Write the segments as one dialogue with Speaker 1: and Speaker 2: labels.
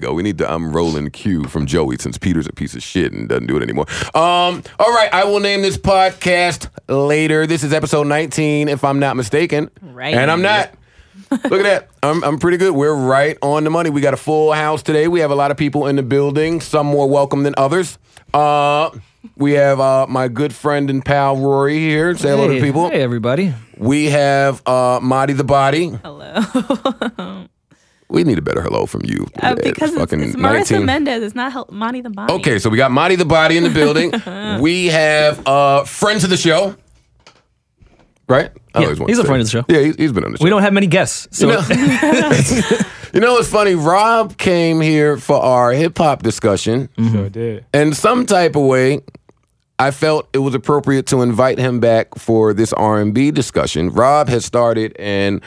Speaker 1: Go. We need the I'm rolling cue from Joey since Peter's a piece of shit and doesn't do it anymore. Um, all right, I will name this podcast later. This is episode 19, if I'm not mistaken.
Speaker 2: Right.
Speaker 1: And I'm not. Look at that. I'm, I'm pretty good. We're right on the money. We got a full house today. We have a lot of people in the building, some more welcome than others. Uh, we have uh, my good friend and pal Rory here. Say hello to
Speaker 3: Hey,
Speaker 1: the people.
Speaker 3: Hey, everybody.
Speaker 1: We have uh, Marty the Body.
Speaker 2: Uh, Hello.
Speaker 1: We need a better hello from you.
Speaker 2: Uh, because it's,
Speaker 1: fucking
Speaker 2: it's Marissa
Speaker 1: 19.
Speaker 2: Mendez. It's not Hel- Monty the Body.
Speaker 1: Okay, so we got Marty the Body in the building. we have uh, friends of the show, right? I
Speaker 3: Yeah,
Speaker 1: always wanna
Speaker 3: he's a
Speaker 1: say-
Speaker 3: friend of the show.
Speaker 1: Yeah, he's, he's been on the show.
Speaker 3: We don't have many guests, so
Speaker 1: you know what's funny? Rob came here for our hip hop discussion,
Speaker 4: Mm-hmm. Sure did.
Speaker 1: and some type of way, I felt it was appropriate to invite him back for this R and B discussion. Rob has started an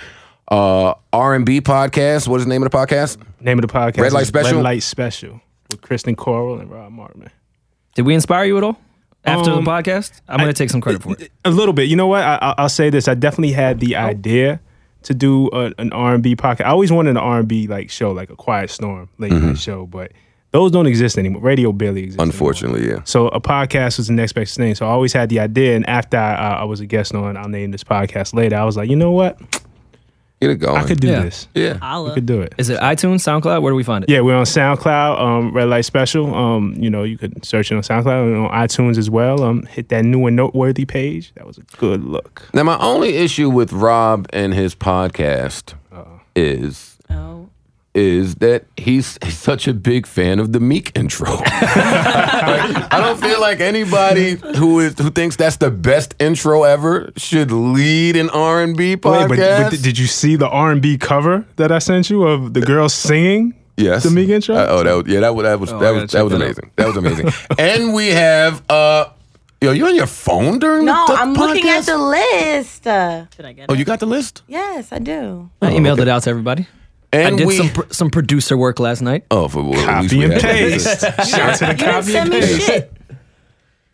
Speaker 1: uh, R and B podcast. What is the name of the podcast?
Speaker 4: Name of the podcast:
Speaker 1: Red Light
Speaker 4: is
Speaker 1: Special?
Speaker 4: Red Light Special with Kristen Coral and Rob Martin.
Speaker 3: did we inspire you at all after
Speaker 4: Um,
Speaker 3: the podcast? I'm going to take some credit for it.
Speaker 4: A little bit. You know what? I, I- I'll say this. I definitely had the idea to do a, an R and B podcast. I always wanted an R and B like show, like a Quiet Storm late
Speaker 1: Mm-hmm.
Speaker 4: night show, but those don't exist anymore. Radio barely exists. anymore.
Speaker 1: Unfortunately, yeah.
Speaker 4: So a podcast was the next best thing. So I always had the idea, and after I, I I was a guest on, I'll name this podcast later. I was like, you know what?
Speaker 1: Get it going.
Speaker 4: I could do
Speaker 3: Yeah.
Speaker 4: this.
Speaker 1: yeah.
Speaker 4: I
Speaker 2: Holla.
Speaker 4: could do it.
Speaker 3: Is it iTunes, SoundCloud? Where do we find it?
Speaker 4: Yeah, we're on SoundCloud, um, Red Light Special. Um, you know, you could search it on SoundCloud and on iTunes as well. Um, hit that new and noteworthy page. That was a good look.
Speaker 1: Now, my only issue with Rob and his podcast is
Speaker 2: Oh.
Speaker 1: is that he's, he's such a big fan of the Meek intro. Like, I don't feel like anybody who is who thinks that's the best intro ever should lead an R and B podcast.
Speaker 4: but, but did- did you see the R and B cover that I sent you of the girl singing?
Speaker 1: yes,
Speaker 4: the Meek intro.
Speaker 1: Uh, oh, that was, yeah, that was that was that
Speaker 3: I gotta
Speaker 1: was that
Speaker 3: check
Speaker 1: was
Speaker 3: that out.
Speaker 1: amazing. That was amazing. and we have uh, yo, you on your phone during
Speaker 5: No,
Speaker 1: the
Speaker 5: I'm looking at
Speaker 1: podcast?
Speaker 5: the list. Uh,
Speaker 2: Should I get
Speaker 1: Oh,
Speaker 2: it?
Speaker 1: you got the list.
Speaker 5: yes, I do.
Speaker 3: I emailed it out to everybody.
Speaker 1: And
Speaker 3: I did
Speaker 1: we
Speaker 3: some pr- some producer work last night.
Speaker 1: oh for well, at least
Speaker 4: Copy
Speaker 1: we
Speaker 4: and
Speaker 1: had that.
Speaker 4: paste. Shout out to the
Speaker 5: You didn't
Speaker 4: copy and
Speaker 5: send me
Speaker 4: paste.
Speaker 5: shit.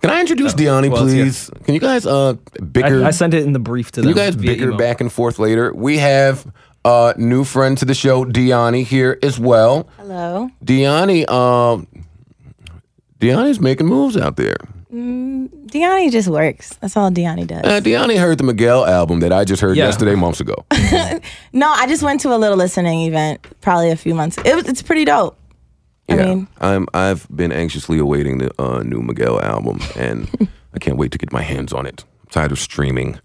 Speaker 1: Can I introduce Deani,
Speaker 3: well, it's here.
Speaker 1: please? Can you guys uh bicker?
Speaker 3: I, I sent it in the brief to them.
Speaker 1: you guys
Speaker 3: via
Speaker 1: bicker
Speaker 3: email.
Speaker 1: back and forth later. We have uh new friend to the show, Deani, here as well.
Speaker 5: Hello.
Speaker 1: Deani, um, Deani's making moves out there.
Speaker 5: Deani just works. That's all Deani does.
Speaker 1: Uh, Deani heard the Miguel album that I just heard
Speaker 3: Yeah.
Speaker 1: yesterday, months ago.
Speaker 5: No, I just went to a little listening event probably a few months. It was, it's pretty dope. I mean,
Speaker 1: I'm. I've been anxiously awaiting the uh, new Miguel album, and I can't wait to get my hands on it. I'm tired of streaming.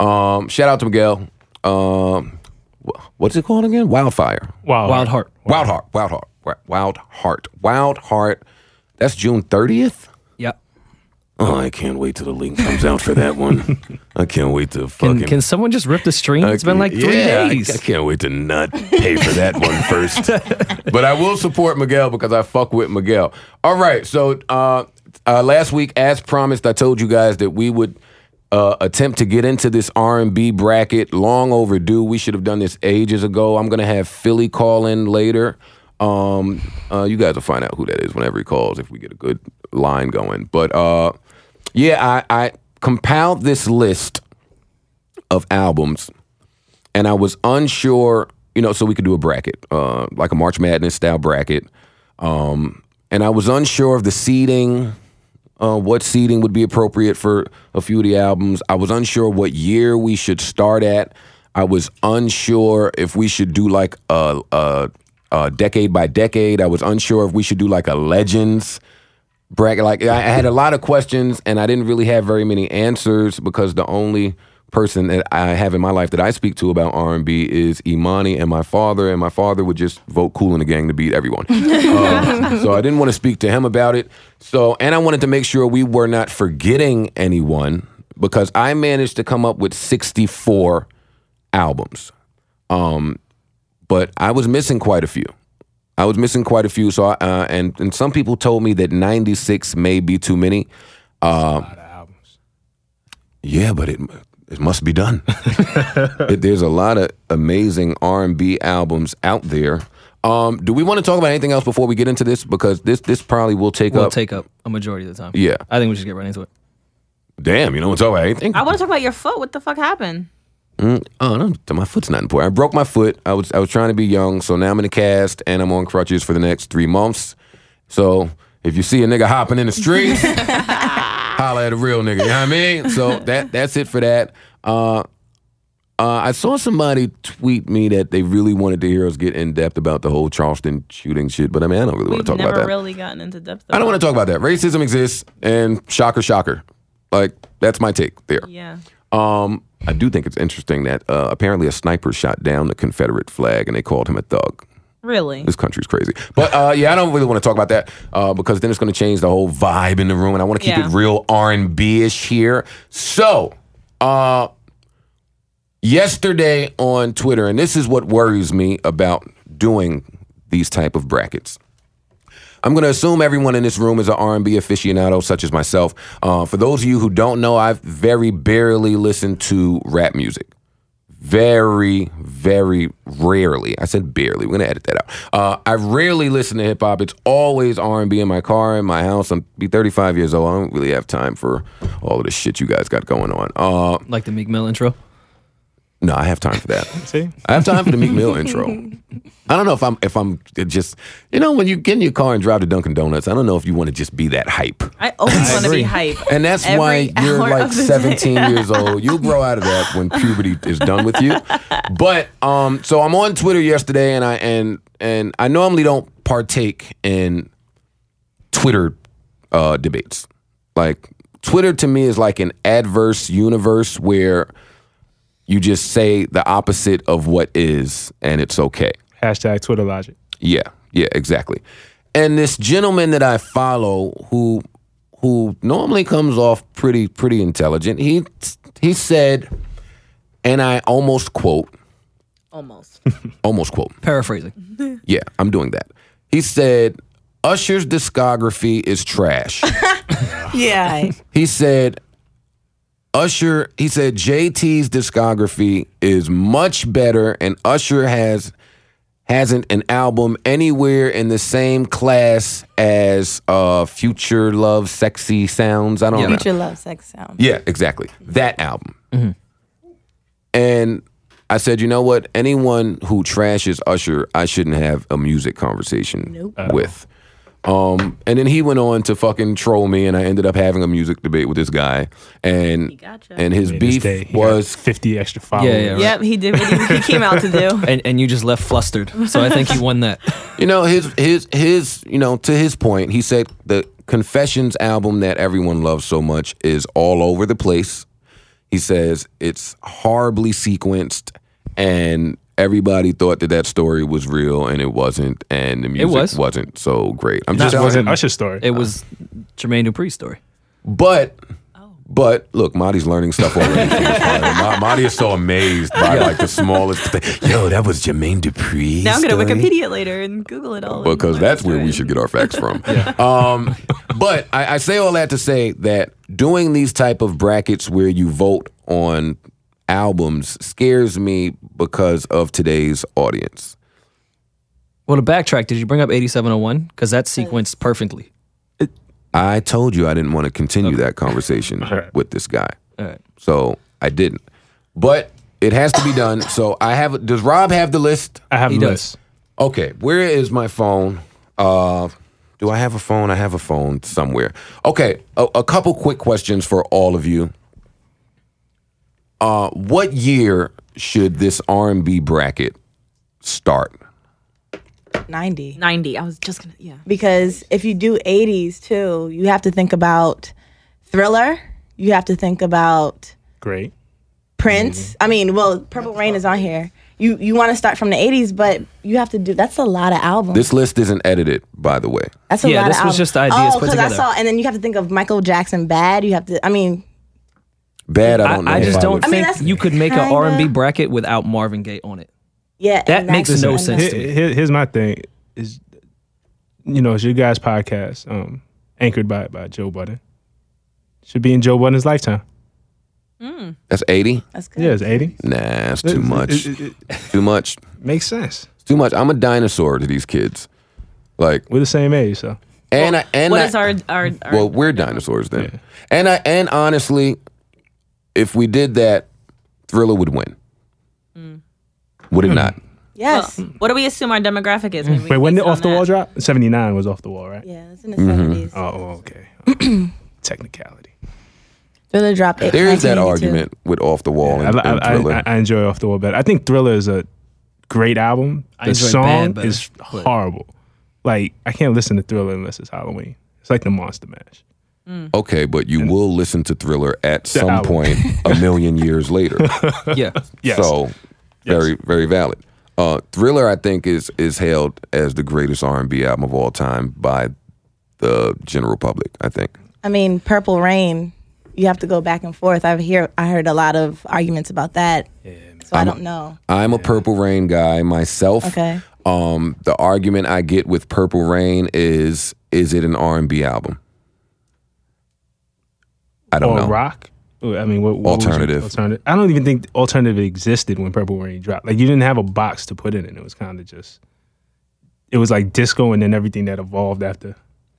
Speaker 1: Um, shout out to Miguel. Um, wh- what's it called again? Wildfire.
Speaker 4: Wow.
Speaker 3: Wild Heart.
Speaker 1: Wild Heart, Wild Heart, Wi- Wild Heart, Wild Heart. That's June 30th.
Speaker 3: Yeah.
Speaker 1: Oh, I can't wait till the link comes out for that one. I can't wait to fucking.
Speaker 3: Can, can someone just rip the stream?
Speaker 1: I
Speaker 3: It's been like
Speaker 1: can-
Speaker 3: three
Speaker 1: yeah, I- I,
Speaker 3: days.
Speaker 1: can't wait to not pay for that one first. but I will support Miguel because I fuck with Miguel. All right, so uh, uh, last week, as promised, I told you guys that we would. Uh, attempt to get into this R&B bracket long overdue. We should have done this ages ago. I'm gonna have Philly call in later. Um, uh, you guys will find out who that is whenever he calls if we get a good line going. But uh, yeah, I, I compiled this list of albums and I was unsure, you know, so we could do a bracket, uh, like a March Madness style bracket. Um, and I was unsure of the seeding, uh, what seeding would be appropriate for a few of the albums. I was unsure what year we should start at. I was unsure if we should do like a, a, a decade by decade. I was unsure if we should do like a legends bracket. Like I I had a lot of questions, and I didn't really have very many answers because the only person that I have in my life that I speak to about R and B is Imani and my father, and my father would just vote Cool in the Gang to beat everyone. Um, so I didn't want to speak to him about it. So and I wanted to make sure we were not forgetting anyone because I managed to come up with sixty four albums. Um, but I was missing quite a few. I was missing quite a few. So I, uh, and and some people told me that 96 may be too many. Uh, Yeah, but it it must be done. It- there's a lot of amazing R&B albums out there. Um, do we want to talk about anything else before we get into this? Because this this probably will take
Speaker 3: We'll
Speaker 1: up.
Speaker 3: take up a majority of the time.
Speaker 1: Yeah.
Speaker 3: I think we should get right into it.
Speaker 1: Damn, you know what's all right. Anything?
Speaker 2: I want to talk about your foot. What the fuck happened?
Speaker 1: Oh, no, my foot's not important. I broke my foot. I was I was trying to be young, so now I'm in a cast and I'm on crutches for the next three months. So if you see a nigga hopping in the street, holla at a real nigga. You know what I mean? So that that's it for that. Uh, uh, I saw somebody tweet me that they really wanted to hear us get in depth about the whole Charleston shooting shit, but I mean, I don't really want
Speaker 2: We've
Speaker 1: to talk about
Speaker 2: never
Speaker 1: that.
Speaker 2: really gotten into depth.
Speaker 1: I don't want to talk about that. Racism exists, and shocker, shocker. Like that's my take there.
Speaker 2: Yeah.
Speaker 1: Um, I do think it's interesting that uh, apparently a sniper shot down the Confederate flag and they called him a thug.
Speaker 2: Really.
Speaker 1: This country's crazy. But uh, yeah, I don't really want to talk about that uh, because then it's going to change the whole vibe in the room, and I want to keep
Speaker 2: Yeah.
Speaker 1: it real R and B ish here. So, uh, yesterday on Twitter, and this is what worries me about doing these type of brackets. I'm going to assume everyone in this room is an R&B aficionado, such as myself. Uh, for those of you who don't know, I've very barely listened to rap music. Very, very rarely. I said barely. We're gonna edit that out. Uh, I rarely listen to hip hop. It's always R and B in my car, in my house. I'm be 35 years old. I don't really have time for all of the shit you guys got going on. Uh,
Speaker 3: Like the Meek Mill intro.
Speaker 1: no, I have time for that.
Speaker 4: See?
Speaker 1: I have time for the Meek Mill intro. I don't know if I'm if I'm it just you know when you get in your car and drive to Dunkin' Donuts. I don't know if you want to just be that hype.
Speaker 2: I always want to be hype.
Speaker 1: And that's
Speaker 2: every
Speaker 1: why you're
Speaker 2: hour
Speaker 1: like
Speaker 2: of the day.
Speaker 1: 17 years old. You'll grow out of that when puberty is done with you. But um, so I'm on Twitter yesterday, and I and and I normally don't partake in Twitter uh, debates. Like Twitter to me is like an adverse universe where you just say the opposite of what is, and it's okay.
Speaker 4: Hashtag Twitter logic.
Speaker 1: Yeah, yeah, exactly. And this gentleman that I follow, who who normally comes off pretty pretty intelligent, he he said, and I almost quote,
Speaker 2: Almost.
Speaker 1: almost quote.
Speaker 3: Paraphrasing.
Speaker 1: Yeah, I'm doing that. He said, Usher's discography is trash.
Speaker 5: Yeah.
Speaker 1: he said, Usher. He said JT's discography is much better, and Usher has hasn't an album anywhere in the same class as uh Future Love Sexy Sounds. I don't know.
Speaker 5: Future love sex sound.
Speaker 1: Yeah, exactly. That album. And I said, you know what? Anyone who trashes Usher, I shouldn't have a music conversation with. Um, and then he went on to fucking troll me, and I ended up having a music debate with this guy. And
Speaker 2: gotcha.
Speaker 1: and his
Speaker 4: Made his
Speaker 1: beef
Speaker 4: day. He got
Speaker 1: was
Speaker 4: 50 extra followers.
Speaker 3: Yeah, yeah, right.
Speaker 2: Yep, he did what he, he came out to do.
Speaker 3: And, and you just left flustered. So I think he won that.
Speaker 1: You know, his his his you know, to his point, he said the Confessions album that everyone loves so much is all over the place. He says it's horribly sequenced and everybody thought that that story was real and it wasn't and the music
Speaker 3: was.
Speaker 1: not so great. I'm
Speaker 4: Just
Speaker 1: just
Speaker 4: wasn't Usher's story.
Speaker 3: It was Jermaine Dupri's story.
Speaker 1: but but look, Marty's learning stuff already. from this one. Ma- Marty is so amazed by like the smallest thing. Yo, that was Jermaine Dupri.
Speaker 2: Now I'm gonna Wikipedia later and Google it all. and
Speaker 1: because
Speaker 2: find
Speaker 1: that's
Speaker 2: out
Speaker 1: where we
Speaker 2: it.
Speaker 1: should get our facts from. um, but I, I say all that to say that doing these type of brackets where you vote on albums scares me because of today's audience.
Speaker 3: Well, to backtrack, did you bring up 8701? Because that's sequenced perfectly.
Speaker 1: I told you I didn't want to continue that conversation
Speaker 4: right.
Speaker 1: with this guy,
Speaker 3: All right.
Speaker 1: so I didn't. But it has to be done. So I have. Does Rob have the list?
Speaker 4: I have
Speaker 3: He
Speaker 4: the
Speaker 3: does.
Speaker 4: list.
Speaker 1: Okay, where is my phone? Uh, do I have a phone? I have a phone somewhere. Okay, a, a couple quick questions for all of you. Uh, what year should this R&B bracket start?
Speaker 5: 90.
Speaker 2: 90. I was just gonna yeah.
Speaker 5: Because if you do 80s too, you have to think about Thriller. You have to think about
Speaker 4: Great.
Speaker 5: Prince. I mean, well, Purple Rain is on here. You you want to start from the 80s, but you have to do that's a lot of albums.
Speaker 1: This list isn't edited, by the way.
Speaker 5: that's a
Speaker 3: Yeah,
Speaker 5: lot
Speaker 3: this
Speaker 5: of
Speaker 3: was
Speaker 5: albums.
Speaker 3: just ideas
Speaker 5: oh,
Speaker 3: put
Speaker 5: 'cause I
Speaker 3: together.
Speaker 5: saw and then you have to think of Michael Jackson Bad. You have to I mean,
Speaker 1: Bad, I don't know.
Speaker 3: I, I
Speaker 1: if
Speaker 3: just
Speaker 1: would-
Speaker 3: don't
Speaker 5: I mean,
Speaker 3: think
Speaker 5: that's
Speaker 3: you could make an
Speaker 5: kinda-
Speaker 3: R&B bracket without Marvin Gaye on it.
Speaker 5: yeah. and
Speaker 3: That
Speaker 5: that's-
Speaker 3: makes no
Speaker 5: and
Speaker 3: sense.
Speaker 5: that's-
Speaker 4: Here- here- here's my thing is, you know, it's your guys' podcast, um, anchored by by Joe Budden. Should be in Joe Budden's lifetime.
Speaker 1: That's 80?
Speaker 5: That's good.
Speaker 4: Yeah, it's eighty.
Speaker 1: Nah, that's too much.
Speaker 4: It, it- it
Speaker 1: Too much.
Speaker 4: makes sense.
Speaker 1: It's too much. I'm a dinosaur to these kids. Like,
Speaker 4: We're the same age, so
Speaker 1: and I, and
Speaker 2: What
Speaker 1: I-
Speaker 2: is our our, our
Speaker 1: well, we're dinosaurs then. And I and honestly, if we did that, Thriller would win.
Speaker 2: Mm.
Speaker 1: Would it
Speaker 2: Hmm.
Speaker 1: not?
Speaker 5: Yes.
Speaker 2: Well, what do we assume our demographic is? Maybe we
Speaker 4: Mm. Wait, when
Speaker 2: base
Speaker 4: the
Speaker 2: it on
Speaker 4: off the wall
Speaker 2: that.
Speaker 4: drop? Seventy nine was off the wall, right?
Speaker 5: yeah, it's in the
Speaker 3: Mm-hmm.
Speaker 5: 70s.
Speaker 4: Oh, oh, okay. Technicality.
Speaker 5: Thriller dropped it.
Speaker 1: There is that
Speaker 5: 1982.
Speaker 1: argument with off the wall
Speaker 4: I,
Speaker 1: and,
Speaker 4: I,
Speaker 1: and
Speaker 4: I-
Speaker 1: Thriller.
Speaker 4: I, I enjoy off the wall better. I think Thriller is a great album.
Speaker 3: I
Speaker 4: The
Speaker 3: enjoy
Speaker 4: song
Speaker 3: Bad better,
Speaker 4: is
Speaker 3: but-
Speaker 4: horrible. Like I can't listen to Thriller unless it's Halloween. It's like the Monster Mash.
Speaker 1: okay, but you will listen to Thriller at some
Speaker 4: album.
Speaker 1: point a million years later.
Speaker 3: Yeah.
Speaker 4: Yes.
Speaker 1: So very very valid. Uh, Thriller, I think, is is hailed as the greatest R and B album of all time by the general public. I think.
Speaker 5: I mean, Purple Rain. You have to go back and forth. I've hear I heard a lot of arguments about that. so I don't know.
Speaker 1: I'm a Purple Rain guy myself.
Speaker 5: Okay.
Speaker 1: Um, the argument I get with Purple Rain is: is it an R and B album? I don't
Speaker 4: or
Speaker 1: know.
Speaker 4: rock. Or, I mean, what, what would you-
Speaker 1: Alternative.
Speaker 4: alternative. I don't even think alternative existed when Purple Rain dropped. Like you didn't have a box to put it in. It was kind of just. It was like disco, and then everything that evolved after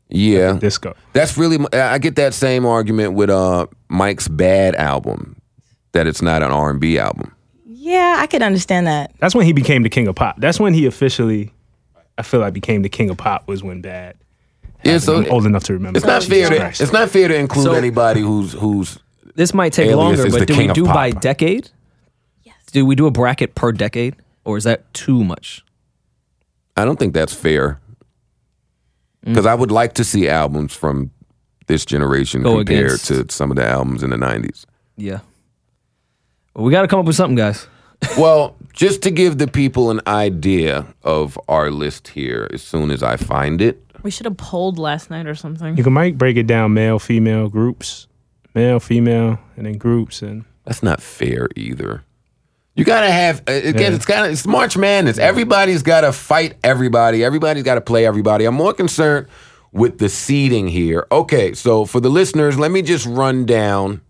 Speaker 1: Yeah,
Speaker 4: disco.
Speaker 1: that's really. m- I get that same argument with uh Mike's Bad album, that it's not an R and B album.
Speaker 5: Yeah, I could understand that.
Speaker 4: That's when he became the king of pop. That's when he officially, I feel like, became the king of pop. Was when Bad.
Speaker 1: Yeah,
Speaker 4: So
Speaker 1: so
Speaker 4: I'm old enough to remember.
Speaker 1: It's not
Speaker 4: Jesus
Speaker 1: fair. To,
Speaker 4: Christ.
Speaker 1: it's not fair to include
Speaker 3: So-
Speaker 1: anybody who's who's.
Speaker 3: This might take
Speaker 1: Alias
Speaker 3: longer,
Speaker 1: is the
Speaker 3: but do
Speaker 1: king
Speaker 3: we
Speaker 1: of
Speaker 3: do
Speaker 1: pop.
Speaker 3: by decade? Yes. Do we do a bracket per decade, or is that too much?
Speaker 1: I don't think that's fair.
Speaker 3: Mm.
Speaker 1: Because I would like to see albums from this generation
Speaker 3: Go
Speaker 1: compared
Speaker 3: against-
Speaker 1: to some of the albums in the nineties.
Speaker 3: Yeah. Well, we got to come up with something, guys.
Speaker 1: Well, just to give the people an idea of our list here, as soon as I find it,
Speaker 2: We should have polled last night or something.
Speaker 4: You can might break it down: male, female groups, male, female, and then groups, and
Speaker 1: that's not fair either. You gotta have uh, again.
Speaker 4: Yeah.
Speaker 1: It's kind of it's March Madness. Everybody's gotta fight everybody. Everybody's gotta play everybody. I'm more concerned with the seeding here. Okay, so for the listeners, let me just run down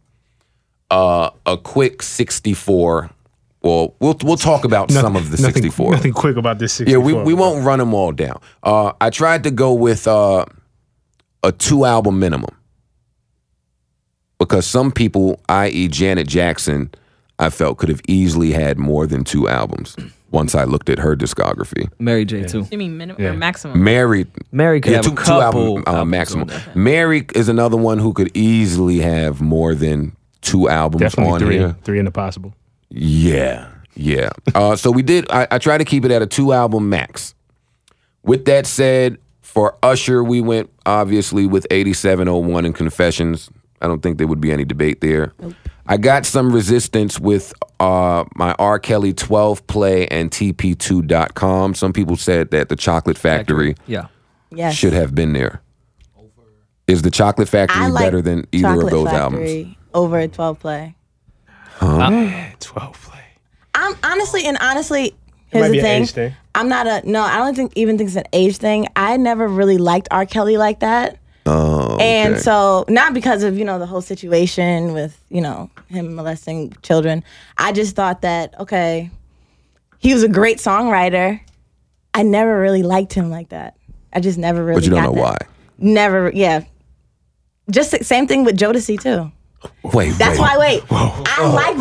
Speaker 1: uh, a quick 64. Well, we'll we'll talk about some of the
Speaker 4: nothing-
Speaker 1: 64.
Speaker 4: Nothing quick about this 64.
Speaker 1: Yeah, we, we won't run them all down. Uh, I tried to go with uh, a two album minimum because some people, i.e., Janet Jackson, I felt could have easily had more than two albums once I looked at her discography.
Speaker 3: Mary J. too.
Speaker 2: You mean minimum
Speaker 4: Yeah.
Speaker 2: or maximum?
Speaker 1: Mary,
Speaker 3: Mary could
Speaker 1: yeah,
Speaker 3: have
Speaker 1: two,
Speaker 3: a
Speaker 1: two
Speaker 3: couple
Speaker 1: album uh,
Speaker 3: albums
Speaker 1: maximum.
Speaker 3: on that.
Speaker 1: Mary is another one who could easily have more than two albums
Speaker 4: Definitely
Speaker 1: on
Speaker 4: three,
Speaker 1: here.
Speaker 4: three in the possible.
Speaker 1: Yeah, yeah. uh, so we did. I, I try to keep it at a two album max. With that said, for Usher, we went obviously with 8701 and Confessions. I don't think there would be any debate there. I got some resistance with uh, my R. Kelly 12 play and TP2.com. Some people said that the Chocolate Factory
Speaker 3: Yeah.
Speaker 5: Yes.
Speaker 1: should have been there. Is the Chocolate Factory
Speaker 5: I like
Speaker 1: better than either of
Speaker 5: Chocolate
Speaker 1: those
Speaker 5: Factory
Speaker 1: albums?
Speaker 5: over 12 play.
Speaker 4: Yeah, 12 play.
Speaker 5: I'm honestly and honestly here's
Speaker 4: might be an
Speaker 5: the thing.
Speaker 4: age thing.
Speaker 5: I'm not a no. I don't think even think it's an age thing. I never really liked R. Kelly like that.
Speaker 1: Oh,
Speaker 5: And
Speaker 1: okay.
Speaker 5: so, not because of you know the whole situation with you know him molesting children. I just thought that okay, he was a great songwriter. I never really liked him like that. I just never really.
Speaker 1: but you don't know
Speaker 5: got
Speaker 1: why.
Speaker 5: that. Never, yeah. Just the same thing with Jodeci too.
Speaker 1: Wait,
Speaker 5: That's
Speaker 1: wait.
Speaker 5: why. Wait, I like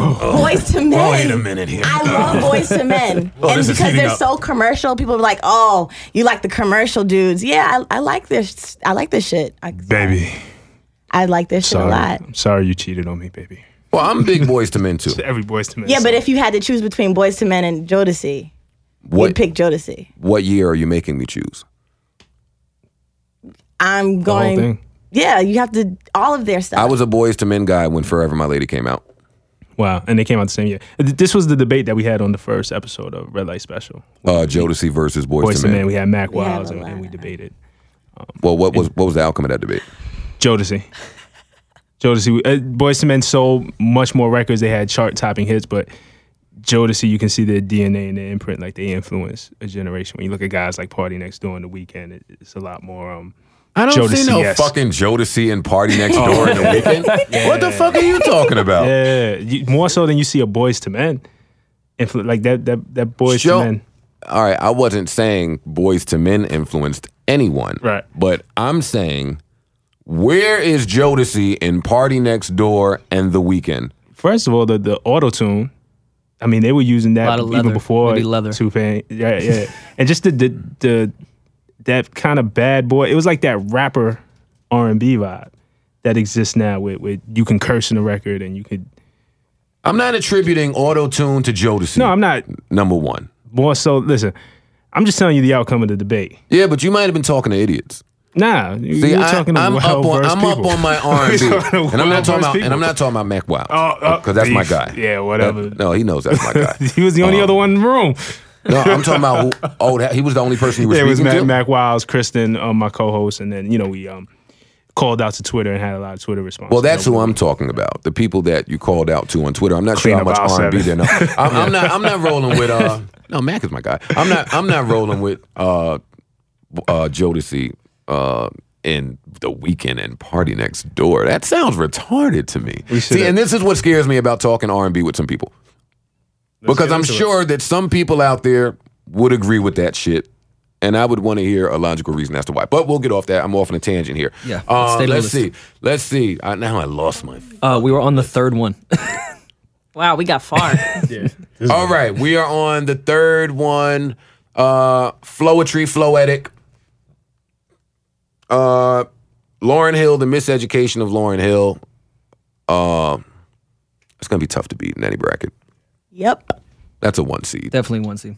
Speaker 5: boys to men.
Speaker 1: Wait a minute here.
Speaker 5: I love boys to men, and
Speaker 1: this is
Speaker 5: because
Speaker 1: heating
Speaker 5: they're
Speaker 1: up.
Speaker 5: so commercial, people are like, "Oh, you like the commercial dudes?" Yeah, I, I like this. I like this shit. I,
Speaker 4: Baby.
Speaker 5: I like this shit a
Speaker 4: Sorry.
Speaker 5: lot.
Speaker 4: I'm sorry you cheated on me, baby.
Speaker 1: Well, I'm big boys to men too.
Speaker 4: Every boy's to men.
Speaker 5: Yeah, but
Speaker 4: song.
Speaker 5: if you had to choose between Boys to Men and Jodeci, you'd
Speaker 1: What
Speaker 5: pick Jodeci.
Speaker 1: what year are you making me choose?
Speaker 5: I'm
Speaker 4: the whole
Speaker 5: going.
Speaker 4: thing.
Speaker 5: Yeah, you have to all of their stuff.
Speaker 1: I was a boys to men guy when Forever My Lady came out.
Speaker 4: Wow, and they came out the same year. Th- This was the debate that we had on the first episode of Red Light Special.
Speaker 1: Uh, Jodeci versus boys,
Speaker 4: Boys
Speaker 1: to
Speaker 4: to
Speaker 1: men.
Speaker 4: Men, we had Mac
Speaker 5: had
Speaker 4: Wiles,
Speaker 5: a
Speaker 4: and,
Speaker 5: lot
Speaker 4: and we
Speaker 5: of-
Speaker 4: debated
Speaker 1: Well, what was what was the outcome of that debate?
Speaker 4: Jodeci. Jodeci, uh, Boys to Men sold much more records. They had chart-topping hits, but Jodeci, you can see their DNA and their imprint. Like they influence a generation. When you look at guys like Party Next Door and The Weeknd, it, it's a lot more. Um,
Speaker 1: I don't
Speaker 4: Jodeci,
Speaker 1: see no
Speaker 4: yes. Oh,
Speaker 1: fucking Jodeci and Party Next Door in the weekend. What the fuck are you talking about?
Speaker 4: yeah, you, more so than you see a Boys to Men. Influ- like that, that, that Boys
Speaker 1: Show-
Speaker 4: to Men.
Speaker 1: All right, I wasn't saying boys to men influenced anyone.
Speaker 4: Right.
Speaker 1: But I'm saying where is Jodeci in Party Next Door and The Weekend?
Speaker 4: First of all, the the auto tune. I mean, they were using that
Speaker 3: Lot of leather.
Speaker 4: even before
Speaker 3: Maybe leather.
Speaker 4: Two-Pain. Yeah, yeah. and just the the, the that kind of bad boy. It was like that rapper R and B vibe that exists now. With with you can curse in the record and you could.
Speaker 1: I'm not attributing auto tune to Jodeci.
Speaker 4: No, I'm not.
Speaker 1: number one.
Speaker 4: More so, listen. I'm just telling you the outcome of the debate.
Speaker 1: Yeah, but you might have been talking to idiots.
Speaker 4: Nah, you-
Speaker 1: See,
Speaker 4: you're
Speaker 1: I,
Speaker 4: talking to
Speaker 1: am up on
Speaker 4: well-versed
Speaker 1: I'm
Speaker 4: people.
Speaker 1: up on my R and B,
Speaker 4: You're talking to
Speaker 1: and I'm not talking
Speaker 4: well-versed
Speaker 1: about and
Speaker 4: people.
Speaker 1: I'm not talking about Mac Wild
Speaker 4: Oh, oh,
Speaker 1: because that's my
Speaker 4: beef.
Speaker 1: guy.
Speaker 4: Yeah, whatever.
Speaker 1: That- no, he knows that's my guy. Um,
Speaker 4: he was the
Speaker 1: Oh.
Speaker 4: only other one in the room.
Speaker 1: No, I'm talking about who. Oh, that, he was the only person you were
Speaker 4: Yeah, it
Speaker 1: speaking
Speaker 4: was Mac,
Speaker 1: to.
Speaker 4: Mac Wiles, Kristen, um, my co-host, and then you know we um called out to Twitter and had a lot of Twitter responses.
Speaker 1: Well, that's who I'm talking about. The people that you called out to on Twitter. I'm not
Speaker 4: Clean
Speaker 1: sure how much
Speaker 4: up aisle
Speaker 1: R and B they
Speaker 4: seven.
Speaker 1: know. I'm, I'm not. I'm not rolling with. Uh, no, Mac is my guy. I'm not. I'm not rolling with uh, uh, Jodeci uh, and the weekend and party next door. That sounds retarded to me.
Speaker 4: should
Speaker 1: See, and this is what scares me about talking R and B with some people, because
Speaker 4: get
Speaker 1: I'm
Speaker 4: into it.
Speaker 1: sure that some people out there would agree with that shit. And I would want to hear a logical reason as to why. But we'll get off that. I'm off on a tangent here.
Speaker 3: Yeah,
Speaker 1: Uh,
Speaker 3: stay to the
Speaker 1: let's
Speaker 3: list.
Speaker 1: see. Let's see. I, now I lost my
Speaker 3: Uh, we were on the third one.
Speaker 2: Wow, we got far.
Speaker 1: All right, we are on the third one. Uh, Flowetry, Floetic. Uh, Lauren Hill, the miseducation of Lauren Hill. Uh, it's gonna be tough to beat in any bracket.
Speaker 5: Yep.
Speaker 1: That's a one seed.
Speaker 3: Definitely one seed.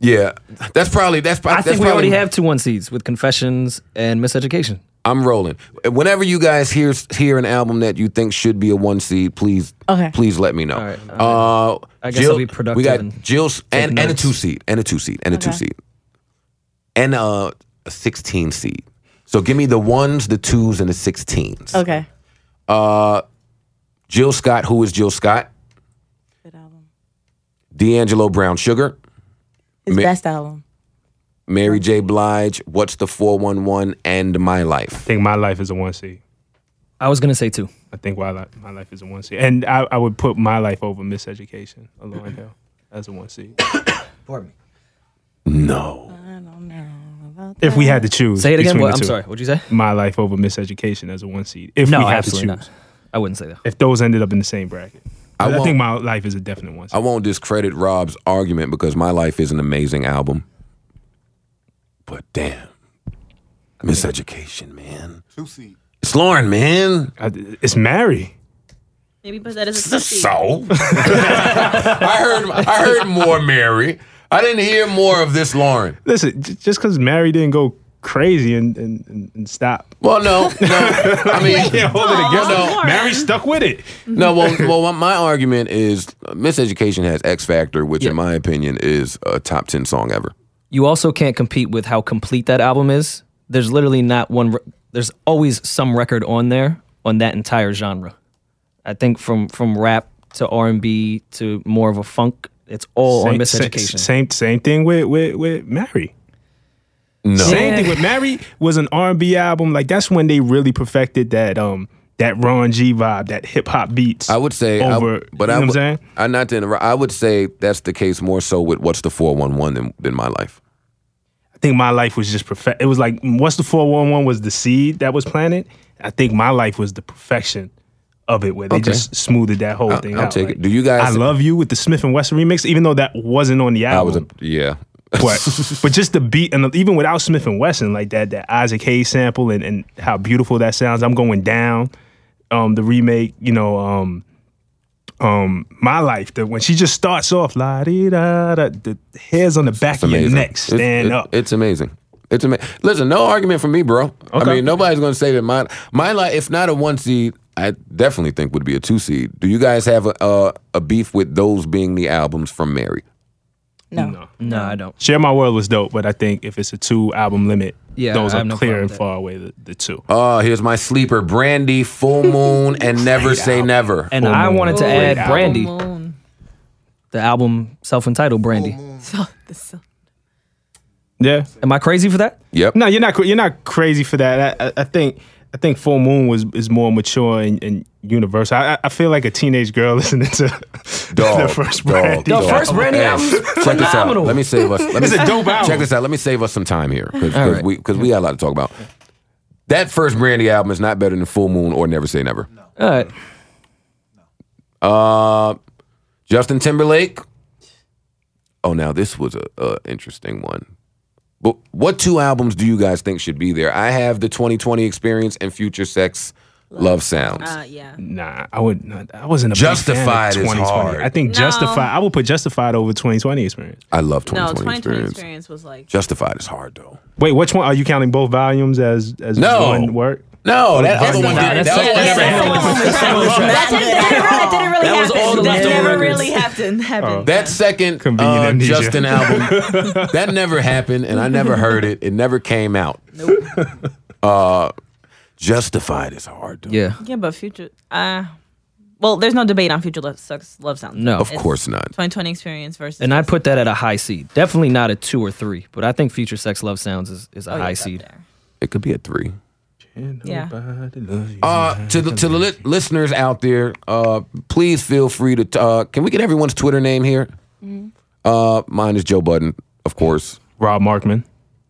Speaker 1: Yeah, that's probably that's.
Speaker 3: I
Speaker 1: that's
Speaker 3: think we already
Speaker 1: probably-
Speaker 3: have two one seeds with Confessions and Miseducation.
Speaker 1: I'm rolling. Whenever you guys hear hear an album that you think should be a one seed, please
Speaker 5: Okay.
Speaker 1: please let me know.
Speaker 3: right,
Speaker 1: Uh,
Speaker 3: I guess
Speaker 1: Jill-
Speaker 3: I'll be productive
Speaker 1: We got
Speaker 3: and
Speaker 1: Jill and, and a
Speaker 3: notes.
Speaker 1: two seed, and a two seed, and a two
Speaker 5: Okay.
Speaker 1: seed, and uh, a sixteen seed. So give me the ones, the twos, and the sixteens.
Speaker 5: Okay.
Speaker 1: Jill Scott, who is Jill Scott?
Speaker 5: Good album.
Speaker 1: D'Angelo Brown Sugar,
Speaker 5: His
Speaker 1: Ma-
Speaker 5: best album.
Speaker 1: Mary J. Blige, What's the Four One One, and My
Speaker 4: I
Speaker 1: Life.
Speaker 4: think my life is a one C.
Speaker 3: I was gonna say two.
Speaker 4: I think why li- my life is a one C, and I, I would put my life over Miseducation, a Lauren Hill, as a one C.
Speaker 3: Pardon me.
Speaker 1: No,
Speaker 5: I don't know about
Speaker 4: If we had to choose,
Speaker 3: Say it again.
Speaker 4: between
Speaker 3: What,
Speaker 4: the
Speaker 3: I'm
Speaker 4: two.
Speaker 3: sorry. What'd you say?
Speaker 4: My life over Miseducation as a one seed. If
Speaker 3: No,
Speaker 4: we had to choose,
Speaker 3: absolutely not. I wouldn't say that.
Speaker 4: if those ended up in the same bracket,
Speaker 1: I
Speaker 4: I,
Speaker 1: won't-
Speaker 4: think my life is a definite one.
Speaker 1: I
Speaker 4: seed.
Speaker 1: won't discredit Rob's argument because My Life is an amazing album. But damn, miseducation, man.
Speaker 6: Two seed.
Speaker 1: It's Lauren, man.
Speaker 4: I, it's Mary.
Speaker 2: Maybe put that as a two seed.
Speaker 1: So I heard, I heard more Mary. I didn't hear more of this Lauren.
Speaker 4: Listen, j- just because Mary didn't go crazy and and, and, and stop,
Speaker 1: Well, no, no. I mean,
Speaker 4: hold it
Speaker 1: against
Speaker 2: Aw,
Speaker 1: her.
Speaker 2: Lauren.
Speaker 4: Mary stuck with it.
Speaker 1: no. Well, well, my- my argument is uh, miseducation has X Factor, which,
Speaker 3: Yeah.
Speaker 1: in my opinion, is a top ten song ever.
Speaker 3: You also can't compete with how complete that album is. There's literally not one. re- There's always some record on there on that entire genre. I think from from rap to R and B to more of a funk, it's all on Miseducation.
Speaker 4: Same same thing with with with Mary.
Speaker 1: No,
Speaker 4: Same
Speaker 3: Yeah.
Speaker 4: thing with Mary was an R and B album. Like that's when they really perfected that um that Ron G vibe, that hip hop beats.
Speaker 1: I would say, I-
Speaker 4: over.
Speaker 1: but
Speaker 4: you
Speaker 1: I
Speaker 4: know
Speaker 1: would,
Speaker 4: what I'm saying.
Speaker 1: I not to interrupt. I would say that's the case more so with what's the four one one than than my life.
Speaker 4: I think my life was just perfect. It was like what's the four one one was the seed that was planted. I think my life was the perfection of it, where they just smoothed that whole thing
Speaker 1: I'll
Speaker 4: out.
Speaker 1: take
Speaker 4: Like,
Speaker 1: it. Do you guys-
Speaker 4: I love you with the Smith and Wesson remix, even though that wasn't on the
Speaker 1: I was
Speaker 4: album.
Speaker 1: a yeah.
Speaker 4: but but just the beat and the, even without Smith and Wesson like that that Isaac Hayes sample and, and how beautiful that sounds. I'm going down. Um, the remake, you know, um, um, my life. The, when she just starts off, la di da da, the hairs on the back of your
Speaker 1: amazing.
Speaker 4: neck
Speaker 1: It's-
Speaker 4: stand
Speaker 1: it-
Speaker 4: up.
Speaker 1: It's amazing. It's amazing. Listen, no argument from me, bro. I
Speaker 4: Okay.
Speaker 1: mean, nobody's going to say that my my life, if not a one seed, I definitely think would be a two seed. Do you guys have a uh, a beef with those being the albums from Mary?
Speaker 5: No.
Speaker 3: no, I don't.
Speaker 4: Share My World was dope, but I think if it's a two album limit,
Speaker 3: Yeah,
Speaker 4: those
Speaker 3: I
Speaker 4: are
Speaker 3: have no
Speaker 4: clear
Speaker 3: problem
Speaker 4: and
Speaker 3: with
Speaker 4: far away the, the two.
Speaker 1: Oh, here's my sleeper: Brandy, Full Moon, and Never Say Never.
Speaker 4: Oh,
Speaker 3: And I wanted to
Speaker 2: Ooh,
Speaker 3: add
Speaker 2: Apple
Speaker 3: Brandy,
Speaker 2: Moon.
Speaker 3: the album self-entitled Brandy.
Speaker 2: So- the so-
Speaker 4: Yeah.
Speaker 3: Am I crazy for that?
Speaker 1: Yep.
Speaker 4: No, you're not. cra- You're not crazy for that. I, I- I think. I think Full Moon was is more mature and, and universal. I, I- I feel like a teenage girl listening to
Speaker 1: Dog,
Speaker 4: the first
Speaker 1: dog,
Speaker 4: Brandy.
Speaker 1: dog.
Speaker 3: The first Brandy
Speaker 1: Hey,
Speaker 3: album's
Speaker 1: Check this out.
Speaker 3: phenomenal.
Speaker 1: Let me save us. Let me,
Speaker 4: a dope album.
Speaker 1: Check this out. Let me save us some time here because
Speaker 3: All right.
Speaker 1: we because we got a lot to talk about. That first Brandy album is not better than Full Moon or Never Say Never.
Speaker 3: All right.
Speaker 1: Uh, Justin Timberlake. Oh, now this was a, a interesting one. But what two albums do you guys think should be there? I have the 2020 Experience and Future Sex Love Sounds.
Speaker 2: Uh, yeah.
Speaker 4: Nah, I would. Not, I wasn't a big
Speaker 1: Justified is
Speaker 4: fan of 2020.
Speaker 1: hard.
Speaker 4: I think
Speaker 2: No.
Speaker 4: Justified. I would put Justified over 2020 Experience.
Speaker 1: I love 2020,
Speaker 2: No, 2020
Speaker 1: experience.
Speaker 2: experience. was like
Speaker 1: Justified is hard though.
Speaker 4: Wait, which one are you counting? Both volumes as as
Speaker 1: No.
Speaker 4: one work?
Speaker 1: No, that other Oh, one
Speaker 3: not-
Speaker 1: didn't.
Speaker 3: that's
Speaker 1: that
Speaker 3: not-
Speaker 1: one
Speaker 3: that's
Speaker 1: never
Speaker 3: not-
Speaker 1: happened.
Speaker 2: that didn't, that didn't really
Speaker 3: That was
Speaker 2: happen.
Speaker 3: all the
Speaker 2: that
Speaker 3: leftover
Speaker 2: never
Speaker 3: records.
Speaker 2: really happened. happened.
Speaker 4: Oh.
Speaker 1: That second
Speaker 4: Convenient
Speaker 1: uh,
Speaker 4: amnesia.
Speaker 1: Justin album, that never happened, and I never heard it. It never came out. Nope. Uh, Justified is hard. Though.
Speaker 3: Yeah.
Speaker 2: yeah, but future. Uh, well, there's no debate on future love sucks love sounds.
Speaker 3: No.
Speaker 1: of
Speaker 2: It's
Speaker 1: course not.
Speaker 2: 2020 experience versus.
Speaker 3: And I put that at a high seed. Definitely not a two or three, but I think Future Sex Love Sounds is, is a
Speaker 2: Oh, yeah,
Speaker 3: high
Speaker 2: it's up
Speaker 3: seed.
Speaker 2: there.
Speaker 1: It could be a three.
Speaker 2: Yeah.
Speaker 1: Uh, to the to the li- listeners out there, uh, please feel free to. t- Uh, can we get everyone's Twitter name here? Uh, mine is Joe Budden, of course.
Speaker 4: Rob Markman.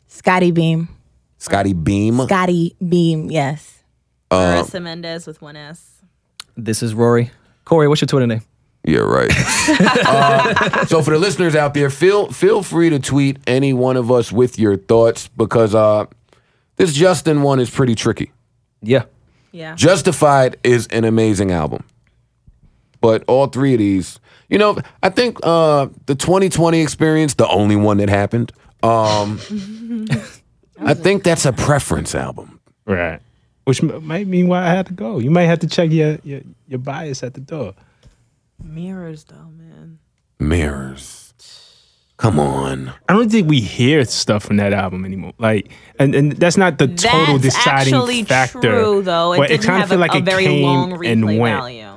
Speaker 5: Scotty Beam.
Speaker 1: Scotty Beam.
Speaker 5: Scotty Beam, yes.
Speaker 1: Uh,
Speaker 2: Marissa Mendez with one S.
Speaker 3: This is Rory. Corey, what's your Twitter name?
Speaker 1: Yeah, right. Uh, so for the listeners out there, feel feel free to tweet any one of us with your thoughts because uh, this Justin one is pretty tricky.
Speaker 3: Yeah.
Speaker 2: Yeah.
Speaker 1: Justified is an amazing album, but all three of these, you know, I think uh, the 2020 experience, the only one that happened. Um, I think that's a preference album.
Speaker 4: Right. Which m- might mean why I had to go. You might have to check your your, your bias at the door.
Speaker 2: Mirrors, though, man.
Speaker 1: Mirrors, come on.
Speaker 4: I don't think we hear stuff from that album anymore. Like, and, and that's not the total
Speaker 2: That's
Speaker 4: deciding
Speaker 2: actually
Speaker 4: factor.
Speaker 2: true, though. It
Speaker 4: but
Speaker 2: didn't
Speaker 4: kinda
Speaker 2: have a, a very long replay value.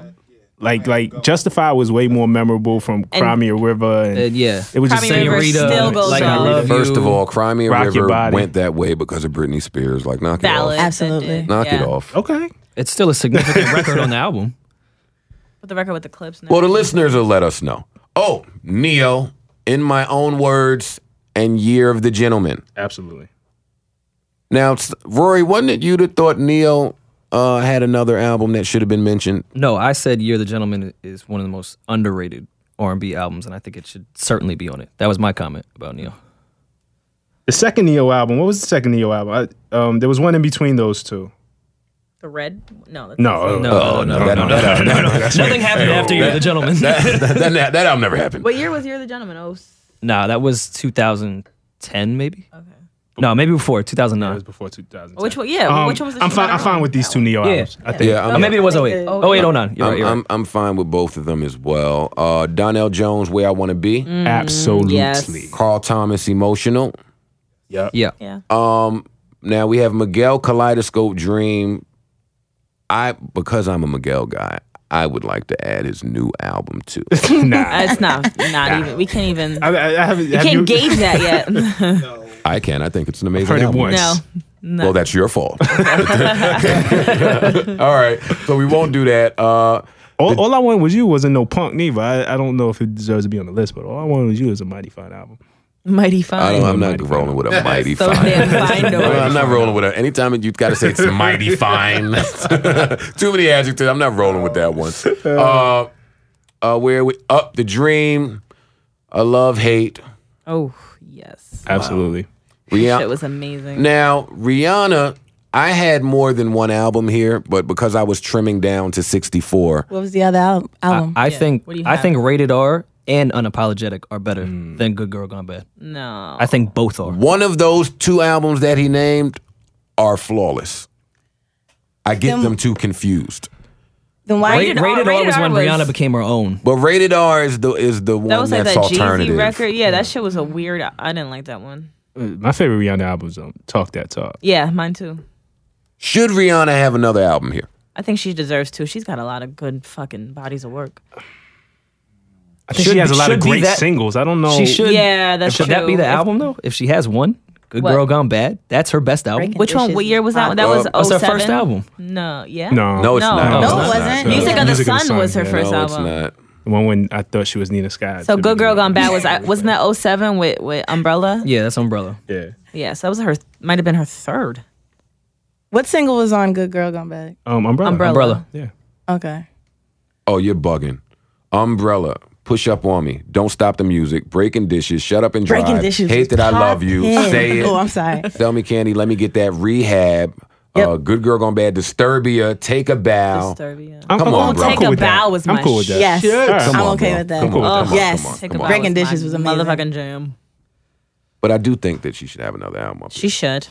Speaker 4: Like, like Justify was way more memorable from Crimea River. And,
Speaker 3: Uh, yeah.
Speaker 4: It was just
Speaker 2: Crimea River
Speaker 4: Senorita,
Speaker 2: still goes
Speaker 4: like,
Speaker 3: like, I
Speaker 2: on.
Speaker 3: love
Speaker 1: First
Speaker 3: you.
Speaker 1: of all, Crimea
Speaker 4: Rock Your
Speaker 1: River
Speaker 4: Body.
Speaker 1: went that way because of Britney Spears. Like, knock it
Speaker 2: Valid.
Speaker 1: off.
Speaker 2: that
Speaker 5: Absolutely.
Speaker 2: did,
Speaker 1: Knock
Speaker 2: yeah.
Speaker 1: it off.
Speaker 4: Okay.
Speaker 3: It's still a significant record on the album.
Speaker 2: Put the record with the clips now.
Speaker 1: Well, the listeners will let us know. Oh, Neo, in my own words, and Year of the Gentleman.
Speaker 4: Absolutely.
Speaker 1: Now, s- Rory, wasn't it you that thought Neo uh, had another album that should have been mentioned?
Speaker 3: No, I said Year of the Gentleman is one of the most underrated R&B albums, and I think it should certainly be on it. That was my comment about Neil.
Speaker 4: The second Neo album. What was the second Neo album? I, um, there was one in between those two.
Speaker 2: the red? No. That's
Speaker 4: No. uh,
Speaker 3: No,
Speaker 1: Oh, no, that- that- that-
Speaker 3: Nothing happened after Year of the Gentleman.
Speaker 1: that, that, that, that album never happened.
Speaker 2: What year was Year of the Gentleman? Oh, s-
Speaker 3: nah, that was 2010 maybe?
Speaker 2: okay.
Speaker 3: No, maybe before,
Speaker 4: It
Speaker 3: 2009.
Speaker 4: was before 2000.
Speaker 2: Which one? Yeah.
Speaker 4: Um,
Speaker 2: which one was the
Speaker 4: I'm
Speaker 2: shit
Speaker 4: fine.
Speaker 2: about
Speaker 4: I'm
Speaker 2: it?
Speaker 4: fine with these two Neo albums. I think.
Speaker 1: Yeah, I'm,
Speaker 3: Oh, maybe it was 08.
Speaker 2: Oh,
Speaker 3: Oh, 08, 09.
Speaker 1: I'm,
Speaker 3: You're right, you're
Speaker 1: I'm,
Speaker 3: right.
Speaker 1: I'm fine with both of them as well. Uh, Donnell Jones, Where I Want to Be.
Speaker 3: Mm.
Speaker 2: Mm,
Speaker 4: Absolutely.
Speaker 2: yes.
Speaker 1: Carl Thomas, Emotional.
Speaker 3: Yeah.
Speaker 2: Yeah.
Speaker 1: Um, now we have Miguel Kaleidoscope Dream. I because I'm a Miguel guy, I would like to add his new album too.
Speaker 4: nah.
Speaker 2: Uh, it's not. Not even. We can't even.
Speaker 4: I, I, I haven't.
Speaker 2: You
Speaker 4: have
Speaker 2: can't
Speaker 4: you-
Speaker 2: gauge that yet.
Speaker 1: I can. I think it's an amazing
Speaker 4: Heard it
Speaker 1: album.
Speaker 4: once.
Speaker 2: no.
Speaker 1: Well, that's your fault. All right, so we won't do that. Uh,
Speaker 4: All, all I wanted was you. Wasn't no punk neither. I, I don't know if it deserves to be on the list, but all I wanted was you is a mighty fine album.
Speaker 2: Mighty
Speaker 1: I
Speaker 2: fine.
Speaker 1: don't, I'm not rolling with a mighty
Speaker 2: So
Speaker 1: fine.
Speaker 2: damn fine.
Speaker 1: I'm not-
Speaker 2: though.
Speaker 1: I'm not rolling with it. Anytime you've got to say it's mighty fine, too many adjectives. I'm not rolling with that one. Uh, uh, where we up the dream, a love hate.
Speaker 2: Oh yes.
Speaker 4: Absolutely.
Speaker 1: Rihanna,
Speaker 2: Shit was amazing.
Speaker 1: Now, Rihanna, I had more than one album here, but because I was trimming down to 64,
Speaker 5: What was the other al- album?
Speaker 3: I think
Speaker 2: What do you
Speaker 3: I
Speaker 2: have?
Speaker 3: think Rated R and Unapologetic are better
Speaker 1: Hmm.
Speaker 3: than Good Girl Gone Bad.
Speaker 2: No.
Speaker 3: I think both are.
Speaker 1: one of those two albums that he named are flawless. I get them, too confused.
Speaker 5: then why?
Speaker 3: Rated,
Speaker 2: Rated R-
Speaker 3: rated R
Speaker 2: Rated
Speaker 3: was
Speaker 2: R
Speaker 3: when
Speaker 2: was-
Speaker 3: Rihanna became her own.
Speaker 1: But Rated R is the is the one
Speaker 2: that was like
Speaker 1: that's
Speaker 2: that Jeezy
Speaker 1: alternative.
Speaker 2: record. Yeah, that shit was a weird. I didn't like that one.
Speaker 4: Uh, My favorite Rihanna album is um, Talk That Talk.
Speaker 2: Yeah, mine too.
Speaker 1: Should Rihanna have another album here?
Speaker 2: I think she deserves to. She's got a lot of good fucking bodies of work.
Speaker 4: I think
Speaker 3: Should
Speaker 4: she has
Speaker 3: be-
Speaker 4: a lot of
Speaker 3: should be
Speaker 4: great
Speaker 3: that-
Speaker 4: singles. I don't know.
Speaker 3: She should.
Speaker 2: Oh, Yeah, that's
Speaker 3: Should that be
Speaker 2: true.
Speaker 3: the
Speaker 2: If-
Speaker 3: album though? If she has one, Good
Speaker 2: What?
Speaker 3: Girl Gone Bad, that's her best album.
Speaker 5: Breaking-
Speaker 2: Which one? What year was that? That
Speaker 1: Uh,
Speaker 2: was
Speaker 1: that's
Speaker 3: her
Speaker 2: 07?
Speaker 3: first album.
Speaker 2: No. Yeah.
Speaker 4: No.
Speaker 1: No, it's
Speaker 2: No.
Speaker 1: not.
Speaker 2: No,
Speaker 5: it
Speaker 1: it's not.
Speaker 5: wasn't.
Speaker 1: No,
Speaker 2: Music of the
Speaker 4: Music of the
Speaker 2: Sun
Speaker 4: Sun,
Speaker 2: was her
Speaker 4: yeah.
Speaker 2: first
Speaker 1: no, it's
Speaker 2: album.
Speaker 1: not.
Speaker 4: The one when I thought she was Nina Scott.
Speaker 2: So Good Girl Gone Bad was I wasn't that 07 with with Umbrella?
Speaker 3: Yeah, that's Umbrella.
Speaker 4: Yeah.
Speaker 2: Yeah, so that was her might have been her third.
Speaker 5: What single was on Good Girl Gone Bad?
Speaker 4: Um, Umbrella.
Speaker 2: Umbrella.
Speaker 3: Umbrella.
Speaker 4: Yeah.
Speaker 5: Okay.
Speaker 1: Oh, you're bugging. Umbrella. Push Up On Me, Don't Stop the Music, Breaking Dishes, Shut Up and Drive,
Speaker 5: Breaking dishes.
Speaker 1: Hate That I Love You,
Speaker 5: Poppin'.
Speaker 1: Say It,
Speaker 5: Oh, I'm sorry.
Speaker 1: Sell Me Candy, Let Me Get That, Rehab, uh, Good Girl Gone Bad, Disturbia, Take a Bow.
Speaker 2: Disturbia.
Speaker 4: I'm,
Speaker 1: Come
Speaker 4: I'm-
Speaker 1: on,
Speaker 4: I'm
Speaker 1: bro.
Speaker 4: cool
Speaker 1: Take
Speaker 2: a
Speaker 4: with that.
Speaker 2: bow was
Speaker 4: I'm
Speaker 2: my
Speaker 4: cool with that.
Speaker 5: Yes.
Speaker 1: Yes.
Speaker 5: I'm
Speaker 1: Come on,
Speaker 5: okay
Speaker 1: bro.
Speaker 5: with that.
Speaker 1: Come on,
Speaker 5: Oh,
Speaker 1: come on,
Speaker 5: yes.
Speaker 1: come on, come
Speaker 2: Take a
Speaker 1: on.
Speaker 2: bow
Speaker 5: Breaking
Speaker 2: was
Speaker 5: dishes
Speaker 2: my
Speaker 5: was amazing.
Speaker 2: Motherfucking jam.
Speaker 1: But I do think that she should have another album. up.
Speaker 2: She should.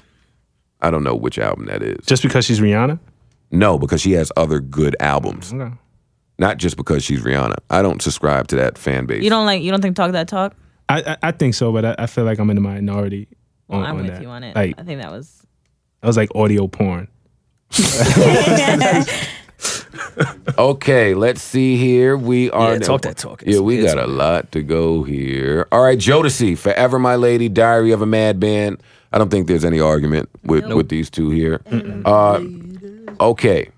Speaker 1: I don't know which album that is.
Speaker 4: Just because she's Rihanna?
Speaker 1: No, because she has other good albums.
Speaker 4: Okay.
Speaker 1: Not just because she's Rihanna. I don't subscribe to that fan base.
Speaker 2: You don't like. You don't think talk that talk.
Speaker 4: I, I, I think so, but I, I feel like I'm in the minority.
Speaker 2: Well,
Speaker 4: on,
Speaker 2: I'm
Speaker 4: on
Speaker 2: with
Speaker 4: that.
Speaker 2: you on it.
Speaker 4: Like
Speaker 2: I think that was.
Speaker 4: that was like audio porn.
Speaker 1: Okay, let's see here. We are
Speaker 3: Yeah, talk that talk.
Speaker 1: Yeah, we
Speaker 3: It's-
Speaker 1: got a lot to go here. All right, Jodeci, Forever My Lady, Diary of a Madman. I don't think there's any argument with, with these two here. Uh, okay,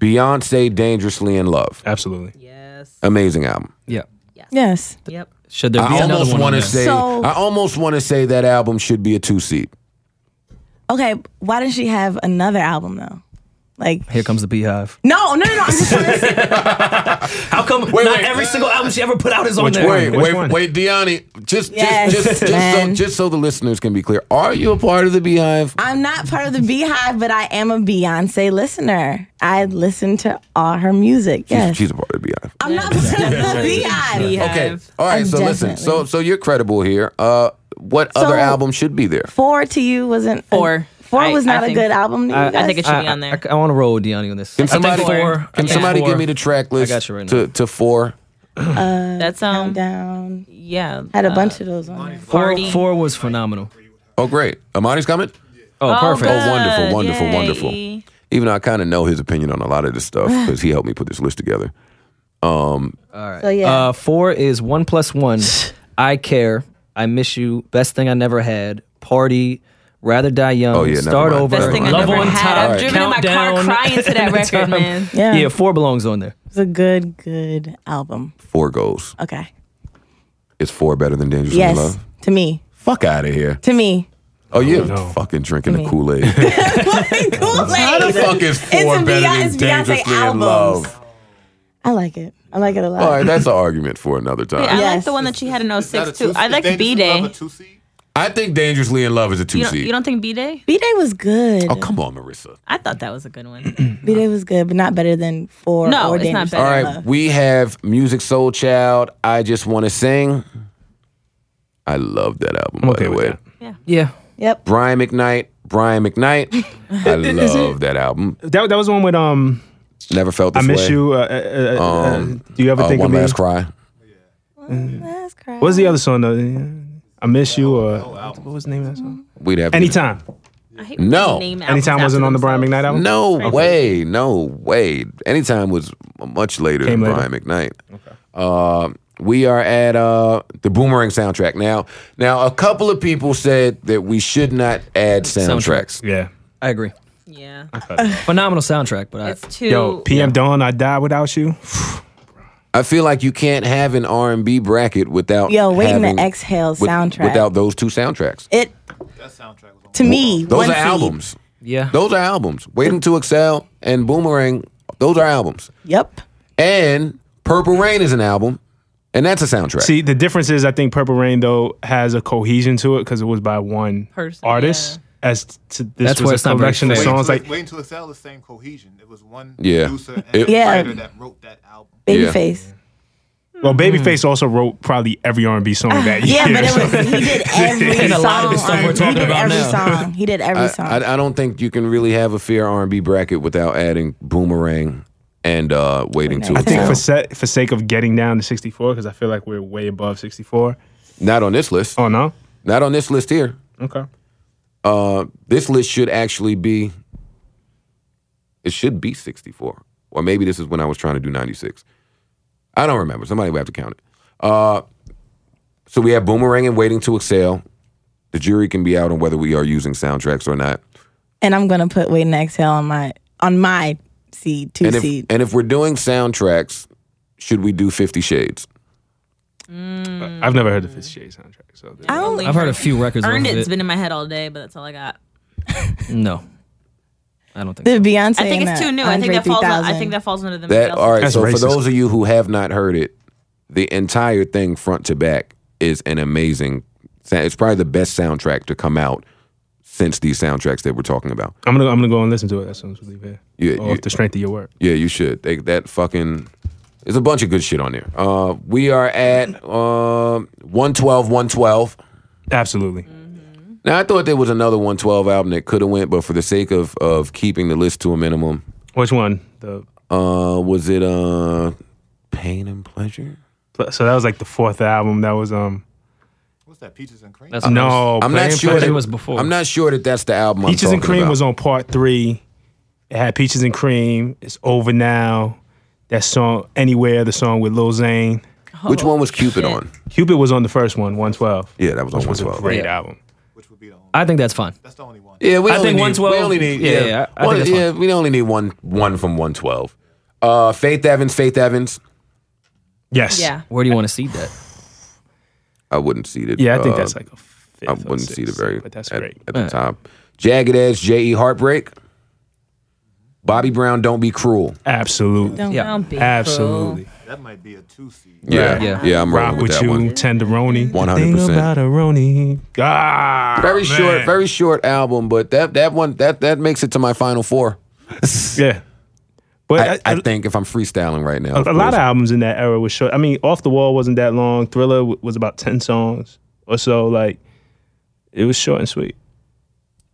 Speaker 1: Beyonce, Dangerously in Love,
Speaker 4: Absolutely.
Speaker 2: Yes.
Speaker 1: amazing album.
Speaker 3: Yeah.
Speaker 5: yes.
Speaker 2: Yep.
Speaker 3: Should there be
Speaker 1: I
Speaker 3: another
Speaker 1: almost
Speaker 3: one? on
Speaker 1: want to
Speaker 3: there?
Speaker 1: say,
Speaker 5: So-
Speaker 1: I almost want to say that album should be a two seat.
Speaker 5: Okay. Why didn't she have another album though? Like
Speaker 3: Here comes the beehive.
Speaker 5: no, no, no, no. I'm just trying to say,
Speaker 3: How come
Speaker 1: Wait,
Speaker 3: not
Speaker 1: wait.
Speaker 3: every single album she ever put out is on there?
Speaker 1: Wait,
Speaker 4: Which
Speaker 1: wait,
Speaker 4: one?
Speaker 1: wait, Deani, just,
Speaker 5: Yes,
Speaker 1: just, just, just, so,
Speaker 5: man.
Speaker 1: just so the listeners can be clear, are you a part of the Beehive?
Speaker 5: I'm not part of the Beehive, but I am a Beyonce listener. I listen to all her music.
Speaker 1: She's,
Speaker 5: Yes.
Speaker 1: she's a part of the Beehive.
Speaker 5: I'm not part of the Beehive.
Speaker 1: Okay.
Speaker 2: Beehive.
Speaker 1: All right.
Speaker 5: Uh,
Speaker 1: so listen. So
Speaker 5: definitely.
Speaker 1: so you're credible here. Uh, what other
Speaker 5: So-
Speaker 1: album should be there?
Speaker 5: Four to you wasn't
Speaker 2: Four.
Speaker 5: four
Speaker 2: I-
Speaker 5: was
Speaker 2: I
Speaker 5: not a
Speaker 2: think-
Speaker 5: good album. To you
Speaker 2: I
Speaker 5: guys?
Speaker 2: think it should be on there.
Speaker 3: I, want to roll with Deani on this.
Speaker 1: Can somebody
Speaker 2: four.
Speaker 1: can
Speaker 2: I think
Speaker 1: somebody
Speaker 3: four.
Speaker 1: give me the track list
Speaker 3: got you right
Speaker 1: to to four?
Speaker 2: That's um.
Speaker 5: down.
Speaker 2: Yeah.
Speaker 5: Had a
Speaker 2: uh,
Speaker 5: bunch of those on. there.
Speaker 2: Party.
Speaker 3: Four, four was phenomenal.
Speaker 1: Oh great, Amani's coming.
Speaker 3: Oh,
Speaker 2: Oh,
Speaker 3: perfect.
Speaker 1: Oh, wonderful, wonderful,
Speaker 2: Yay.
Speaker 1: wonderful. Even though I kind of know his opinion on a lot of this stuff because he helped me put this list together.
Speaker 5: So yeah,
Speaker 3: Uh, four is one plus one. I care. I miss you. Best thing I never had. Party. Rather die young.
Speaker 1: Oh, yeah, never
Speaker 3: start
Speaker 1: mind.
Speaker 3: over.
Speaker 1: Best
Speaker 2: Best thing I
Speaker 3: Love
Speaker 2: never
Speaker 3: on
Speaker 2: had.
Speaker 3: top.
Speaker 2: I've driven in my car
Speaker 3: Countdown.
Speaker 2: crying to that record, man.
Speaker 5: Yeah.
Speaker 3: yeah, four belongs on there.
Speaker 5: it's a good, good album.
Speaker 1: Four goals.
Speaker 5: Okay.
Speaker 1: Is four better than Dangerous in
Speaker 5: Yes,
Speaker 1: Love?
Speaker 5: to me,
Speaker 1: Fuck out of here.
Speaker 5: to me.
Speaker 1: Oh, you're
Speaker 4: no.
Speaker 1: fucking drinking the
Speaker 5: Me.
Speaker 1: Kool Aid.
Speaker 5: How
Speaker 1: the fuck is four better than Dangerously in Love?
Speaker 5: I like it. I like it a lot.
Speaker 1: All right, that's an argument for another time.
Speaker 2: I like
Speaker 5: Yes.
Speaker 2: the one that she had in
Speaker 6: Not a
Speaker 2: 06 too.
Speaker 6: two-seed.
Speaker 2: I like
Speaker 6: Dangerous
Speaker 2: B
Speaker 6: in
Speaker 2: Day.
Speaker 6: Love, a two-seed?
Speaker 1: I think Dangerously in Love is a two
Speaker 2: You don't,
Speaker 1: seed.
Speaker 2: you don't think B Day?
Speaker 5: B Day was good.
Speaker 1: Oh, come on, Marissa.
Speaker 2: I thought that was a good one.
Speaker 5: B Day was good, but not better than four.
Speaker 2: No,
Speaker 5: or
Speaker 2: it's not
Speaker 5: Dangerous
Speaker 2: better.
Speaker 1: All
Speaker 5: in
Speaker 1: right,
Speaker 5: Love.
Speaker 1: we have Music Soul Child. I just want to sing. I love that album. By
Speaker 4: okay
Speaker 1: the
Speaker 4: with
Speaker 1: way,
Speaker 4: that.
Speaker 3: Yeah.
Speaker 5: Yep.
Speaker 1: Brian McKnight. Brian McKnight. I love that album.
Speaker 4: That, that was the one with um
Speaker 1: Never felt
Speaker 4: I
Speaker 1: this
Speaker 4: miss
Speaker 1: way.
Speaker 4: you. Uh, uh, uh, uh,
Speaker 1: Um,
Speaker 4: do you ever
Speaker 1: Uh,
Speaker 4: think
Speaker 1: one
Speaker 4: of me?
Speaker 1: last cry.
Speaker 5: Let's cry.
Speaker 4: What's the other song though? I miss you or what was the name of that song?
Speaker 1: We'd have to-
Speaker 4: Anytime.
Speaker 2: I hate
Speaker 1: No.
Speaker 2: when they name albums
Speaker 4: Anytime
Speaker 2: after
Speaker 4: wasn't on the Brian
Speaker 2: themselves.
Speaker 4: McKnight album.
Speaker 1: No way, no way. Anytime was much later
Speaker 4: Came
Speaker 1: than
Speaker 4: later.
Speaker 1: Brian McKnight. Uh, we are at uh, the Boomerang soundtrack now. Now, a couple of people said that we should not add soundtracks.
Speaker 4: Yeah.
Speaker 3: I agree.
Speaker 2: Yeah,
Speaker 3: Phenomenal soundtrack, but I,
Speaker 2: it's too.
Speaker 4: Yo, PM Dawn, I die without you.
Speaker 1: I feel like you can't have an R and B bracket without
Speaker 5: Yo, waiting
Speaker 1: having-
Speaker 5: to exhale
Speaker 1: with-
Speaker 5: soundtrack.
Speaker 1: without those two soundtracks.
Speaker 5: it
Speaker 6: That soundtrack was on.
Speaker 5: to me.
Speaker 1: Those
Speaker 5: one
Speaker 1: are
Speaker 5: seed.
Speaker 1: albums.
Speaker 3: yeah.
Speaker 1: Those are albums. Waiting to Excel and Boomerang. Those are albums.
Speaker 5: Yep.
Speaker 1: And Purple Rain is an album, and that's a soundtrack.
Speaker 4: See, the difference is I think Purple Rain though has a cohesion to it because it was by one
Speaker 2: Person,
Speaker 4: artist. As to this
Speaker 3: That's
Speaker 4: was
Speaker 3: where
Speaker 4: a
Speaker 3: it's not very
Speaker 4: collection of
Speaker 3: fair.
Speaker 4: songs
Speaker 6: Wait
Speaker 4: like
Speaker 6: until- Wait until Excel is same cohesion. It was one
Speaker 1: Yeah.
Speaker 6: producer
Speaker 1: It-
Speaker 6: and
Speaker 5: Yeah.
Speaker 6: writer that wrote that album.
Speaker 5: Babyface.
Speaker 4: well, Babyface also wrote probably every R and B song that year.
Speaker 5: Ah, Yeah, but
Speaker 4: so-
Speaker 5: it was he did every
Speaker 3: And a
Speaker 5: song.
Speaker 3: lot of the stuff we're
Speaker 5: on-
Speaker 3: talking
Speaker 5: he did
Speaker 3: about
Speaker 5: every
Speaker 3: now.
Speaker 5: song. He did every song.
Speaker 1: I, I, I don't think you can really have a fair R and B bracket without adding Boomerang and uh, Waiting to
Speaker 5: I
Speaker 4: I think
Speaker 1: Excel.
Speaker 4: for se- for sake of getting down to 64, because I feel like we're way above 64.
Speaker 1: Not on this list.
Speaker 4: Oh no,
Speaker 1: Not on this list here.
Speaker 4: okay.
Speaker 1: Uh, this list should actually be. It should be sixty four, or maybe this is when I was trying to do ninety six. I don't remember. Somebody will have to count it. Uh, so we have Boomerang and Waiting to Excel. The jury can be out on whether we are using soundtracks or not.
Speaker 5: and I'm gonna put Wait and Exhale on my on my seed, two
Speaker 1: And if,
Speaker 5: seed.
Speaker 1: and if we're doing soundtracks, should we do Fifty Shades?
Speaker 4: I've never heard the Fifty Shades soundtrack. So
Speaker 5: I don't
Speaker 3: I've heard a few records. off
Speaker 2: Earned
Speaker 3: of
Speaker 2: it. has
Speaker 3: it.
Speaker 2: been in my head all day, but that's all I got.
Speaker 3: No, I don't think.
Speaker 5: the Beyonce.
Speaker 2: I think
Speaker 5: and
Speaker 2: it's
Speaker 5: the
Speaker 2: too new. I think
Speaker 5: Andre
Speaker 2: that falls. on- I
Speaker 5: 3000.
Speaker 2: think that falls under the.
Speaker 1: That
Speaker 2: Miguel
Speaker 1: all right.
Speaker 4: That's
Speaker 1: so for
Speaker 4: racist.
Speaker 1: those of you who have not heard it, the entire thing front to back is an amazing. sa- It's probably the best soundtrack to come out since these soundtracks that we're talking about.
Speaker 4: I'm gonna I'm gonna go and listen to it as soon as we leave here.
Speaker 1: Yeah,
Speaker 4: Off
Speaker 1: you-
Speaker 4: the strength of your work.
Speaker 1: Yeah, you should. They, that fucking. There's a bunch of good shit on there. Uh, we are at um 112, 112.
Speaker 4: Absolutely.
Speaker 1: Now I thought there was another 112 album that could have went, but for the sake of of keeping the list to a minimum,
Speaker 4: Which one? The
Speaker 1: uh, was it uh, Pain and Pleasure?
Speaker 4: so that was like the fourth album. That was um
Speaker 6: What's that? Peaches and cream.
Speaker 3: That's-
Speaker 4: no.
Speaker 1: I'm
Speaker 4: Plain
Speaker 1: not sure.
Speaker 4: Pleasure
Speaker 1: That,
Speaker 3: Pleasure was before.
Speaker 1: I'm not sure that that's the album. I'm
Speaker 4: Peaches and
Speaker 1: talking
Speaker 4: Cream
Speaker 1: about.
Speaker 4: was on part three. It had Peaches and Cream. It's over now. That song, Anywhere, the song with Lil Zane.
Speaker 1: Which one was Cupid
Speaker 2: shit.
Speaker 1: on?
Speaker 4: Cupid was on the first one, 112.
Speaker 1: Yeah, that was on
Speaker 4: which was a
Speaker 1: 112.
Speaker 4: great
Speaker 3: Yeah.
Speaker 4: album.
Speaker 6: Which would be the only.
Speaker 3: I think that's fine.
Speaker 6: that's the only one.
Speaker 1: Yeah, we
Speaker 3: I
Speaker 1: only
Speaker 3: think
Speaker 1: need,
Speaker 3: 112
Speaker 1: We only need
Speaker 3: yeah,
Speaker 1: yeah,
Speaker 3: yeah, I- I
Speaker 1: One-
Speaker 3: think that's
Speaker 1: yeah, we only need one one from 112. Uh, Faith Evans, Faith Evans.
Speaker 4: Yes.
Speaker 2: Yeah.
Speaker 3: Where do you want to see that?
Speaker 1: I wouldn't see the.
Speaker 4: Yeah, I think
Speaker 1: uh,
Speaker 4: that's like a fifth.
Speaker 1: I
Speaker 4: or
Speaker 1: wouldn't see the
Speaker 4: sixth,
Speaker 1: very
Speaker 4: But that's
Speaker 1: at,
Speaker 4: great.
Speaker 1: at the
Speaker 3: Yeah.
Speaker 1: top. Jagged Edge, J.E. Heartbreak. Bobby Brown, Don't Be Cruel.
Speaker 4: Absolutely.
Speaker 2: Don't,
Speaker 3: Yeah.
Speaker 2: don't be
Speaker 4: Absolutely.
Speaker 2: cruel.
Speaker 6: That might be a two seed.
Speaker 1: Yeah, yeah,
Speaker 3: Yeah.
Speaker 1: I'm
Speaker 4: Rock
Speaker 1: rolling with,
Speaker 4: with,
Speaker 1: that
Speaker 4: you,
Speaker 1: one.
Speaker 4: Tenderoni.
Speaker 1: 100%.
Speaker 4: Thing about a Roni. Ah,
Speaker 1: Very
Speaker 4: man.
Speaker 1: short, very short album, but that that one that that makes it to my final four.
Speaker 4: Yeah. But
Speaker 1: I, I think if I'm freestyling right now,
Speaker 4: a,
Speaker 1: of
Speaker 4: a lot
Speaker 1: course.
Speaker 4: of albums in that era was short. I mean, Off the Wall wasn't that long. Thriller w- was about ten songs or so. Like, it was short and sweet.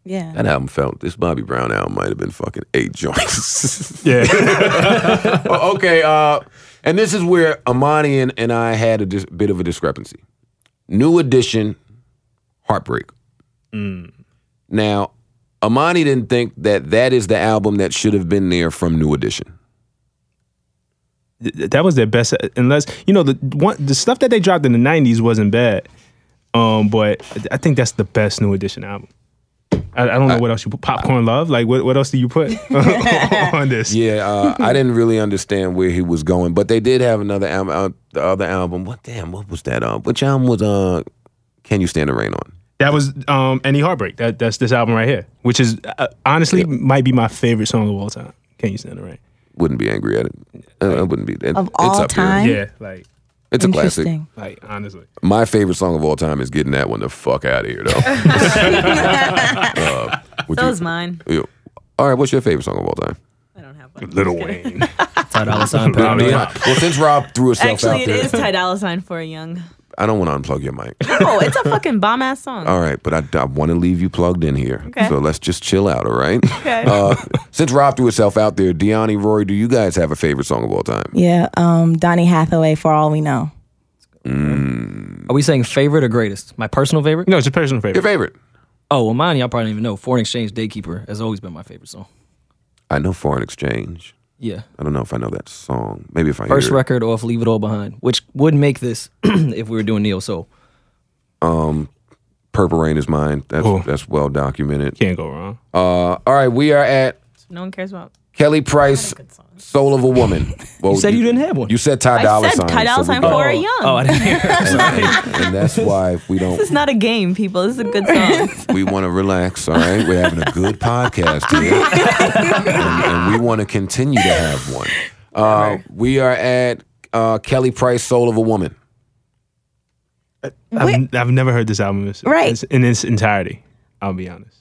Speaker 5: Yeah.
Speaker 1: that album felt this Bobby Brown album might have been fucking eight joints.
Speaker 4: Yeah,
Speaker 1: Oh, okay. Uh, and this is where Amani and, and I had a dis- bit of a discrepancy. New edition, Heartbreak. Mm. Now, Amani didn't think that that is the album that should have been there from New Edition.
Speaker 4: that was their best. Unless you know the one, the stuff that they dropped in the '90s wasn't bad. Um, but I- I think that's the best New Edition album. I, I don't know what else you put. Popcorn Love. Like, what, what else do you put on this?
Speaker 1: Yeah, uh, I didn't really understand where he was going, but they did have another album. Uh, the other album, what damn, what was that? Uh, which album was uh, Can You Stand the Rain on?
Speaker 4: That was um, Any Heartbreak. That that's this album right here, which is uh, honestly might be my favorite song of all time. Can you stand the rain?
Speaker 1: Wouldn't be angry at it. Uh, I wouldn't be. It,
Speaker 5: Of
Speaker 1: it's
Speaker 5: all
Speaker 1: up there.
Speaker 5: time?
Speaker 4: Yeah, like
Speaker 1: it's a classic.
Speaker 5: Interesting.
Speaker 4: like honestly.
Speaker 1: My favorite song of all time is getting that one the fuck out of here, though. Uh, would
Speaker 2: That
Speaker 1: you-
Speaker 2: was mine.
Speaker 1: you- all right, what's your favorite song of all time?
Speaker 2: I don't have one.
Speaker 4: Little Wayne.
Speaker 3: Ty Dolla Sign. Power.
Speaker 1: Well, well, since Rob threw herself
Speaker 2: Actually,
Speaker 1: out
Speaker 2: it
Speaker 1: there,
Speaker 2: is Ty Dolla Sign for a young.
Speaker 1: I don't want to unplug your mic.
Speaker 2: No, it's a fucking bomb ass song.
Speaker 1: All right, but I, want to leave you plugged in here.
Speaker 2: Okay.
Speaker 1: So let's just chill out, all right?
Speaker 2: Okay.
Speaker 1: Uh, since Rob threw herself out there, Deani, Rory, do you guys have a favorite song of all time?
Speaker 5: Yeah. Um, Donnie Hathaway, for all we know.
Speaker 3: Are we saying favorite or greatest? My personal favorite?
Speaker 4: no, it's your personal favorite.
Speaker 1: Your favorite?
Speaker 3: Oh, well, mine, y'all probably don't even know. Foreign Exchange Daykeeper has always been my favorite song.
Speaker 1: I know Foreign Exchange.
Speaker 3: Yeah.
Speaker 1: I don't know if I know that song. Maybe if I
Speaker 3: First
Speaker 1: hear it.
Speaker 3: record off Leave It All Behind, which would make this if we were doing Neo Soul.
Speaker 1: Purple Rain is mine. That's,
Speaker 4: Cool.
Speaker 1: that's well documented.
Speaker 4: Can't go wrong.
Speaker 1: Uh, all right, we are at
Speaker 2: No one cares about.
Speaker 1: Kelly Price, Soul of a Woman. Well,
Speaker 3: You said you didn't have one.
Speaker 1: You said Ty Dolla
Speaker 2: I
Speaker 1: Sign.
Speaker 2: said Ty Dolla
Speaker 1: so we
Speaker 2: Sign
Speaker 1: got-
Speaker 2: for a young.
Speaker 3: Oh, I didn't hear. I'm sorry.
Speaker 1: and that's why we
Speaker 2: This is
Speaker 1: don't.
Speaker 2: not a game, people. This is a good song.
Speaker 1: We want to relax. All right, we're having a good podcast here, and, and we want to continue to have one. Uh, we are at uh, Kelly Price, Soul of a Woman.
Speaker 4: I've, I've never heard this album in,
Speaker 5: Right.
Speaker 4: its- in its entirety. I'll be honest.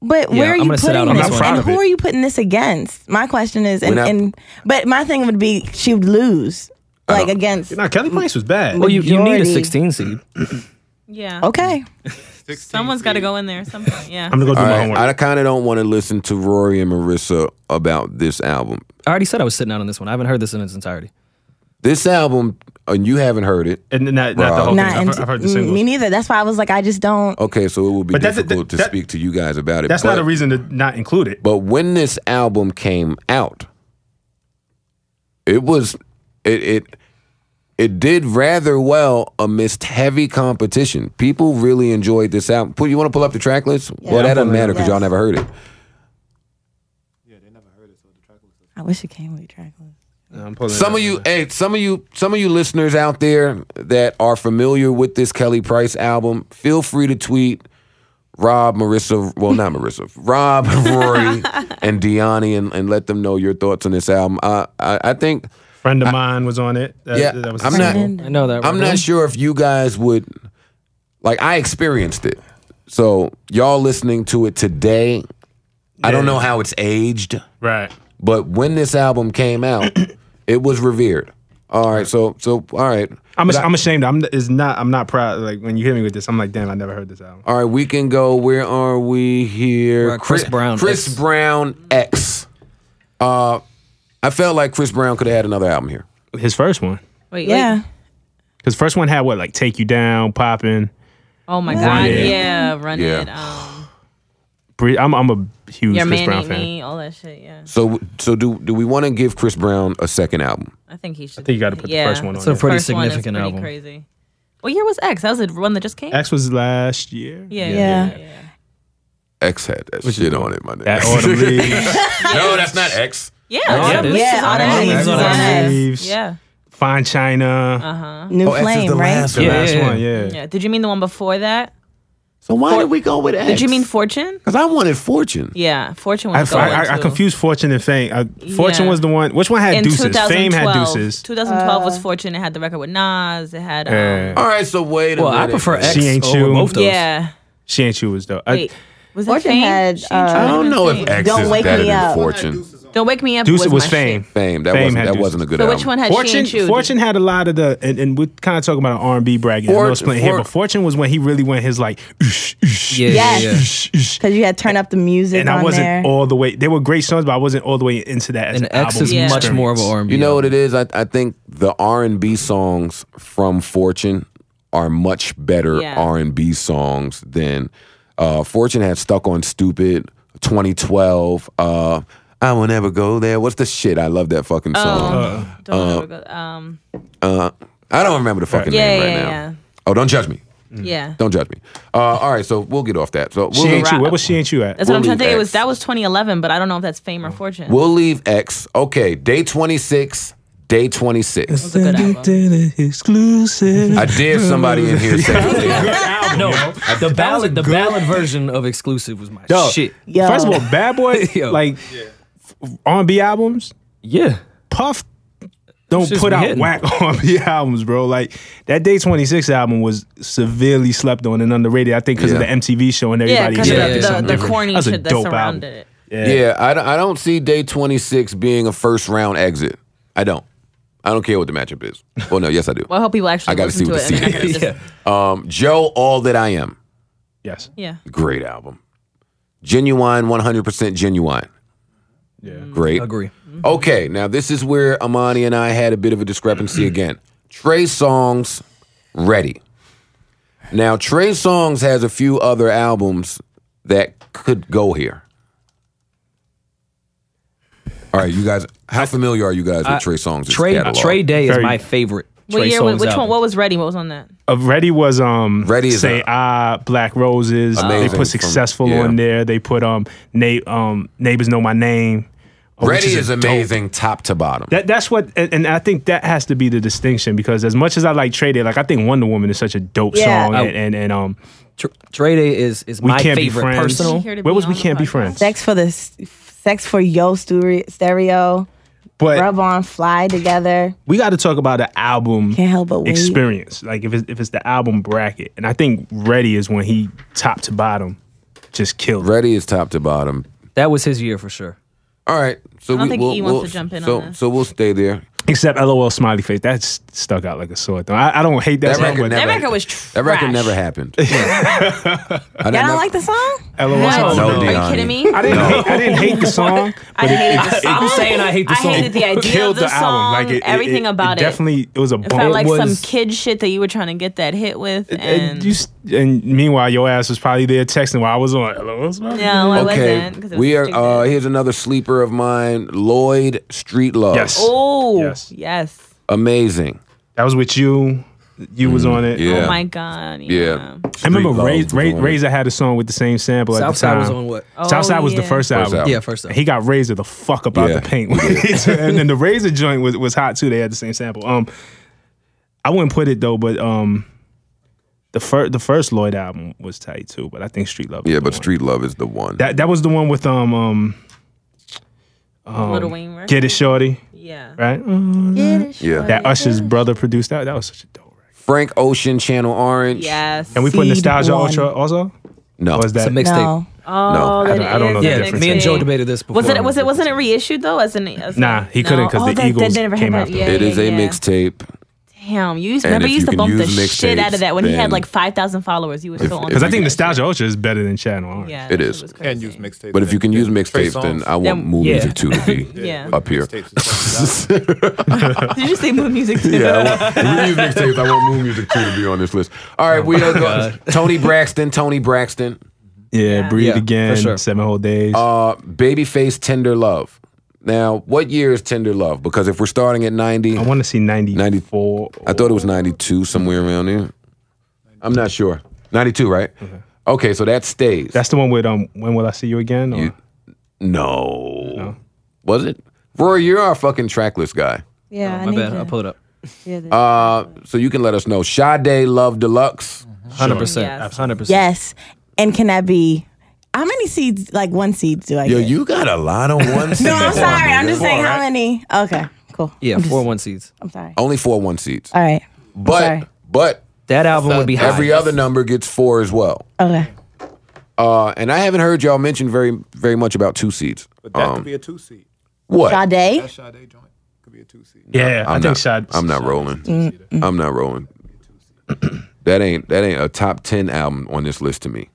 Speaker 5: But where are
Speaker 3: I'm
Speaker 5: you
Speaker 3: gonna sit out
Speaker 5: putting
Speaker 3: on
Speaker 5: this?
Speaker 3: this one.
Speaker 4: I'm proud
Speaker 5: And
Speaker 4: of
Speaker 5: who
Speaker 4: it.
Speaker 5: are you putting this against? My question is, and,
Speaker 1: We're not-
Speaker 5: and but my thing would be she would lose, like against.
Speaker 4: Nah,
Speaker 1: Mm.
Speaker 4: Kelly Price was bad.
Speaker 3: Well, you, you need a
Speaker 5: Majority.
Speaker 3: 16 seed.
Speaker 2: yeah.
Speaker 5: Okay,
Speaker 2: Someone's got to go in there. at Some point. Yeah.
Speaker 4: I'm gonna go do
Speaker 1: All
Speaker 4: my
Speaker 1: right,
Speaker 4: homework.
Speaker 1: I kind of don't want to listen to Rory and Marissa about this album.
Speaker 3: I already said I was sitting out on this one. I haven't heard this in its entirety.
Speaker 1: This album, and you haven't heard it.
Speaker 4: and not, not the
Speaker 1: Rob.
Speaker 4: whole
Speaker 5: not
Speaker 4: thing. I've,
Speaker 5: into-
Speaker 4: heard- I've heard the
Speaker 5: mm,
Speaker 4: single.
Speaker 5: Me neither. That's why I was like, I just don't.
Speaker 1: Okay, so it would be
Speaker 4: But that's-
Speaker 1: difficult to
Speaker 4: that-
Speaker 1: speak to you guys about it.
Speaker 4: That's
Speaker 1: but-
Speaker 4: not a reason to not include it.
Speaker 1: But when this album came out, it was it it it did rather well amidst heavy competition. People really enjoyed this album. Pull- You want to pull up the track list? well, that doesn't matter because y'all
Speaker 5: Yes.
Speaker 1: never heard it.
Speaker 5: I wish it came with your track list.
Speaker 4: I'm pulling it
Speaker 1: Some
Speaker 4: up.
Speaker 1: of you, hey, some of you, some of you listeners out there that are familiar with this Kelly Price album, feel free to tweet Rob, Marissa, well, not Marissa, Rob, Rory, and Deani, and, and let them know your thoughts on this album. Uh, I, I, I think
Speaker 4: Friend of mine was on it. That,
Speaker 1: Yeah,
Speaker 4: that was
Speaker 1: I'm
Speaker 4: the
Speaker 1: not-
Speaker 4: single.
Speaker 3: I know that.
Speaker 1: I'm
Speaker 3: really.
Speaker 1: not sure if you guys would like I experienced it. So y'all listening to it today, I don't know how it's aged,
Speaker 4: Right.
Speaker 1: but when this album came out, it was revered. All right, so so all right.
Speaker 4: I'm,
Speaker 1: But
Speaker 4: i
Speaker 1: I-
Speaker 4: I'm ashamed. I'm is not. I'm not proud. Like when you hit me with this, I'm like, damn, I never heard this album.
Speaker 1: all right, we can go. Where are we here?
Speaker 3: We're at Chris
Speaker 1: Chri-
Speaker 3: Brown
Speaker 1: Chris
Speaker 3: X.
Speaker 1: Brown X. Uh, I felt like Chris Brown could have had another album here.
Speaker 4: His first one,
Speaker 2: Wait, wait.
Speaker 5: Yeah.
Speaker 4: because first one had what like take you down, popping.
Speaker 2: Oh my god.
Speaker 4: It.
Speaker 2: Yeah, run
Speaker 1: Yeah.
Speaker 2: it. Um,
Speaker 4: Bre- I'm I'm a huge
Speaker 2: your
Speaker 4: Chris
Speaker 2: man
Speaker 4: Brown
Speaker 2: ain't
Speaker 4: fan.
Speaker 2: me. All that shit. Yeah.
Speaker 1: So so do do we want to give Chris Brown a second album?
Speaker 2: I think he should. I
Speaker 4: think you gotta put the
Speaker 2: yeah.
Speaker 4: first one
Speaker 2: It's
Speaker 4: on
Speaker 2: the
Speaker 3: there. Pretty
Speaker 2: first one is
Speaker 3: significant
Speaker 2: pretty
Speaker 3: album.
Speaker 2: Crazy. What year was X? That was the one that just came.
Speaker 4: X was last year.
Speaker 2: yeah,
Speaker 5: Yeah.
Speaker 2: yeah. yeah, yeah.
Speaker 1: X had that shit on it, my nigga.
Speaker 4: That autumn leaves.
Speaker 1: no, that's not X.
Speaker 2: Yeah,
Speaker 3: Yeah,
Speaker 2: Autumn
Speaker 3: it is.
Speaker 2: Leaves is
Speaker 5: Yeah,
Speaker 2: Autumn
Speaker 5: Autumn
Speaker 2: Leaves
Speaker 4: Leaves
Speaker 2: is
Speaker 4: is
Speaker 2: on
Speaker 4: Autumn
Speaker 2: it.
Speaker 4: Leaves.
Speaker 2: Yeah,
Speaker 4: Fine China.
Speaker 1: Oh,
Speaker 5: New Flame, right?
Speaker 3: one. Yeah,
Speaker 4: Last
Speaker 3: yeah,
Speaker 4: one, yeah.
Speaker 2: Uh-huh. yeah. Did you mean the one before that?
Speaker 1: So why did we go with X?
Speaker 2: Did you mean Fortune?
Speaker 1: Because I wanted Fortune.
Speaker 2: Yeah, Fortune
Speaker 4: I,
Speaker 2: was going
Speaker 4: I, I, I
Speaker 2: too.
Speaker 4: confused Fortune and Fame. Uh, Fortune
Speaker 2: Yeah.
Speaker 4: was the one. Which one had
Speaker 2: In
Speaker 4: deuces?
Speaker 2: 2012,
Speaker 4: Fame had deuces. Uh.
Speaker 2: 2012 was Fortune. It had the record with Nas. It had um,
Speaker 4: Yeah.
Speaker 1: All right, so wait a
Speaker 3: Well,
Speaker 1: minute.
Speaker 3: I prefer X
Speaker 4: She Ain't
Speaker 3: over
Speaker 4: You.
Speaker 3: both those.
Speaker 2: yeah.
Speaker 4: She ain't you was dope. Uh, I-
Speaker 2: Wait, was it
Speaker 5: Fortune
Speaker 2: Fame?
Speaker 5: had,
Speaker 2: She
Speaker 5: uh,
Speaker 2: tried
Speaker 1: I
Speaker 2: to
Speaker 1: don't
Speaker 2: do
Speaker 1: know if
Speaker 2: Fame.
Speaker 1: X
Speaker 5: Don't
Speaker 1: is
Speaker 5: wake
Speaker 1: better
Speaker 5: me
Speaker 1: than
Speaker 5: up.
Speaker 1: Fortune.
Speaker 2: Don't wake me up.
Speaker 4: Deuce was,
Speaker 2: was my
Speaker 4: Fame.
Speaker 2: shit.
Speaker 1: Fame. That
Speaker 4: Fame
Speaker 1: wasn't.
Speaker 4: had
Speaker 1: That
Speaker 4: Deuces.
Speaker 1: wasn't a good
Speaker 2: So
Speaker 1: album.
Speaker 2: which one had
Speaker 4: Fortune,
Speaker 2: She and You?
Speaker 4: Fortune had a lot of the, and, and we're kind of talking about an R and B bracket. I know it's
Speaker 1: Fortune-
Speaker 4: playing here, but
Speaker 1: Fort-
Speaker 4: Fortune was when he really went his like, "Oosh, oosh,
Speaker 3: Yeah,
Speaker 5: Yes.
Speaker 3: yeah, yeah.
Speaker 4: oosh, oosh,"
Speaker 5: Because you had turn up the music
Speaker 4: and
Speaker 5: on
Speaker 4: I wasn't
Speaker 5: there.
Speaker 4: all the way. They were great songs, but I wasn't all the way into that. As
Speaker 3: And
Speaker 4: an
Speaker 3: X
Speaker 4: album
Speaker 3: is
Speaker 2: Yeah.
Speaker 3: much more of an
Speaker 4: experience.
Speaker 3: R&B.
Speaker 1: You know what it is? I, I think the R and B songs from Fortune are much better
Speaker 2: Yeah.
Speaker 1: R and B songs than uh, Fortune had stuck on stupid 2012. Uh, I will never go there. What's the shit? I love that fucking song.
Speaker 2: Don't remember. Um,
Speaker 1: Uh, I don't remember the fucking
Speaker 2: Yeah,
Speaker 1: name
Speaker 2: yeah,
Speaker 1: right now.
Speaker 2: yeah.
Speaker 1: Oh, don't judge me.
Speaker 2: yeah.
Speaker 1: Don't judge me. Uh, all right, so we'll get off that. So we'll
Speaker 4: She ain't you.
Speaker 2: Right.
Speaker 4: Where was she ain't you at?
Speaker 2: That's what I'm
Speaker 1: We'll
Speaker 2: trying to
Speaker 1: leave
Speaker 2: think. It
Speaker 1: X.
Speaker 2: was that was 2011, but I don't know if that's Fame or Fortune.
Speaker 1: We'll leave X. Okay, day 26. Day 26.
Speaker 2: a good album.
Speaker 4: Exclusive.
Speaker 1: I dare somebody in here say
Speaker 3: No, the ballad, the ballad version of "Exclusive" was my
Speaker 4: Yo,
Speaker 3: shit.
Speaker 5: Yo.
Speaker 4: First of all, Bad Boy,
Speaker 3: Yo.
Speaker 4: like R and B albums,
Speaker 3: Yeah,
Speaker 4: Puff don't
Speaker 3: Shit's
Speaker 4: put
Speaker 3: been
Speaker 4: out
Speaker 3: hitting.
Speaker 4: whack R&B albums, bro. Like that Day 26 album was severely slept on and underrated. I think because
Speaker 1: Yeah.
Speaker 4: of the MTV show and
Speaker 2: yeah,
Speaker 4: everybody
Speaker 2: because
Speaker 3: yeah,
Speaker 2: of
Speaker 3: yeah,
Speaker 2: the,
Speaker 3: something
Speaker 2: the, the corny
Speaker 4: That's a
Speaker 2: shit that
Speaker 4: dope
Speaker 2: surrounded
Speaker 4: album.
Speaker 2: it.
Speaker 1: Yeah, I don't, I don't see day 26 being a first round exit. I don't. I don't care what the matchup is. Well, no, yes, I do.
Speaker 2: Well, I hope people actually
Speaker 1: I gotta
Speaker 2: listen
Speaker 1: see
Speaker 2: to
Speaker 1: what
Speaker 2: it.
Speaker 1: the
Speaker 2: and
Speaker 1: CD
Speaker 2: they're not gonna
Speaker 3: yeah.
Speaker 2: just-
Speaker 1: Um, Joe, All That I Am.
Speaker 4: Yes.
Speaker 2: yeah.
Speaker 1: Great album. Genuine, 100% genuine. Yeah. Great.
Speaker 3: Agree.
Speaker 1: Mm-hmm. Okay, now this is where Amani and I had a bit of a discrepancy again. Trey Songs, ready. Now Trey Songs has a few other albums that could go here. All right, you guys, how familiar are you guys with Trey Songs?
Speaker 3: Trey
Speaker 1: catalog?
Speaker 3: Trey Day is
Speaker 4: Very-
Speaker 3: my favorite.
Speaker 2: What
Speaker 3: Trey
Speaker 2: year?
Speaker 3: Songz
Speaker 2: Which one?
Speaker 3: album.
Speaker 2: What was Ready? What was on that?
Speaker 4: Uh, Ready was um
Speaker 1: Ready is
Speaker 4: say
Speaker 1: a-
Speaker 4: ah Black Roses.
Speaker 1: Amazing
Speaker 4: They put
Speaker 1: from-
Speaker 4: successful
Speaker 1: yeah.
Speaker 4: on there. They put um na- um neighbors know my name. uh, which
Speaker 1: Ready is,
Speaker 4: a dope-
Speaker 1: amazing, top to bottom.
Speaker 4: That that's what, and, and I think that has to be the distinction because as much as I like Trey Day, like I think Wonder Woman is such a dope
Speaker 5: Yeah.
Speaker 4: song,
Speaker 3: I-
Speaker 4: and, and and um
Speaker 3: Tr- Trey Day is is
Speaker 4: we
Speaker 3: my
Speaker 4: can't be
Speaker 3: favorite
Speaker 4: friends.
Speaker 3: personal.
Speaker 2: Here to
Speaker 4: Where
Speaker 2: be
Speaker 4: was
Speaker 2: on
Speaker 4: we
Speaker 2: the
Speaker 4: can't be
Speaker 2: podcast.
Speaker 4: friends?
Speaker 5: sex for the s- sex for yo stereo, stereo
Speaker 4: But
Speaker 5: rub on, fly together.
Speaker 4: we got to talk about an album
Speaker 5: Can't help but wait.
Speaker 4: experience. Like if it's, if it's the album bracket, and I think Ready is when he top to bottom just killed. it.
Speaker 1: Ready is top to bottom.
Speaker 3: That was his year for sure.
Speaker 1: All right, so
Speaker 2: don't
Speaker 1: we,
Speaker 2: think
Speaker 1: will
Speaker 2: E wants to jump in
Speaker 1: so,
Speaker 2: on this.
Speaker 1: So we'll stay there.
Speaker 4: Except LOL smiley face, that s- stuck out like a sore thumb. I, I don't hate that,
Speaker 1: That
Speaker 4: song,
Speaker 1: record
Speaker 4: but
Speaker 1: never-
Speaker 2: That record was trash.
Speaker 1: That record never happened. I
Speaker 5: Y'all
Speaker 1: never-
Speaker 5: don't like the song?
Speaker 4: LOL
Speaker 2: No,
Speaker 4: smiley
Speaker 1: No,
Speaker 4: face.
Speaker 2: are you
Speaker 1: Deani.
Speaker 2: kidding me?
Speaker 4: I didn't, hate, I didn't hate the song.
Speaker 2: I hated the song.
Speaker 3: I'm saying I hate the song.
Speaker 2: I hated the idea of
Speaker 4: Killed
Speaker 2: the,
Speaker 4: the,
Speaker 2: song.
Speaker 4: album. Like it, it-
Speaker 2: everything about it.
Speaker 4: Definitely, it was a
Speaker 2: It felt
Speaker 4: bump.
Speaker 2: like some
Speaker 3: was-
Speaker 2: kid shit that you were trying to get that hit with. And,
Speaker 4: And, you, s- and meanwhile, your ass was probably there texting while I was on. LOL smiley.
Speaker 2: no, I
Speaker 1: Okay,
Speaker 2: wasn't. 'cause it was
Speaker 1: we are. Uh,
Speaker 2: stupid.
Speaker 1: here's another sleeper of mine, Lloyd Street Love.
Speaker 4: Yes.
Speaker 2: oh
Speaker 4: Yes.
Speaker 2: yes.
Speaker 1: amazing.
Speaker 4: That was with you. You was on it.
Speaker 1: Mm, Yeah.
Speaker 2: Oh my god.
Speaker 1: Yeah.
Speaker 2: Yeah.
Speaker 4: I remember
Speaker 1: Street Love
Speaker 4: Ray,
Speaker 1: was
Speaker 4: Ray,
Speaker 1: on it.
Speaker 4: Razor had a song with the same sample at the
Speaker 3: Southside
Speaker 4: time.
Speaker 3: was on what?
Speaker 2: Oh,
Speaker 4: Southside was the
Speaker 2: yeah.
Speaker 4: first album.
Speaker 1: album.
Speaker 3: Yeah, first
Speaker 4: And
Speaker 3: album.
Speaker 4: He got Razor the fuck up out
Speaker 1: Yeah,
Speaker 4: the paint, and then the Razor joint was, was hot too. They had the same sample. Um, I wouldn't put it though, but um, the first the first Lloyd album was tight too. But I think Street Love. was
Speaker 1: Yeah,
Speaker 4: the
Speaker 1: but
Speaker 4: one.
Speaker 1: Street Love is the one.
Speaker 4: that that was the one with um um
Speaker 2: Little Wayne. record?
Speaker 4: Get It Shorty.
Speaker 2: Yeah.
Speaker 4: right?
Speaker 5: Mm-hmm.
Speaker 1: Yeah.
Speaker 4: That Usher's brother produced that. That was such a dope record.
Speaker 1: Frank Ocean, Channel Orange.
Speaker 2: Yes.
Speaker 4: And we put
Speaker 5: Seed
Speaker 4: Nostalgia
Speaker 5: one.
Speaker 4: Ultra also.
Speaker 1: No.
Speaker 4: Or is
Speaker 3: It's a
Speaker 4: that
Speaker 3: mixtape.
Speaker 5: No.
Speaker 1: No,
Speaker 2: oh, that
Speaker 4: I don't know
Speaker 2: is
Speaker 4: the
Speaker 2: a
Speaker 3: Yeah,
Speaker 4: difference.
Speaker 3: me and Joe
Speaker 2: mixtape.
Speaker 3: debated this before.
Speaker 2: Was it was it wasn't it reissued though? As an as
Speaker 4: Nah, he couldn't because
Speaker 5: Oh,
Speaker 4: the
Speaker 5: that- that
Speaker 4: Eagles
Speaker 5: never
Speaker 4: came
Speaker 5: happened.
Speaker 4: after.
Speaker 2: Yeah,
Speaker 4: him.
Speaker 1: It is
Speaker 2: yeah,
Speaker 1: a
Speaker 2: yeah.
Speaker 1: mixtape.
Speaker 2: Damn, you used,
Speaker 1: And
Speaker 2: remember
Speaker 1: if you
Speaker 2: you used to
Speaker 1: can
Speaker 2: bump the
Speaker 1: use
Speaker 2: shit
Speaker 1: mixtapes,
Speaker 2: out of that when he
Speaker 1: then-
Speaker 2: had like five thousand followers. You were still on.
Speaker 1: if
Speaker 2: that
Speaker 4: Because I
Speaker 1: you
Speaker 4: think
Speaker 1: can-
Speaker 2: shit.
Speaker 4: Nostalgia Ultra is better than Channel Orange.
Speaker 2: Yeah,
Speaker 1: It
Speaker 2: that
Speaker 1: is.
Speaker 2: shit was
Speaker 6: And
Speaker 2: crazy.
Speaker 6: use mixtapes.
Speaker 1: But if you can use
Speaker 6: Trey
Speaker 1: mixtapes,
Speaker 6: Songz.
Speaker 1: then I want
Speaker 2: Then-
Speaker 1: Moon
Speaker 3: Yeah.
Speaker 1: Music 2 to be
Speaker 2: Yeah.
Speaker 1: up here.
Speaker 6: Mixtapes is fucking dope.
Speaker 2: Did you say mood music too?
Speaker 1: Yeah, I want, if we use mixtapes, I want Moon Music 2 to be on this list. All
Speaker 4: Oh
Speaker 1: right, we are going. Tony Braxton, Tony Braxton.
Speaker 4: Yeah, breathe
Speaker 3: Yeah, for
Speaker 4: again.
Speaker 3: sure.
Speaker 4: Seven whole days.
Speaker 1: Uh, Babyface, Tender Love. Now, what year is Tender Love? Because if we're starting at 90,
Speaker 4: I
Speaker 1: I,
Speaker 4: want to see 94.
Speaker 1: thought it was 92, somewhere around there. I'm not sure. 92, right? Okay, so that stays.
Speaker 4: That's the one with um. When will I see you again? Or-
Speaker 1: You- no. Was it? Rory, you're our fucking tracklist guy.
Speaker 5: Yeah, I
Speaker 3: Oh, My
Speaker 5: need
Speaker 3: bad.
Speaker 5: to-
Speaker 3: I'll pull it up.
Speaker 5: yeah, the-
Speaker 1: Uh, so you can let us know. Sade Love Deluxe.
Speaker 3: 100%.
Speaker 2: Yes.
Speaker 3: 100%.
Speaker 5: yes. And can that be? How many seeds? Like one seed do I
Speaker 1: Yo,
Speaker 5: get?
Speaker 1: you got a lot on one seat.
Speaker 5: no, I'm sorry. I'm just saying how many. Okay, cool.
Speaker 3: Yeah,
Speaker 5: I'm just-
Speaker 3: four one seeds.
Speaker 5: I'm sorry.
Speaker 1: Only four one seats.
Speaker 5: All right.
Speaker 1: But
Speaker 5: sorry.
Speaker 1: but
Speaker 3: That album would be high.
Speaker 1: every other number gets four as well.
Speaker 5: Okay.
Speaker 1: Uh, and I haven't heard y'all mention very very much about two seats.
Speaker 6: But that could be a two seat.
Speaker 1: What?
Speaker 5: Sade.
Speaker 6: That Sade joint could be a two seat.
Speaker 4: yeah,
Speaker 1: I'm
Speaker 4: I
Speaker 1: not,
Speaker 4: think Shad.
Speaker 1: I'm not rolling. I'm not rolling. that ain't that ain't a top ten album on this list to me.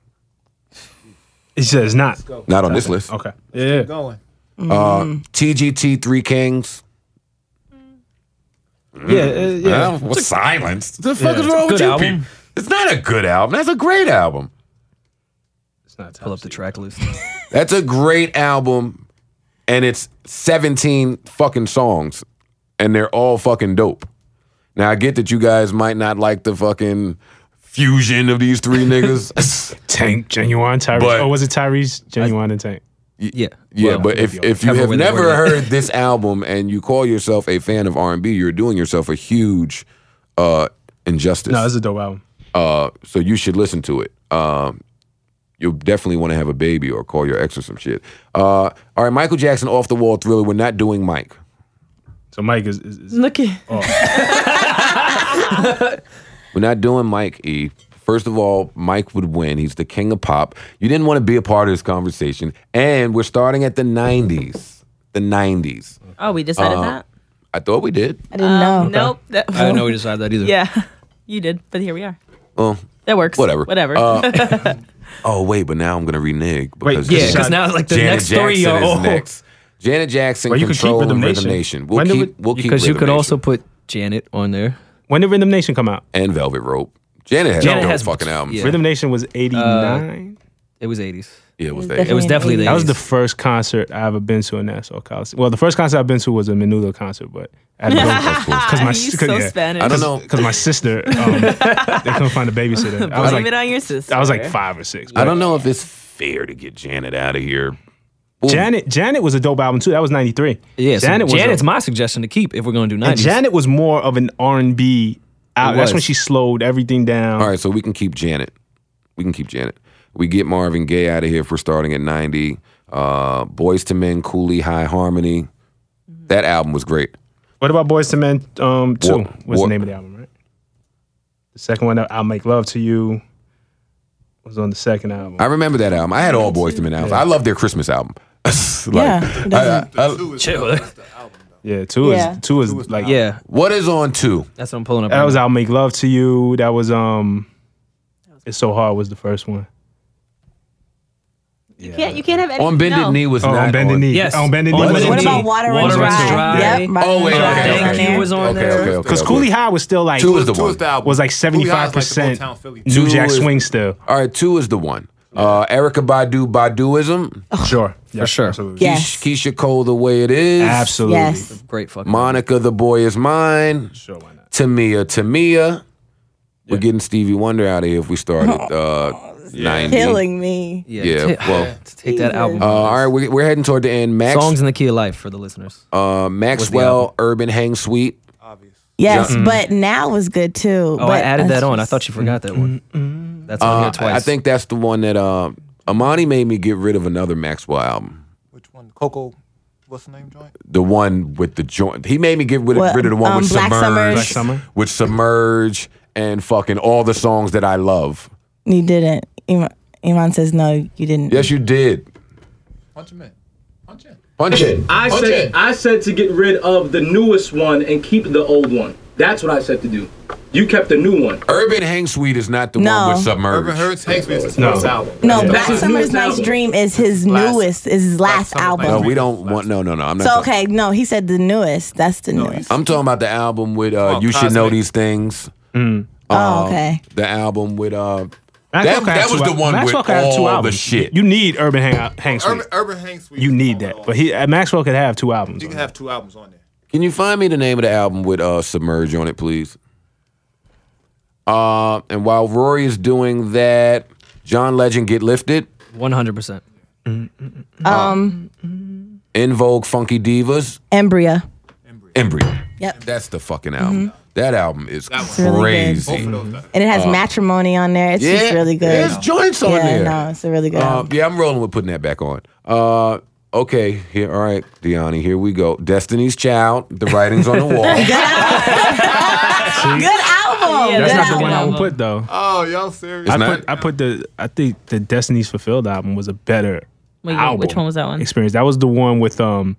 Speaker 4: It says not.
Speaker 1: Not on this list.
Speaker 4: Okay. Yeah.
Speaker 6: Going.
Speaker 1: Uh, TGT Three Kings.
Speaker 4: Yeah. uh, yeah.
Speaker 1: Well, what's silence? The fuck is
Speaker 3: it's a
Speaker 1: wrong with
Speaker 3: good
Speaker 1: you
Speaker 3: album.
Speaker 1: people? It's not a good album. That's a great album.
Speaker 4: It's not top
Speaker 3: Pull up the
Speaker 4: seed.
Speaker 3: track list.
Speaker 1: That's a great album, and it's 17 fucking songs, and they're all fucking dope. Now, I get that you guys might not like the fucking fusion of these three niggas.
Speaker 4: Tank, Genuine, Tyrese.
Speaker 1: But-
Speaker 4: oh, was it Tyrese, Genuine, and Tank?
Speaker 3: Yeah.
Speaker 1: yeah,
Speaker 3: Well,
Speaker 1: but if, if you
Speaker 3: However
Speaker 1: have
Speaker 3: way they word
Speaker 1: never
Speaker 3: it.
Speaker 1: heard this album and you call yourself a fan of R&B, you're doing yourself a huge uh, injustice.
Speaker 4: No, it's a dope album.
Speaker 1: Uh, so you should listen to it. Um, you'll definitely want to have a baby or call your ex or some shit. Uh, all right, Michael Jackson, Off the Wall, Thriller. We're not doing Mike.
Speaker 4: So Mike is, is, is
Speaker 2: Look at
Speaker 1: We're not doing Mike E. First of all, Mike would win. He's the king of pop. You didn't want to be a part of this conversation. And we're starting at the 90s. The 90s.
Speaker 2: Oh, we decided that.
Speaker 1: I thought we did.
Speaker 5: I didn't know.
Speaker 2: Nope. That-
Speaker 3: I didn't know we decided that either.
Speaker 2: Yeah, you did, but here we are.
Speaker 1: Well,
Speaker 2: That works.
Speaker 1: Whatever.
Speaker 2: Whatever. Uh,
Speaker 1: oh, wait, but now I'm going to renege. Because
Speaker 3: Yeah,
Speaker 4: Shot-
Speaker 3: because now like the
Speaker 1: Janet
Speaker 3: next
Speaker 1: Jackson
Speaker 3: three are
Speaker 1: is
Speaker 3: all
Speaker 1: next. Janet Jackson,
Speaker 4: Well, you could keep
Speaker 1: Control,
Speaker 4: Rhythm
Speaker 1: and Rhythm
Speaker 4: Nation.
Speaker 1: Nation. We'll
Speaker 4: When do
Speaker 1: keep,
Speaker 4: we-
Speaker 1: we'll keep
Speaker 3: because you
Speaker 1: Rhythm
Speaker 3: could
Speaker 1: Nation.
Speaker 3: also put Janet on there.
Speaker 4: When did Rhythm Nation come out?
Speaker 1: And Velvet Rope. Janet has
Speaker 3: Janet
Speaker 1: no
Speaker 3: has-
Speaker 1: fucking album.
Speaker 3: yeah.
Speaker 1: Yeah,
Speaker 4: Rhythm Nation was
Speaker 2: Uh,
Speaker 4: 89.
Speaker 3: It was 80s.
Speaker 1: it was
Speaker 3: It
Speaker 1: that.
Speaker 3: was definitely the
Speaker 4: that was the
Speaker 3: 80s.
Speaker 4: first concert I ever been to in Nassau College. Well, the first concert I've been to was a Menudo concert, but I had to go because my
Speaker 2: He's so Spanish.
Speaker 1: I don't know.
Speaker 4: because my sister um, they couldn't find a babysitter. I was
Speaker 2: Blame
Speaker 4: like,
Speaker 2: it on your sister.
Speaker 4: I was like five or six.
Speaker 1: I don't know if it's fair to get Janet out of here. Ooh.
Speaker 4: Janet Janet was a dope album too. That was ninety three.
Speaker 3: Yeah, so
Speaker 4: Janet was
Speaker 3: Janet's
Speaker 4: a,
Speaker 3: my suggestion to keep if we're going to do 90s.
Speaker 4: and Janet was more of an R and B.
Speaker 3: It
Speaker 4: That's
Speaker 3: was.
Speaker 4: when she slowed everything down.
Speaker 1: All right, so we can keep Janet. We can keep Janet. We get Marvin Gaye out of here if we're starting at 90. Uh, Boys to Men, Cooley, High Harmony. That album was great.
Speaker 4: What about Boys to Men um, two?
Speaker 1: War-
Speaker 4: What's
Speaker 1: War-
Speaker 4: the name of the album? Right. The second one, I'll Make Love to You, was on the second album.
Speaker 1: I remember that album. I had all Boys to Men albums. I love their Christmas album. like,
Speaker 3: uh,
Speaker 5: Yeah, who doesn't?
Speaker 1: I- I- I-
Speaker 6: Two is
Speaker 3: Chill.
Speaker 6: that's the album though.
Speaker 4: yeah, two
Speaker 5: Yeah.
Speaker 4: is two is
Speaker 6: Two is
Speaker 4: like
Speaker 3: yeah,
Speaker 1: what is on two?
Speaker 3: that's what I'm pulling up.
Speaker 4: That
Speaker 3: right
Speaker 4: was
Speaker 3: now.
Speaker 4: I'll Make Love to You. That was um, It's So Hard was the first one.
Speaker 2: You can't. You can't have any.
Speaker 1: On Bended
Speaker 2: no.
Speaker 1: Knee was
Speaker 4: Oh,
Speaker 1: not
Speaker 4: on Bended
Speaker 1: on-
Speaker 4: Knee.
Speaker 3: Yes.
Speaker 4: on Bended
Speaker 3: On
Speaker 4: Knee.
Speaker 3: Bended
Speaker 4: was on
Speaker 5: What
Speaker 3: Knee.
Speaker 4: two.
Speaker 5: about Water and
Speaker 3: Water
Speaker 5: Dry?
Speaker 3: and Dry.
Speaker 5: Yep,
Speaker 1: Oh, wait,
Speaker 5: Water and
Speaker 1: okay,
Speaker 5: Dry
Speaker 1: okay.
Speaker 3: Thank
Speaker 5: was on
Speaker 3: you
Speaker 5: there.
Speaker 3: was on
Speaker 1: Okay,
Speaker 3: there.
Speaker 1: okay, okay.
Speaker 4: Because
Speaker 1: okay.
Speaker 4: Cooley High was still like
Speaker 1: Two is the
Speaker 6: Two
Speaker 1: one.
Speaker 6: is the album.
Speaker 4: was like
Speaker 6: Booty
Speaker 4: seventy
Speaker 6: High's
Speaker 4: five
Speaker 6: like the
Speaker 4: percent
Speaker 6: Motown Philly.
Speaker 4: New
Speaker 1: Two
Speaker 4: Jack
Speaker 1: is-
Speaker 4: Swing still.
Speaker 1: All right, two is the one. Uh, Erica Badu, Baduism.
Speaker 4: Sure, for
Speaker 3: sure.
Speaker 4: absolutely,
Speaker 5: Oh. Yes.
Speaker 1: Keisha Cole, The Way It Is.
Speaker 4: absolutely.
Speaker 5: Yes.
Speaker 3: Great fucking.
Speaker 1: Monica, The Boy Is Mine.
Speaker 4: Sure, why not?
Speaker 1: Tamia, Tamia. We're getting Stevie Wonder out of here if we start at uh, 90.
Speaker 5: Killing me.
Speaker 3: yeah,
Speaker 1: yeah,
Speaker 3: ta-
Speaker 1: well-
Speaker 3: yeah, to take that album.
Speaker 2: Um,
Speaker 1: Uh, all right, we're, we're heading toward the end. Max,
Speaker 3: Songs in the Key of Life for the listeners.
Speaker 1: uh, Maxwell, Urban Hang Suite.
Speaker 6: Obvious.
Speaker 5: Yes, but now was good too.
Speaker 3: Mm-hmm. oh, I
Speaker 5: but
Speaker 3: added
Speaker 5: that's
Speaker 3: that on. I
Speaker 5: just-
Speaker 3: thought you forgot that one. That's on
Speaker 1: Uh,
Speaker 3: here twice.
Speaker 1: I think that's the one that uh, Amani made me get rid of another Maxwell album.
Speaker 6: Which one? Coco. What's the name joint?
Speaker 1: the one with the joint. He made me get rid,
Speaker 5: What,
Speaker 1: rid of the one
Speaker 5: um,
Speaker 1: with
Speaker 5: Black
Speaker 1: submerge,
Speaker 5: Summer?
Speaker 4: Black Summer?
Speaker 1: with submerge, and fucking all the songs that I love.
Speaker 5: You didn't. Iman, Iman says no. You didn't.
Speaker 1: Yes, you did.
Speaker 6: Punch him in. Punch in.
Speaker 1: Punch it.
Speaker 7: I
Speaker 6: Punch
Speaker 7: said
Speaker 6: it.
Speaker 7: I said to get rid of the newest one and keep the old one. That's what I said to do. You kept the new one.
Speaker 1: Urban Hang Suite is not the
Speaker 5: No.
Speaker 1: one with submerge.
Speaker 6: Urban Hurts Hanks is his
Speaker 4: No.
Speaker 6: first album.
Speaker 7: Yeah.
Speaker 5: No, Black
Speaker 7: That's his
Speaker 5: Summer's
Speaker 7: newest
Speaker 5: Night's
Speaker 7: album.
Speaker 5: Dream is his
Speaker 6: Last-
Speaker 5: newest, is his
Speaker 6: Black
Speaker 5: last
Speaker 6: Summer's
Speaker 5: album.
Speaker 1: no,
Speaker 6: Night's
Speaker 1: we don't want. No, no, no. I'm not.
Speaker 5: So
Speaker 1: talking-
Speaker 5: okay, no, he said the newest. That's the newest.
Speaker 1: I'm talking about the album with uh,
Speaker 6: Oh,
Speaker 1: You Should Know
Speaker 6: Cosmic.
Speaker 1: These Things.
Speaker 5: oh, okay.
Speaker 1: The album with uh,
Speaker 4: Maxwell
Speaker 1: that,
Speaker 4: could have
Speaker 1: that was
Speaker 4: two
Speaker 1: the
Speaker 4: al-
Speaker 1: one
Speaker 4: Maxwell
Speaker 1: with
Speaker 4: could have two
Speaker 1: all the
Speaker 4: albums.
Speaker 1: shit.
Speaker 4: You need Urban Hang Hang Suite.
Speaker 6: Urban, Urban Hanks Suite.
Speaker 4: you
Speaker 6: is
Speaker 4: need
Speaker 6: on
Speaker 4: that,
Speaker 6: all-
Speaker 4: but he uh, Maxwell could have two albums.
Speaker 6: You
Speaker 4: on
Speaker 6: can
Speaker 4: it.
Speaker 6: have two albums on there.
Speaker 1: Can you find me the name of the album with uh, Submerge on it, please? Uh, and while Rory is doing that, John Legend Get Lifted,
Speaker 3: One hundred percent.
Speaker 5: Um,
Speaker 1: In Vogue Funky Divas,
Speaker 5: Embria.
Speaker 1: Embryo.
Speaker 5: Yep.
Speaker 1: That's the fucking album. That album is
Speaker 6: one's
Speaker 5: Mm-hmm. really good.
Speaker 1: crazy.
Speaker 6: Both of those. guys.
Speaker 5: And it has matrimony on there. It's just really good.
Speaker 1: There's joints on
Speaker 5: yeah,
Speaker 1: there.
Speaker 5: no, it's a really good.
Speaker 1: Uh,
Speaker 5: album.
Speaker 1: yeah, I'm rolling with putting that back on. Uh, okay, here, all right, Deani, here we go. Destiny's Child, the writing's on the wall.
Speaker 5: Good album.
Speaker 2: Yeah,
Speaker 5: good
Speaker 4: That's
Speaker 2: that
Speaker 4: not the
Speaker 5: album.
Speaker 4: one I would
Speaker 2: album.
Speaker 4: put though.
Speaker 6: Oh, y'all serious?
Speaker 1: It's
Speaker 4: I
Speaker 1: not-
Speaker 4: put I put the I think the Destiny's Fulfilled album was a better
Speaker 2: Wait,
Speaker 4: album.
Speaker 2: which one was that one?
Speaker 4: Experience. That was the one with um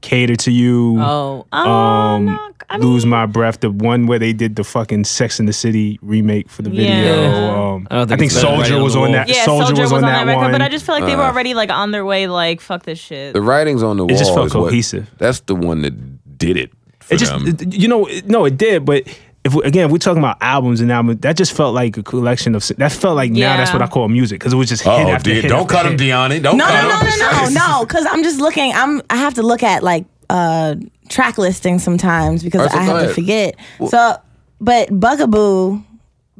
Speaker 4: Cater to You.
Speaker 2: Oh, oh,
Speaker 4: Um,
Speaker 2: no, I mean,
Speaker 4: Lose My Breath, the one where they did the fucking Sex in the City remake for the video.
Speaker 2: Yeah.
Speaker 4: Um,
Speaker 3: I don't
Speaker 4: I
Speaker 3: think
Speaker 4: think
Speaker 3: it's better right
Speaker 4: Soldier
Speaker 3: on
Speaker 4: was
Speaker 3: the
Speaker 4: on
Speaker 3: wall.
Speaker 4: that.
Speaker 2: yeah,
Speaker 4: Soldier was on that
Speaker 2: record,
Speaker 4: one.
Speaker 2: but I just feel like they were already like on their way. Like, fuck this shit.
Speaker 1: the writing's on the wall.
Speaker 4: It just felt
Speaker 1: is what-
Speaker 4: cohesive.
Speaker 1: that's the one that did it. For
Speaker 4: it just
Speaker 1: them.
Speaker 4: it- you know it- no, it did, but. If we, again, if we're talking about albums and albums. That just felt like a collection of. That felt like now that's
Speaker 2: Yeah.
Speaker 4: what I call music because it was just. hit
Speaker 1: Oh,
Speaker 4: after
Speaker 1: dear.
Speaker 4: hit
Speaker 1: don't
Speaker 4: after
Speaker 1: cut him,
Speaker 4: hit.
Speaker 1: Deani. Don't
Speaker 5: No,
Speaker 1: cut
Speaker 5: no, no,
Speaker 1: him.
Speaker 5: no, no, no. Because I'm just looking. I'm. I have to look at like uh track listings sometimes because
Speaker 1: Alright, so
Speaker 5: I
Speaker 1: go
Speaker 5: have to
Speaker 1: ahead.
Speaker 5: forget. so, but Bugaboo,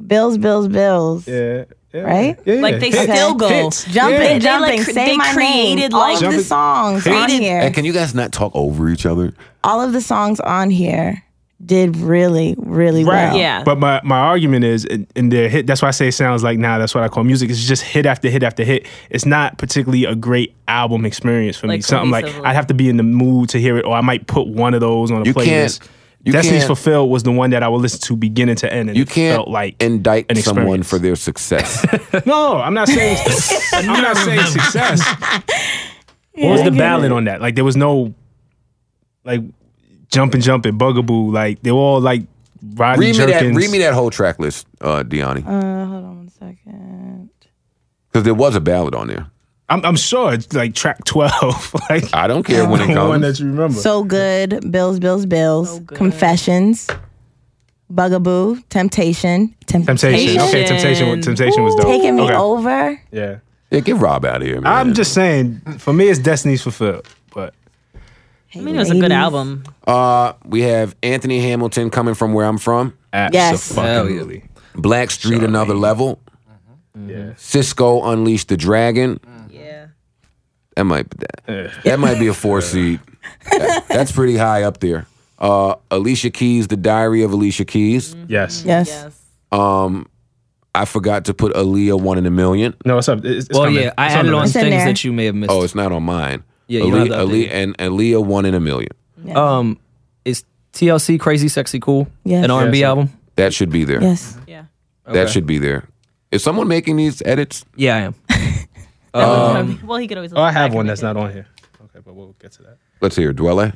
Speaker 5: Bills, Bills, Bills.
Speaker 4: Yeah, yeah,
Speaker 5: Right?
Speaker 4: yeah, yeah.
Speaker 2: Like, they
Speaker 4: Hit.
Speaker 2: still go.
Speaker 4: Hits.
Speaker 5: Jumping,
Speaker 4: Yeah.
Speaker 2: They, like,
Speaker 5: jumping,
Speaker 2: cre-
Speaker 5: say
Speaker 2: they
Speaker 5: my
Speaker 2: created,
Speaker 5: name. All
Speaker 2: like-
Speaker 5: of the
Speaker 4: Jumping-
Speaker 5: songs on
Speaker 2: created-
Speaker 5: here.
Speaker 1: And can you guys not talk over each other?
Speaker 5: all of the songs on here did really, really
Speaker 4: Right.
Speaker 5: well.
Speaker 2: Yeah.
Speaker 4: But my, my argument is, in, in their hit, that's why I say it sounds like now. that's what I call music. It's just hit after hit after hit. It's not particularly a great album experience for me.
Speaker 2: Like,
Speaker 4: Something like
Speaker 2: cohesively.
Speaker 4: I'd have to be in the mood to hear it, or I might put one of those on a
Speaker 1: You
Speaker 4: playlist.
Speaker 1: can't- you
Speaker 4: Destiny's
Speaker 1: can't-
Speaker 4: Fulfilled was the one that I would listen to beginning to end, and
Speaker 1: You
Speaker 4: it
Speaker 1: can't
Speaker 4: felt like
Speaker 1: indict
Speaker 4: an
Speaker 1: someone
Speaker 4: experience.
Speaker 1: for their success.
Speaker 4: No, I'm not saying. I'm not saying success. what was the ballad on that? Like there was no, like, jumping, jumping, bugaboo. Like they were all like. Rodney
Speaker 1: read, me that,
Speaker 4: Jerkins.
Speaker 1: read me that whole track list, uh, Deani.
Speaker 5: Uh, hold on one second.
Speaker 1: Because there was a ballad on there.
Speaker 4: I'm, I'm sure it's like track 12. like,
Speaker 1: I don't care when it
Speaker 4: the one
Speaker 1: comes.
Speaker 4: that you remember.
Speaker 5: So good. Bills, bills, bills.
Speaker 2: good.
Speaker 5: Confessions. Bugaboo. Temptation. Temp-
Speaker 4: Temptation. Okay, Temptation, wa- Temptation was dope.
Speaker 5: Taking me
Speaker 4: Okay.
Speaker 5: over.
Speaker 4: Yeah.
Speaker 1: Yeah, get Rob out of here, man.
Speaker 4: I'm just saying, for me, it's Destiny's Fulfilled. But
Speaker 2: I mean, it was a good
Speaker 5: Ladies.
Speaker 2: album.
Speaker 1: Uh, we have Anthony Hamilton coming from where I'm from.
Speaker 5: Yes.
Speaker 4: absolutely.
Speaker 1: Black Street, another level.
Speaker 4: Mm-hmm. Yeah.
Speaker 1: Cisco unleashed the dragon.
Speaker 2: Yeah.
Speaker 1: That might that, that might be a four seed. That- that's pretty high up there. Uh, Alicia Keys, The Diary of Alicia Keys.
Speaker 5: Mm-hmm.
Speaker 4: Yes.
Speaker 5: Yes.
Speaker 2: Yes.
Speaker 1: I forgot to put Aaliyah one in a million.
Speaker 4: No, it's up. It's, it's
Speaker 3: Well,
Speaker 4: coming.
Speaker 3: yeah, I
Speaker 4: It's
Speaker 3: added on
Speaker 5: It's in
Speaker 3: things
Speaker 5: there.
Speaker 3: that you may have missed.
Speaker 1: Oh, it's not on mine.
Speaker 3: Yeah, you don't
Speaker 1: Aaliyah,
Speaker 3: have to update
Speaker 1: Aaliyah and Aaliyah one in a million.
Speaker 3: um, is TLC Crazy Sexy Cool
Speaker 5: Yes.
Speaker 3: an R and B
Speaker 4: Yes.
Speaker 3: album?
Speaker 1: That should be there.
Speaker 5: Yes.
Speaker 2: Yeah.
Speaker 1: That should be there. Is someone making these edits?
Speaker 3: Yeah, I am.
Speaker 2: Um, well, he could always.
Speaker 4: Oh, I have one that's not on here. Okay, but we'll get to that.
Speaker 1: Let's hear Dwelle.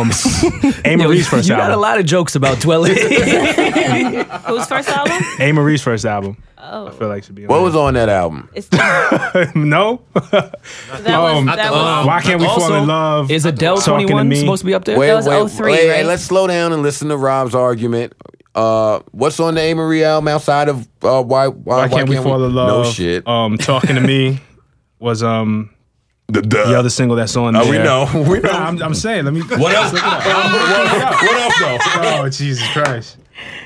Speaker 4: um, A.
Speaker 3: Yo, you
Speaker 4: Marie's first
Speaker 3: you got a
Speaker 4: album.
Speaker 3: lot of jokes about dwelling.
Speaker 2: Whose first album?
Speaker 4: A. Marie's first album. I
Speaker 2: Oh,
Speaker 4: feel like should be on
Speaker 1: What was on that album?
Speaker 2: it's that
Speaker 4: it? No? Um,
Speaker 2: was that was.
Speaker 4: Why can't we fall
Speaker 3: Also,
Speaker 4: in love?
Speaker 3: Is Adele
Speaker 4: Talking to
Speaker 3: 21
Speaker 4: me.
Speaker 3: supposed to be up there?
Speaker 1: Wait,
Speaker 2: That was
Speaker 1: wait,
Speaker 2: 03,
Speaker 1: wait,
Speaker 2: right?
Speaker 1: hey, let's slow down and listen to Rob's argument. Uh, what's on the A. Marie album outside of uh, why, why?
Speaker 4: Why can't we fall in love?
Speaker 1: No shit.
Speaker 4: Um, talking to me was um
Speaker 1: the,
Speaker 4: the other single that's on.
Speaker 1: Oh,
Speaker 4: there.
Speaker 1: we know. We know.
Speaker 4: Nah, I'm, I'm saying. Let me.
Speaker 1: what else? what, what else though?
Speaker 4: Oh Jesus Christ!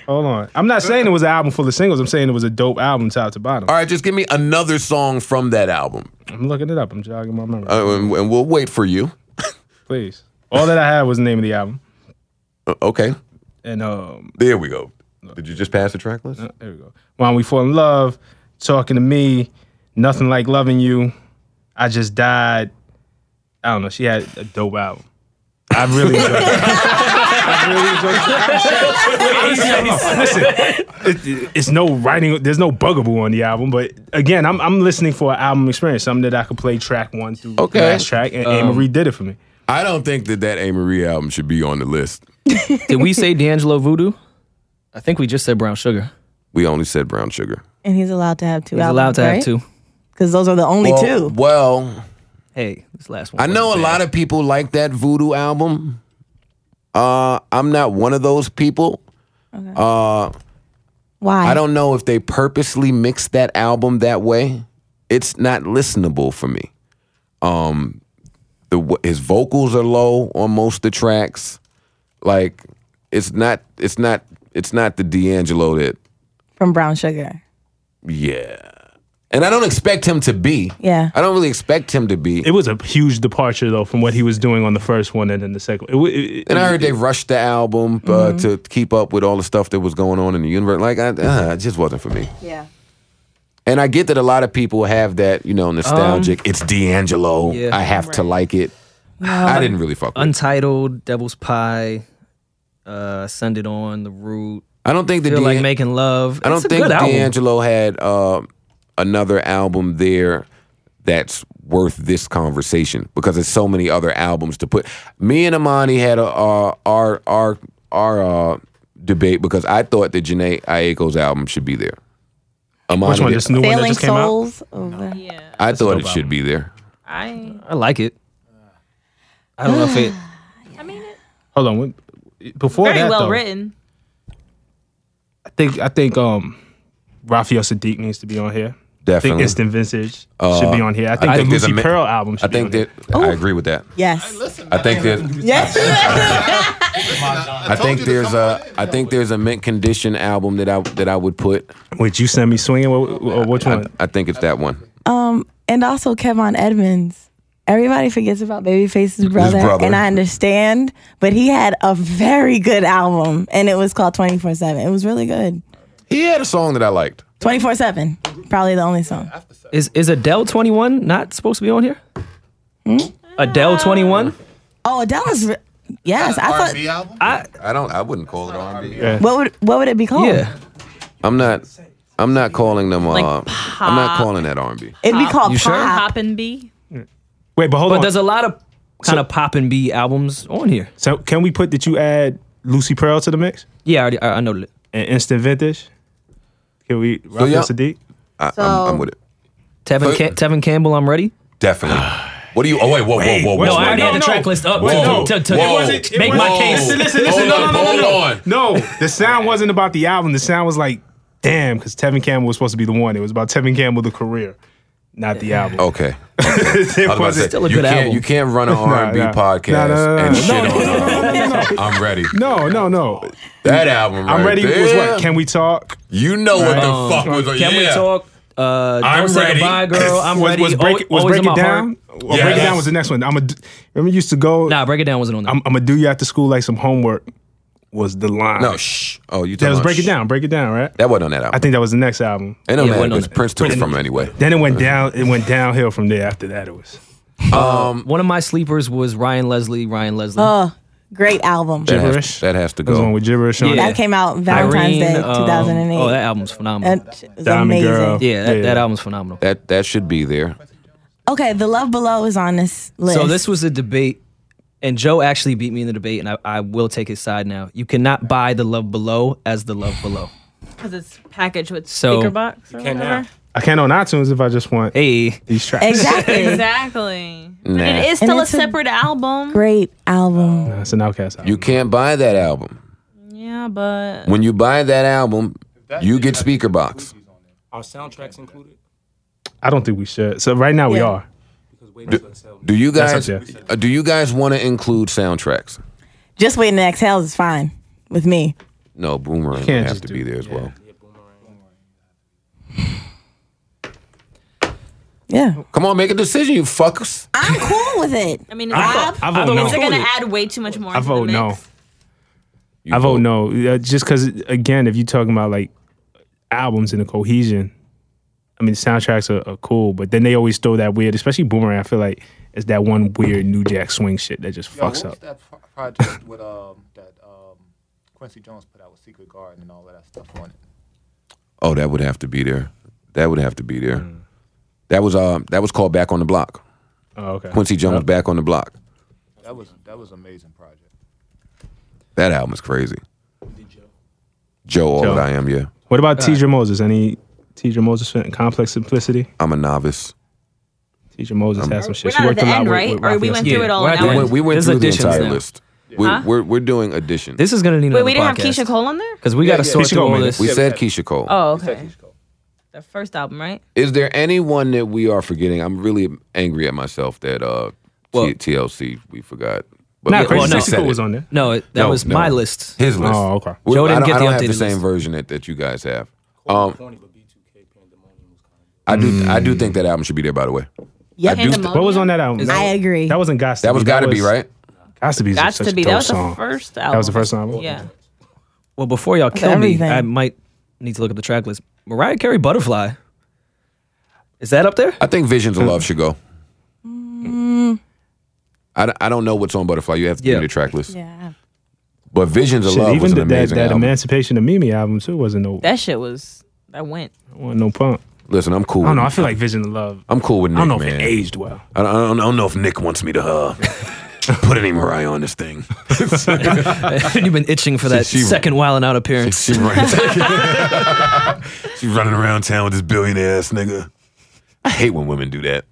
Speaker 4: Hold on. I'm not saying it was an album full of singles. I'm saying it was a dope album, top to bottom.
Speaker 1: All right, just give me another song from that album,
Speaker 4: I'm looking it up. I'm jogging my memory.
Speaker 1: uh, and, and we'll wait for you.
Speaker 4: Please. All that I had was the name of the album.
Speaker 1: Uh, okay,
Speaker 4: And um,
Speaker 1: there we go. Did you just pass the track list?
Speaker 4: there we go. Why Don't we fall in love? Talking to me. Nothing like loving you. I just died. I don't know. She had a dope album. I really enjoyed it. I really enjoyed it. Listen, it- it's no writing. There's no bugaboo on the album, but again, I'm I'm listening for an album experience, something that I could play track one through
Speaker 1: Okay. Um,
Speaker 4: last track, and Anne Marie did it for me.
Speaker 1: I don't think that that A. Marie album should be on the list.
Speaker 3: Did we say D'Angelo Voodoo? I think we just said Brown Sugar.
Speaker 1: We only said Brown Sugar.
Speaker 5: And he's allowed to have two.
Speaker 3: He's allowed to have two.
Speaker 5: because those are the only
Speaker 1: Well,
Speaker 5: two.
Speaker 1: well,
Speaker 3: Hey, this last one.
Speaker 1: I know a lot of people like that Voodoo album. Uh, I'm not one of those people. Uh,
Speaker 5: Why?
Speaker 1: I don't know if they purposely mixed that album that way. It's not listenable for me. Um, the w- his vocals are low on most of the tracks. Like it's not it's not it's not the D'Angelo that
Speaker 5: from brown sugar.
Speaker 1: yeah. And I don't expect him to be.
Speaker 5: Yeah.
Speaker 1: I don't really expect him to be.
Speaker 4: It was a huge departure though from what he was doing on the first one and then the second. It, wa- it, it,
Speaker 1: and I heard they rushed the album
Speaker 5: Mm-hmm.
Speaker 1: uh, to keep up with all the stuff that was going on in the universe. Like, I, uh, it just wasn't for me.
Speaker 5: Yeah.
Speaker 1: And I get that a lot of people have that, you know, nostalgic. it's D'Angelo.
Speaker 3: Um, yeah.
Speaker 1: I have to like it. I didn't really fuck with. it.
Speaker 3: Untitled, Devil's Pie, uh, Send It On, The Root.
Speaker 1: I don't think that
Speaker 3: Feel like
Speaker 1: D'An-
Speaker 3: making love.
Speaker 1: I don't
Speaker 3: It's a
Speaker 1: think
Speaker 3: good album.
Speaker 1: D'Angelo had uh, another album there that's worth this conversation because there's so many other albums to put. Me and Amani had a uh, our our our uh, debate because I thought that Janae Aiko's album should be there. Amani,
Speaker 4: which one?
Speaker 1: did-
Speaker 4: This new one that
Speaker 5: Failing
Speaker 4: just came out.
Speaker 5: souls. over-
Speaker 2: Yeah.
Speaker 1: I thought
Speaker 4: dope
Speaker 1: it should
Speaker 4: album.
Speaker 1: be there.
Speaker 2: I
Speaker 3: I like it. I don't know if it.
Speaker 2: I mean it
Speaker 4: Hold on. what- Before
Speaker 2: very
Speaker 4: that,
Speaker 2: well
Speaker 4: though,
Speaker 2: written.
Speaker 4: I think I think um, Raphael Sadiq needs to be on here. I think
Speaker 1: Definitely. Uh,
Speaker 4: Instant Vintage should be on here. I think
Speaker 1: I
Speaker 4: the
Speaker 1: think there's a
Speaker 4: Lucy
Speaker 1: mi-
Speaker 4: Pearl album. Should
Speaker 1: I think
Speaker 4: be on
Speaker 1: that I agree with that.
Speaker 5: Yes.
Speaker 1: I think that
Speaker 5: Yes.
Speaker 1: I think there's a I think there's a mint condition album that I that I would put.
Speaker 4: that. Wait, you send me swinging? What, or which
Speaker 1: I,
Speaker 4: one?
Speaker 1: I think it's that one.
Speaker 5: um, and also Kevin Edmonds. Everybody forgets about Babyface's brother,
Speaker 1: brother.
Speaker 5: and I understand, but he had a very good album, and it was called Twenty Four Seven. It was really good.
Speaker 1: He had a song that I liked.
Speaker 5: Twenty Four Seven, probably the only song.
Speaker 3: Is is Adele 21 not supposed to be on here? Adele 21?
Speaker 5: Oh, Adele is. Re- yes, I thought.
Speaker 6: R&B album?
Speaker 1: I don't. I wouldn't call it R&B.
Speaker 5: What would what would it be called?
Speaker 3: Yeah.
Speaker 1: I'm not. I'm not calling them. Uh, I'm not calling that R&B.
Speaker 5: It'd be called
Speaker 3: You sure?
Speaker 5: Pop.
Speaker 2: Pop and B.
Speaker 4: Wait, but hold
Speaker 3: But
Speaker 4: on.
Speaker 3: there's a lot of kind of pop and B albums on here.
Speaker 4: so can we put that you add Lucy Pearl to the mix
Speaker 3: Yeah, I, already, I, I know. that.
Speaker 4: and Instant Vintage? Can we Raphael
Speaker 1: y'all-
Speaker 4: Sadiq?
Speaker 1: I,
Speaker 5: So-
Speaker 1: I'm, I'm with it.
Speaker 3: Tevin, Ca- Tevin Campbell, I'm ready.
Speaker 1: Definitely. What do you? Oh wait. Whoa. Whoa. Whoa. Whoa.
Speaker 3: No, I already
Speaker 1: whoa,
Speaker 3: had the
Speaker 4: no.
Speaker 3: track list up
Speaker 1: whoa,
Speaker 4: no.
Speaker 3: to, to, to
Speaker 1: whoa,
Speaker 4: wasn't- it
Speaker 3: make my
Speaker 1: whoa.
Speaker 4: wasn't-
Speaker 3: case.
Speaker 4: Listen, listen,
Speaker 1: Hold
Speaker 4: listen, no,
Speaker 1: on,
Speaker 4: no, no, no,
Speaker 1: hold on.
Speaker 4: No, the sound wasn't about the album. The sound was like, damn, because Tevin Campbell was supposed to be the one. It was about Tevin Campbell, the career, not the album.
Speaker 1: Okay.
Speaker 4: it
Speaker 1: Oh, I was about to say,
Speaker 4: wasn't.
Speaker 3: Still a
Speaker 1: you
Speaker 3: good
Speaker 1: can't.
Speaker 3: album.
Speaker 1: You can't run an R&B
Speaker 4: nah.
Speaker 1: podcast
Speaker 4: Nah, nah, nah, nah.
Speaker 1: and
Speaker 4: No,
Speaker 1: shit
Speaker 4: no,
Speaker 1: on.
Speaker 4: no,
Speaker 1: uh, I'm ready.
Speaker 4: No, no, no.
Speaker 1: That album. Right
Speaker 4: I'm ready.
Speaker 1: There,
Speaker 4: Was what? Can we talk?
Speaker 1: you know what the fuck was?
Speaker 3: Can we
Speaker 1: yeah.
Speaker 3: talk? Uh, don't
Speaker 1: I'm
Speaker 3: say
Speaker 1: ready.
Speaker 3: goodbye, girl. I'm
Speaker 4: was,
Speaker 3: ready. Oh,
Speaker 4: Was break,
Speaker 3: Al-
Speaker 4: was
Speaker 3: always in
Speaker 4: break it
Speaker 3: my heart.
Speaker 4: down? Well, Break it
Speaker 1: Yes.
Speaker 4: down was the next one. I'm a. Remember, you used to go.
Speaker 3: Nah, break it down wasn't on there.
Speaker 4: I'm, I'm gonna do you after school like some homework. Was the line?
Speaker 1: No. Shh. Oh, you.
Speaker 4: That
Speaker 1: talking
Speaker 4: was
Speaker 1: about
Speaker 4: break it
Speaker 1: shh.
Speaker 4: down. Break it down. Right.
Speaker 1: That wasn't on that
Speaker 4: I
Speaker 1: album.
Speaker 4: think that was the next album.
Speaker 1: Ain't on
Speaker 3: Yeah, it
Speaker 1: that.
Speaker 3: wasn't on
Speaker 1: because
Speaker 3: that.
Speaker 1: Prince took it from him anyway.
Speaker 4: Then it went down. It went downhill from there. After that, it was.
Speaker 3: One of my sleepers was Ryan Leslie. Ryan Leslie.
Speaker 5: Oh, great album.
Speaker 1: That has,
Speaker 4: Gibberish.
Speaker 1: that has to
Speaker 4: That was the one
Speaker 1: go.
Speaker 4: with gibberish on.
Speaker 3: Yeah.
Speaker 4: it.
Speaker 5: That came out Valentine's
Speaker 3: Irene,
Speaker 5: Day,
Speaker 3: um,
Speaker 5: 2008.
Speaker 3: Oh, that album's phenomenal.
Speaker 5: That shit was
Speaker 4: Diamond
Speaker 5: amazing.
Speaker 4: Girl.
Speaker 3: yeah, that,
Speaker 4: yeah.
Speaker 3: that album's phenomenal.
Speaker 1: That that should be there.
Speaker 5: Okay, The Love Below is on this list.
Speaker 3: So this was a debate, and Joe actually beat me in the debate, and I, I will take his side now. You cannot buy the love below as the love below.
Speaker 2: Because it's packaged with
Speaker 3: So,
Speaker 2: speaker box or whatever.
Speaker 4: I can't on iTunes if I just want
Speaker 3: Hey,
Speaker 4: these tracks.
Speaker 5: exactly
Speaker 2: Exactly.
Speaker 1: Nah.
Speaker 2: But it is still
Speaker 5: And
Speaker 2: a
Speaker 5: it's a-
Speaker 2: separate album.
Speaker 5: great album.
Speaker 4: Nah, it's an Outcast album.
Speaker 1: You can't buy that album.
Speaker 2: Yeah, but
Speaker 1: When you buy that album, you get speaker box.
Speaker 8: Our soundtracks included?
Speaker 4: I don't think we should. So right now we
Speaker 5: Yeah.
Speaker 4: are.
Speaker 8: Because Wait Until It Sells.
Speaker 1: Do you
Speaker 4: That's
Speaker 1: guys
Speaker 4: up to
Speaker 1: uh, do you guys want to include soundtracks?
Speaker 5: Just waiting to exhale is fine with me.
Speaker 1: No, Boomerang would
Speaker 4: can't
Speaker 1: have
Speaker 4: just
Speaker 1: to
Speaker 4: do-
Speaker 1: be there as well.
Speaker 5: Yeah,
Speaker 1: Come on, make a decision, you fuckers.
Speaker 5: I'm cool with it.
Speaker 2: I mean, is,
Speaker 4: I
Speaker 2: that,
Speaker 4: vote- I vote
Speaker 2: is
Speaker 4: no.
Speaker 2: it going to add way too much more?
Speaker 4: I
Speaker 2: to the
Speaker 4: vote
Speaker 2: mix?
Speaker 4: no.
Speaker 1: You
Speaker 4: I vote no. Uh, just because again, if you're talking about like albums and the cohesion, I mean soundtracks are, are cool, but then they always throw that weird, especially Boomerang. I feel like It's that one weird New Jack Swing shit that just
Speaker 6: Yo, what
Speaker 4: fucks
Speaker 6: was
Speaker 4: up.
Speaker 6: that pro- project with um that um Quincy Jones put out with Secret Garden and all of that stuff on it?
Speaker 1: Oh, that would have to be there. That would have to be there.
Speaker 4: Mm.
Speaker 1: That was um that was called Back on the Block.
Speaker 4: Oh, okay.
Speaker 1: Quincy Jones Back on the Block.
Speaker 6: That was that was an amazing project.
Speaker 1: That album is crazy. Joe, all
Speaker 4: Joe.
Speaker 1: that I am, yeah.
Speaker 4: What about Teacher Moses? Any Teacher Moses fit in complex simplicity?
Speaker 1: I'm a novice.
Speaker 4: Teacher Moses
Speaker 1: Um,
Speaker 4: has some
Speaker 2: We're
Speaker 4: shit. She
Speaker 2: not at
Speaker 4: worked
Speaker 2: the
Speaker 4: a lot
Speaker 2: end,
Speaker 4: with-
Speaker 2: right?
Speaker 4: with
Speaker 2: Or we
Speaker 4: Raphael
Speaker 2: went
Speaker 4: Smith.
Speaker 2: through it all
Speaker 3: We're
Speaker 2: in
Speaker 3: at
Speaker 2: that
Speaker 1: We
Speaker 3: the
Speaker 2: one?
Speaker 1: went, we went
Speaker 3: There's
Speaker 1: through the
Speaker 3: additions
Speaker 1: entire
Speaker 3: now.
Speaker 1: list. We're,
Speaker 2: Huh?
Speaker 1: we're, we're doing additions.
Speaker 3: This is gonna need
Speaker 2: Wait,
Speaker 3: another
Speaker 2: we didn't have Keisha
Speaker 3: podcast.
Speaker 2: Cole on there?
Speaker 3: because we got to
Speaker 4: yeah,
Speaker 3: sort
Speaker 4: Keisha
Speaker 3: through
Speaker 4: Cole
Speaker 3: all
Speaker 4: made it.
Speaker 3: this.
Speaker 1: we
Speaker 6: Yeah,
Speaker 1: said
Speaker 6: we had-
Speaker 1: Keisha Cole.
Speaker 2: Oh,
Speaker 6: He said
Speaker 2: okay.
Speaker 6: he's cool.
Speaker 2: The first album, right?
Speaker 1: Is there anyone that we are forgetting? I'm really angry at myself that uh, T-
Speaker 3: Well-
Speaker 1: TLC we forgot. But
Speaker 4: Nah,
Speaker 1: we-
Speaker 4: Crazy
Speaker 1: we
Speaker 3: well, no.
Speaker 4: Sexy
Speaker 1: said
Speaker 4: Cool
Speaker 1: it.
Speaker 4: was on there.
Speaker 3: No, it, that
Speaker 1: No,
Speaker 3: was
Speaker 1: no.
Speaker 3: my list.
Speaker 1: His list.
Speaker 4: Oh, okay.
Speaker 1: We're-
Speaker 3: Joe
Speaker 1: I don't,
Speaker 3: didn't get
Speaker 1: I
Speaker 3: the
Speaker 1: don't have the
Speaker 3: updated
Speaker 1: same
Speaker 3: list.
Speaker 1: version that, that you guys have.
Speaker 8: Corny, corny, but B2K pandemonium was kind
Speaker 1: I do I
Speaker 4: Mm.
Speaker 1: do think that album should be there. By the way,
Speaker 5: Yep.
Speaker 4: What was on that album?
Speaker 3: Is that-
Speaker 5: I agree.
Speaker 4: That wasn't Gots.
Speaker 1: that was got to be right.
Speaker 4: Gots to be.
Speaker 2: Got
Speaker 4: Gots
Speaker 2: to be. That was the first album.
Speaker 4: That was the first album.
Speaker 2: Yeah.
Speaker 3: Well, before y'all kill me,
Speaker 5: everything.
Speaker 3: I might need to look up the track list. Mariah Carey, Butterfly. Is that up there?
Speaker 1: I think Visions of Love should go.
Speaker 3: Mm.
Speaker 1: I, d- I don't know what's on Butterfly. You have to give
Speaker 3: Yeah.
Speaker 1: me the track list.
Speaker 5: Yeah.
Speaker 1: But Visions of
Speaker 4: Shit,
Speaker 1: Love was
Speaker 4: even
Speaker 1: an
Speaker 4: the, that,
Speaker 1: amazing
Speaker 4: that
Speaker 1: album.
Speaker 4: Emancipation of Mimi album too wasn't no
Speaker 2: That shit was. That went.
Speaker 4: wasn't no punk.
Speaker 1: Listen, I'm cool.
Speaker 4: I don't know. I
Speaker 1: with-
Speaker 4: feel like Vision of Love.
Speaker 1: I'm cool with
Speaker 4: I
Speaker 1: Nick,
Speaker 4: don't know
Speaker 1: man.
Speaker 4: if it aged well.
Speaker 1: I don't, I don't- I don't know if Nick wants me to uh, put any Mariah on this thing.
Speaker 3: You've been itching for that
Speaker 1: She- she-
Speaker 3: second Wild and Out appearance.
Speaker 1: She's running, she's running around town with this billionaire ass nigga. I hate when women do that.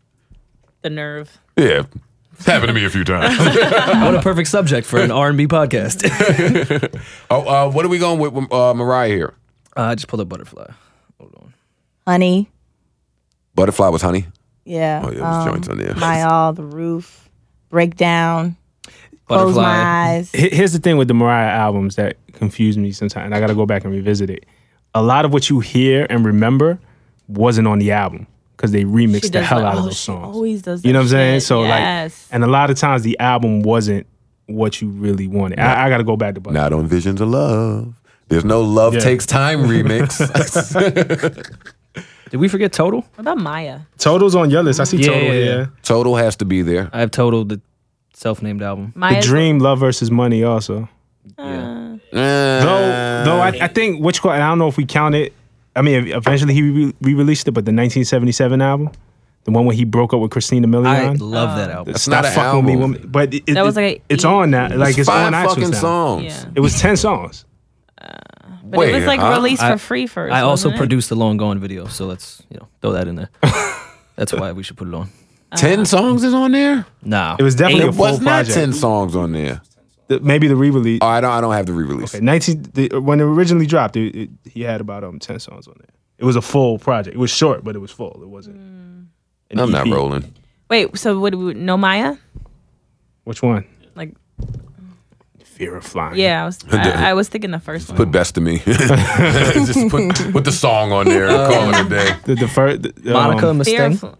Speaker 2: The nerve.
Speaker 1: Yeah. It's happened to me a few times.
Speaker 3: what a perfect subject for an R&B podcast.
Speaker 1: oh, uh, what are we going with uh, Mariah here?
Speaker 3: Uh, I just pulled up Butterfly. Hold on.
Speaker 5: Honey.
Speaker 1: Butterfly was honey.
Speaker 5: Yeah.
Speaker 1: Oh, yeah, there's
Speaker 5: um,
Speaker 1: joints on there.
Speaker 5: My all the roof. Breakdown. Close
Speaker 3: Butterfly.
Speaker 5: my eyes.
Speaker 4: Here- Here's the thing with the Mariah albums that confused me sometimes, and I got to go back and revisit it. A lot of what you hear and remember wasn't on the album because they remixed the
Speaker 2: does
Speaker 4: hell
Speaker 2: that-
Speaker 4: out of
Speaker 2: oh,
Speaker 4: those
Speaker 2: she
Speaker 4: songs.
Speaker 2: always does
Speaker 4: You know
Speaker 2: that
Speaker 4: what I'm saying?
Speaker 2: shit.
Speaker 4: So
Speaker 2: Yes.
Speaker 4: like, and a lot of times the album wasn't what you really wanted. I, I got to go back to Butterfly.
Speaker 1: Not on Visions of Love. There's no Love
Speaker 4: Yeah.
Speaker 1: Takes Time remix.
Speaker 3: Did we forget Total?
Speaker 2: What about Maya?
Speaker 4: Total's on your list. I see
Speaker 3: Yeah,
Speaker 4: Total
Speaker 3: yeah, yeah.
Speaker 4: here.
Speaker 1: Total has to be there.
Speaker 3: I have Total, the self-named album.
Speaker 4: The
Speaker 2: Maya.
Speaker 4: Dream, Love versus Money also.
Speaker 3: Yeah.
Speaker 1: Uh,
Speaker 4: Though, though I, I think which and I don't know if we count it. I mean, eventually he re- re-released it, but the 1977 album, the one where he broke up with Christina
Speaker 3: I
Speaker 4: Milian.
Speaker 3: love that album.
Speaker 1: It's not an
Speaker 4: fucking with me,
Speaker 1: album.
Speaker 4: woman. But it, it-
Speaker 2: That was like a
Speaker 4: it's
Speaker 2: E.
Speaker 4: on now. Like it's,
Speaker 1: it's five
Speaker 4: on iTunes
Speaker 1: fucking
Speaker 4: now.
Speaker 1: songs.
Speaker 2: Yeah.
Speaker 4: It was 10 songs.
Speaker 2: But it was like released
Speaker 3: I-
Speaker 2: for free first.
Speaker 3: I also
Speaker 2: wasn't it?
Speaker 3: produced the Long Gone video, so let's you know throw that in there. That's why we should put it on.
Speaker 1: Ten
Speaker 2: uh-huh.
Speaker 1: songs is on there.
Speaker 3: Nah,
Speaker 4: It was definitely
Speaker 3: Ain't-
Speaker 4: a
Speaker 1: It was
Speaker 4: full
Speaker 1: not
Speaker 4: project.
Speaker 1: ten songs on there.
Speaker 4: The- maybe the re-release.
Speaker 1: Oh, I don't. I don't have the re-release.
Speaker 4: Okay, 19 the, when it originally dropped, it, it, he had about um 10 songs on there. It was a full project. It was short, but it was full. It wasn't. an E
Speaker 1: I'm
Speaker 3: E
Speaker 1: not
Speaker 4: EP.
Speaker 1: rolling.
Speaker 2: Wait, so would we no Maya?
Speaker 4: Which one?
Speaker 2: Like,
Speaker 4: Fear of Flying.
Speaker 2: yeah, I was, I, I was thinking the first one.
Speaker 1: Put best of me. Just put, put the song on there.
Speaker 3: Uh,
Speaker 1: and Call it a day.
Speaker 4: The, the um, first
Speaker 3: Monica and Miss
Speaker 2: Fear
Speaker 3: Thing.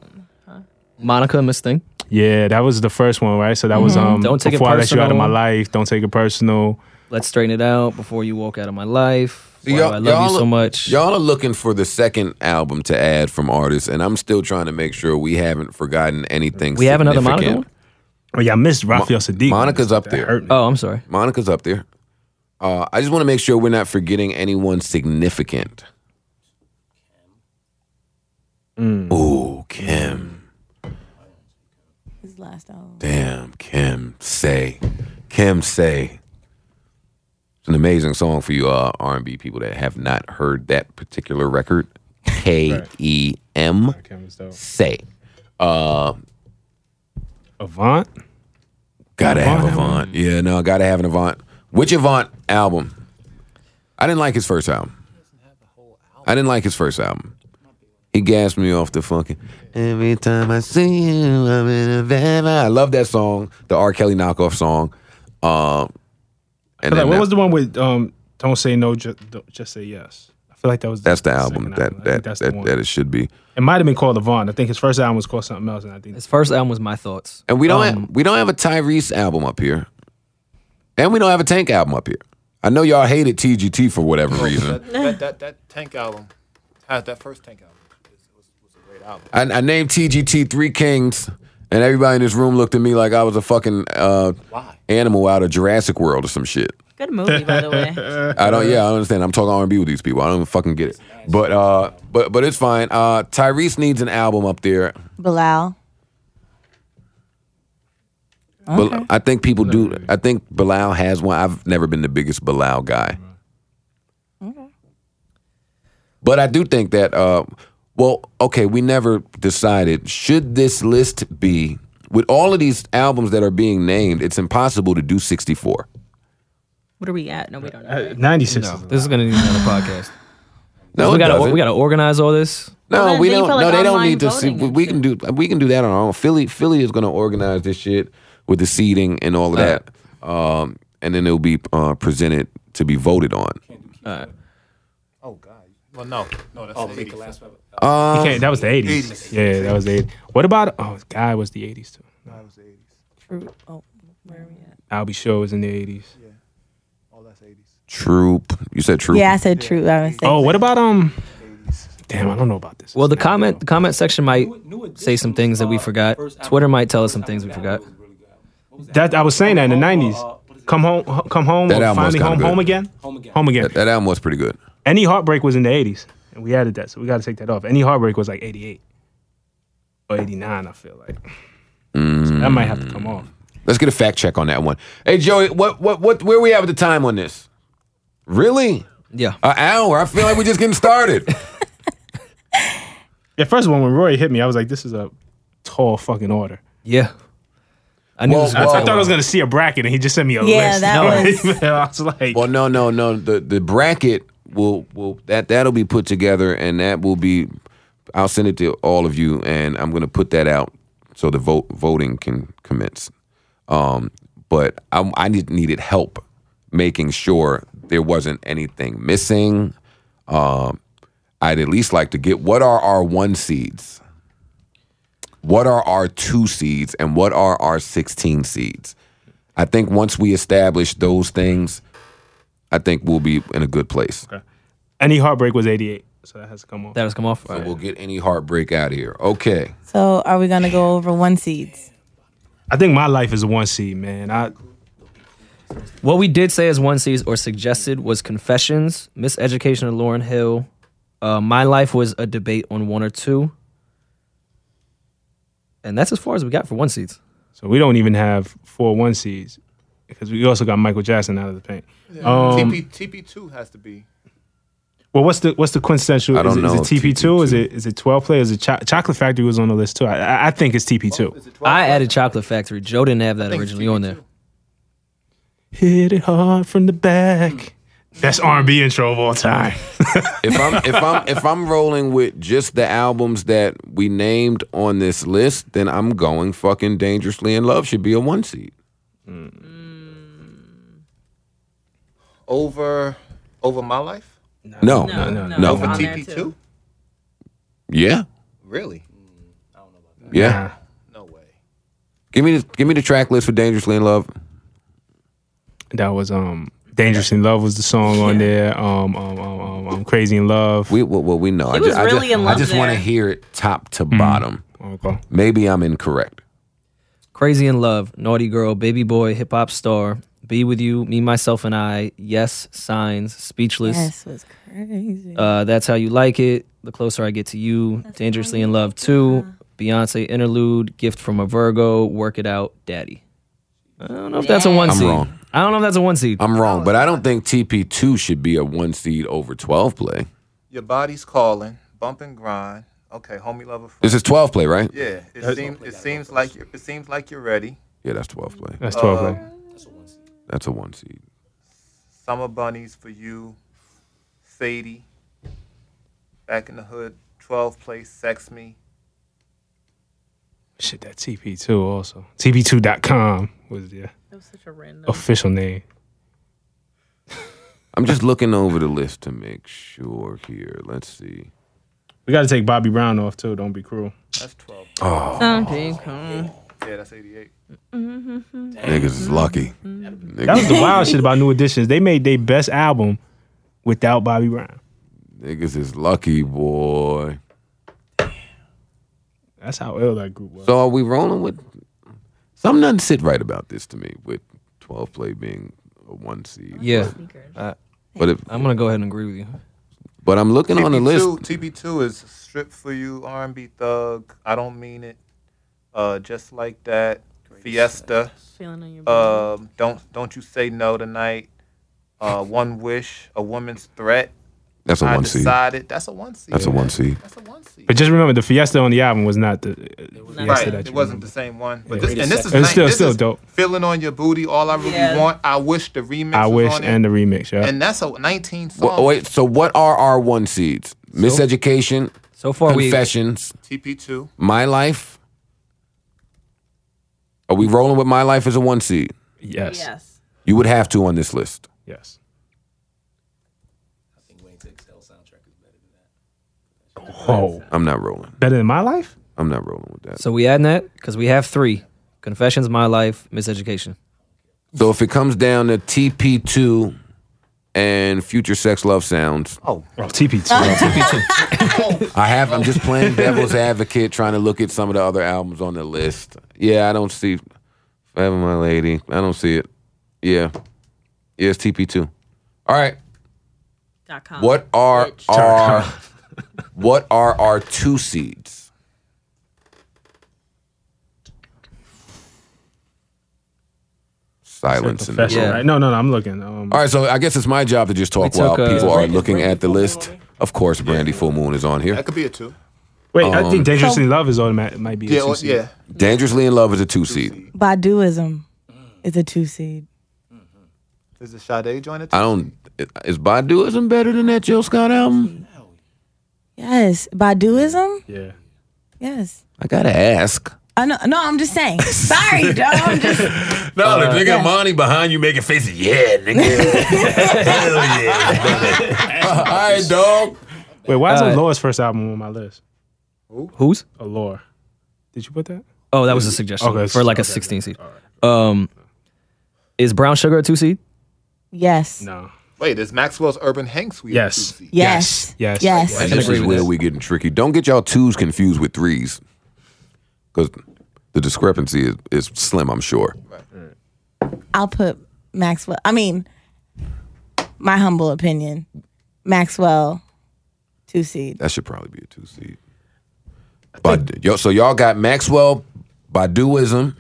Speaker 2: of-
Speaker 3: Monica and Miss Thing.
Speaker 4: Yeah, that was the first one, right? So that was um
Speaker 3: Mm-hmm. Don't Take It
Speaker 4: before I let you out of my
Speaker 3: Personal.
Speaker 4: life. Don't take it personal.
Speaker 3: Let's straighten it out before you walk out of my life.
Speaker 1: So
Speaker 3: Why do
Speaker 1: y'all-
Speaker 3: I love you
Speaker 1: y'all-
Speaker 3: so much.
Speaker 1: Y'all are looking for the second album to add from artists, and I'm still trying to make sure we haven't forgotten anything.
Speaker 3: We have another Monica
Speaker 1: significant.
Speaker 3: one?
Speaker 4: Oh yeah, I missed Raphael Sadiq.
Speaker 1: Monica's up
Speaker 4: That
Speaker 1: there.
Speaker 4: hurt me.
Speaker 3: Oh, I'm sorry.
Speaker 1: Monica's up there. Uh, I just want to make sure we're not forgetting anyone significant.
Speaker 3: Mm.
Speaker 1: Ooh, Kim.
Speaker 5: His last album.
Speaker 1: Damn, Kim. Say. Kim Say. It's an amazing song for you uh, R&B people that have not heard that particular record. K-E-M.
Speaker 4: Kim was dope.
Speaker 1: Say. Uh,
Speaker 4: Avant.
Speaker 1: Gotta have
Speaker 4: Avant
Speaker 1: Avant. Yeah, no, gotta have an Avant. Which Avant album? I didn't like his first album. I didn't like his first album. He gassed me off the fucking. Every time I see you, I'm in a vampire. I love that song, the R. Kelly knockoff song. Um, and
Speaker 4: Like,
Speaker 1: then
Speaker 4: what
Speaker 1: that-
Speaker 4: was the one with um Don't Say No, just, just say yes. I feel like that was
Speaker 1: that's the
Speaker 4: second
Speaker 1: album that
Speaker 4: I
Speaker 1: that
Speaker 4: think
Speaker 1: that,
Speaker 4: that's the
Speaker 1: that,
Speaker 4: one.
Speaker 1: it should be.
Speaker 4: It might have been called Avant. I think his first album was called something else, and I think
Speaker 3: His first album was My Thoughts.
Speaker 1: And we don't
Speaker 3: Um,
Speaker 1: have, we don't have a Tyrese album up here, and we don't have a Tank album up here. I know y'all hated TGT for whatever
Speaker 4: Oh,
Speaker 1: reason.
Speaker 6: That, that, that, that Tank album, had that first Tank album, was, was, was a great album.
Speaker 1: I, I named TGT Three Kings, And everybody in this room looked at me like I was a fucking uh,
Speaker 8: Why?
Speaker 1: animal out of Jurassic World or some shit.
Speaker 2: Good movie, by the way.
Speaker 1: I don't. Yeah, I don't understand. I'm talking R and B with these people. I don't even fucking get it. But uh, but but it's fine. Uh, Tyrese needs an album up there.
Speaker 5: Bilal.
Speaker 1: But I think people do. I think Bilal has one. I've never been the biggest Bilal guy. But I do think that. Uh, well, okay, we never decided should this list be with all of these albums that are being named. It's impossible to do sixty four.
Speaker 2: What are we at? No, we don't know.
Speaker 4: Uh, 96
Speaker 3: No,
Speaker 4: is a
Speaker 3: this is gonna need another podcast.
Speaker 1: No,
Speaker 3: we
Speaker 1: it
Speaker 3: gotta
Speaker 1: doesn't.
Speaker 3: we gotta organize all this.
Speaker 1: No,
Speaker 2: Well, then-
Speaker 1: we
Speaker 2: then you
Speaker 1: don't.
Speaker 2: feel like
Speaker 1: no, they don't
Speaker 2: online
Speaker 1: need to see.
Speaker 2: voting
Speaker 1: We,
Speaker 2: and
Speaker 1: we can do. We can do that on our own. Philly, Philly is going to organize this shit with the seating and all of that, um, and then it'll be uh, presented to be voted on.
Speaker 6: Oh God. Well, no, no, that's
Speaker 8: Oh,
Speaker 6: the
Speaker 8: make it
Speaker 6: 80s.
Speaker 8: last forever.
Speaker 4: You can't- that was the 80s.
Speaker 6: 80s.
Speaker 4: Yeah, that was the 80s. What about, oh, God was the 80s too.
Speaker 6: That was the 80s.
Speaker 5: True. Oh, where are we at?
Speaker 4: I'll be sure it was in the 80s.
Speaker 6: All that's 80s.
Speaker 1: Troop. You said troop.
Speaker 5: Yeah, I said true. I was
Speaker 4: Oh,
Speaker 5: oh.
Speaker 4: what about, um, damn, I don't know about this.
Speaker 3: Well, the
Speaker 4: It's not-
Speaker 3: comment the comment section might
Speaker 8: New
Speaker 3: say some
Speaker 8: Edition's,
Speaker 3: things that we
Speaker 8: uh,
Speaker 3: forgot.
Speaker 8: first album-
Speaker 3: Twitter might tell us
Speaker 8: first
Speaker 3: some things we
Speaker 8: album
Speaker 3: forgot.
Speaker 8: was really good. What was that?
Speaker 4: That, I was saying that in the
Speaker 8: Come Home,
Speaker 4: 90s.
Speaker 8: uh, what is it?
Speaker 4: come home, Ho- come home,
Speaker 1: That
Speaker 4: or
Speaker 1: album was
Speaker 4: finally
Speaker 1: kinda
Speaker 4: home,
Speaker 1: good.
Speaker 4: home again?
Speaker 8: Home again.
Speaker 4: Home again.
Speaker 1: That, that album was pretty good.
Speaker 4: Any Heartbreak was in the 80s, and we added that, so we got to take that off. Any Heartbreak was like 88 or 89, I feel like. So that might have to come
Speaker 1: Mm.
Speaker 4: off.
Speaker 1: Let's get a fact check on that one. Hey Joey, what what what? Where we at with the time on this? Really?
Speaker 3: Yeah.
Speaker 1: An hour? I feel like we're just getting started.
Speaker 4: Yeah, first of all, when Roy hit me, I was like, this is a tall fucking order.
Speaker 3: Yeah. I knew
Speaker 1: Well,
Speaker 3: this
Speaker 1: well,
Speaker 3: was
Speaker 4: I thought I was going to see a bracket, and he just sent me a
Speaker 5: Yeah,
Speaker 4: list.
Speaker 5: that
Speaker 4: was. I was like,
Speaker 1: Well, no, no, no. The the bracket will will that that'll be put together, and that will be. I'll send it to all of you, and I'm going to put that out so the vote voting can commence. Um, but I, I need, needed help making sure there wasn't anything missing. Um, I'd at least like to get what are our one seeds, what are our two seeds, and what are our sixteen seeds. I think once we establish those things, I think we'll be in a good place.
Speaker 4: Any Heartbreak was 88, so that has to come off.
Speaker 3: that was come off.
Speaker 1: And we'll get any heartbreak out of here. Okay.
Speaker 5: So are we gonna go over one seeds?
Speaker 4: I think my life is a one seed, man. I
Speaker 3: What we did say as one sees or suggested was Confessions, Miseducation of Lauren Hill. Uh, My Life was a debate on one or two. And that's as far as we got for one seeds.
Speaker 4: so we don't even have four one seeds because we also got Michael Jackson out of the paint. Um,
Speaker 6: TP TP two has to be.
Speaker 4: well, what's the what's the quintessential?
Speaker 1: I don't
Speaker 4: is, it, is
Speaker 1: know if
Speaker 4: it TP two? Is
Speaker 1: TP2.
Speaker 4: it is it twelve play? Is it Cho- Chocolate Factory was on the list too? I, I- I think it's TP two.
Speaker 6: Is it 12?
Speaker 3: I added Chocolate Factory. Joe didn't have that originally on there.
Speaker 4: Hit it hard from the back. Best R and B intro of all time.
Speaker 1: If I'm if I'm if I'm rolling with just the albums that we named on this list, then I'm going fucking dangerously in love should be a one seed.
Speaker 6: over over my life.
Speaker 1: No.
Speaker 2: No, no,
Speaker 1: no.
Speaker 2: it's on there,
Speaker 6: TP
Speaker 2: too.
Speaker 6: two.
Speaker 1: Yeah.
Speaker 6: Really?
Speaker 1: Yeah.
Speaker 6: No way.
Speaker 1: Give me the give me the track list for Dangerously in Love.
Speaker 4: that was um. Dangerous in Love was the song on there. Um, um, um, um, um, Crazy in Love.
Speaker 1: We well, well we know. I
Speaker 2: was
Speaker 1: just, I
Speaker 2: really
Speaker 1: just,
Speaker 2: in love
Speaker 1: I just want to
Speaker 2: there. Mm-hmm.
Speaker 1: hear it top to bottom.
Speaker 4: okay.
Speaker 1: Maybe I'm incorrect.
Speaker 3: Crazy in Love, Naughty Girl, Baby Boy, Hip Hop Star, Be With You, Me, Myself, and I, Yes, Signs, Speechless.
Speaker 5: Yes, was crazy.
Speaker 3: Uh, That's How You Like It, The Closer I Get to You, Dangerously in Love 2, Beyonce Interlude, Gift from a Virgo, Work It Out, Daddy. I don't know if that's a one
Speaker 1: I'm
Speaker 3: seed.
Speaker 1: wrong.
Speaker 3: I don't know if that's a one seed.
Speaker 1: I'm wrong, but I don't think TP2 should be a one seed over 12 play.
Speaker 6: Your body's calling. Bump and grind. Okay, homie lover. Friend.
Speaker 1: This is 12 play, right?
Speaker 6: Yeah, it seems it seems like you're, it seems like you're ready.
Speaker 1: Yeah, that's 12 play.
Speaker 4: That's twelve play.
Speaker 1: That's a one seed.
Speaker 6: Summer bunnies for you. Sadie. Back in the hood. Twelve place. Sex me.
Speaker 4: Shit, that TP2 also. TP2.com was the
Speaker 2: That was such a random.
Speaker 4: official name.
Speaker 1: I'm just looking over the list to make sure here. Let's see.
Speaker 4: We got to take Bobby Brown off too. Don't be cruel.
Speaker 6: That's twelve.
Speaker 2: Something, huh?
Speaker 6: Yeah, that's eighty-eight.
Speaker 1: Niggas is lucky.
Speaker 4: That was
Speaker 1: Niggas,
Speaker 4: the wild shit about New Editions. They made their best album without Bobby Brown.
Speaker 1: niggas is lucky, boy.
Speaker 4: That's That's how ill that group was.
Speaker 1: So are we rolling with something doesn't sit right about this to me with twelve play being a one seed.
Speaker 3: Yeah,
Speaker 1: But if,
Speaker 3: I'm gonna go ahead and agree with you.
Speaker 1: but I'm looking on the
Speaker 6: TB2,
Speaker 1: list.
Speaker 6: TB2 is Strip for You, R&B Thug, I Don't Mean It, uh, Just Like That, Fiesta,
Speaker 2: Feeling on your body.
Speaker 6: um, Don't Don't You Say No Tonight, uh, One Wish, A Woman's Threat.
Speaker 1: That's a
Speaker 6: I
Speaker 1: one seed.
Speaker 6: decided. That's a one seed.
Speaker 1: That's a one seed.
Speaker 6: That's a one seed.
Speaker 4: But just remember, the Fiesta on the album was not the uh, Fiesta
Speaker 6: Right,
Speaker 4: that you
Speaker 6: it wasn't
Speaker 4: remember.
Speaker 6: the same one, but this and this
Speaker 4: It's
Speaker 6: is nice.
Speaker 4: still-
Speaker 6: this
Speaker 4: still
Speaker 6: is
Speaker 4: dope.
Speaker 6: Feeling on your booty, all I really
Speaker 2: Yeah.
Speaker 6: want. I wish the remix.
Speaker 4: I
Speaker 6: was
Speaker 4: wish
Speaker 6: on it.
Speaker 4: and the remix. Yeah.
Speaker 6: and that's a 19 song.
Speaker 1: Wha- oh, wait, so what are our one seeds? Miseducation,
Speaker 3: So far, we
Speaker 1: confessions,
Speaker 6: TP2.
Speaker 1: my life. Are we rolling with my life as a one seed?
Speaker 4: yes. Yes.
Speaker 2: Yes.
Speaker 1: You would have to on this list.
Speaker 4: Oh,
Speaker 1: I'm not rolling.
Speaker 4: better than my life.
Speaker 1: I'm not rolling with that.
Speaker 3: so we adding that because we have three: confessions, my life, miseducation.
Speaker 1: So if it comes down to TP2 and Future Sex Love Sounds,
Speaker 4: Oh, TP2.
Speaker 1: I have. I'm just playing devil's advocate, trying to look at some of the other albums on the list. Yeah, I don't see Forever My Lady. I don't see it. Yeah, yeah, it's TP2. All right.
Speaker 2: Dot com.
Speaker 1: What are
Speaker 2: Bitch.
Speaker 1: our what are our two seeds? Silence. In the
Speaker 4: Confession,
Speaker 1: room.
Speaker 3: Yeah.
Speaker 4: right? No, no, no. I'm looking. Um,
Speaker 1: All right, so I guess it's my job to just talk
Speaker 3: We
Speaker 1: while
Speaker 3: took, uh,
Speaker 1: people are
Speaker 3: Brandy-
Speaker 1: looking at the list. Of course, Brandy Full Moon is on here.
Speaker 6: That could be a two.
Speaker 4: Wait, I think Dangerously Love is automatic. Might be. a
Speaker 6: Yeah, or-
Speaker 4: CC.
Speaker 6: yeah.
Speaker 1: Dangerously in Love is a two seed.
Speaker 5: Baduism is a two seed.
Speaker 6: Is the Sade join it?
Speaker 1: I don't. Is Baduism better than that Jill Scott album?
Speaker 5: Yes, Baduism.
Speaker 4: Yeah.
Speaker 5: Yes.
Speaker 1: I gotta ask.
Speaker 5: I know. No, I'm just saying. Sorry, Joe. I'm just.
Speaker 1: No, the nigga Monty behind you making faces. Yeah, nigga. Hell yeah. All right, dog.
Speaker 4: Wait, why is
Speaker 3: Uh,
Speaker 4: Alora's first album on my list?
Speaker 3: Who's?
Speaker 4: Allure. Did you put that?
Speaker 3: Oh, that was a suggestion
Speaker 4: Okay,
Speaker 3: for like a
Speaker 4: okay,
Speaker 3: 16 seed. Um, is brown sugar a two seed?
Speaker 5: Yes.
Speaker 4: No.
Speaker 6: Wait, is Maxwell's Urban Hanks we
Speaker 4: Yes.
Speaker 5: Yes.
Speaker 4: Yes.
Speaker 5: Yes.
Speaker 1: And this
Speaker 3: agree
Speaker 1: is
Speaker 3: with
Speaker 1: where
Speaker 3: this.
Speaker 1: we getting tricky. Don't get y'all twos confused with threes, because the discrepancy is, is slim. I'm sure.
Speaker 5: I'll put Maxwell. I mean, my humble opinion, Maxwell, two seed.
Speaker 1: That should probably be a two seed. But yo, so y'all got Maxwell, Baduism,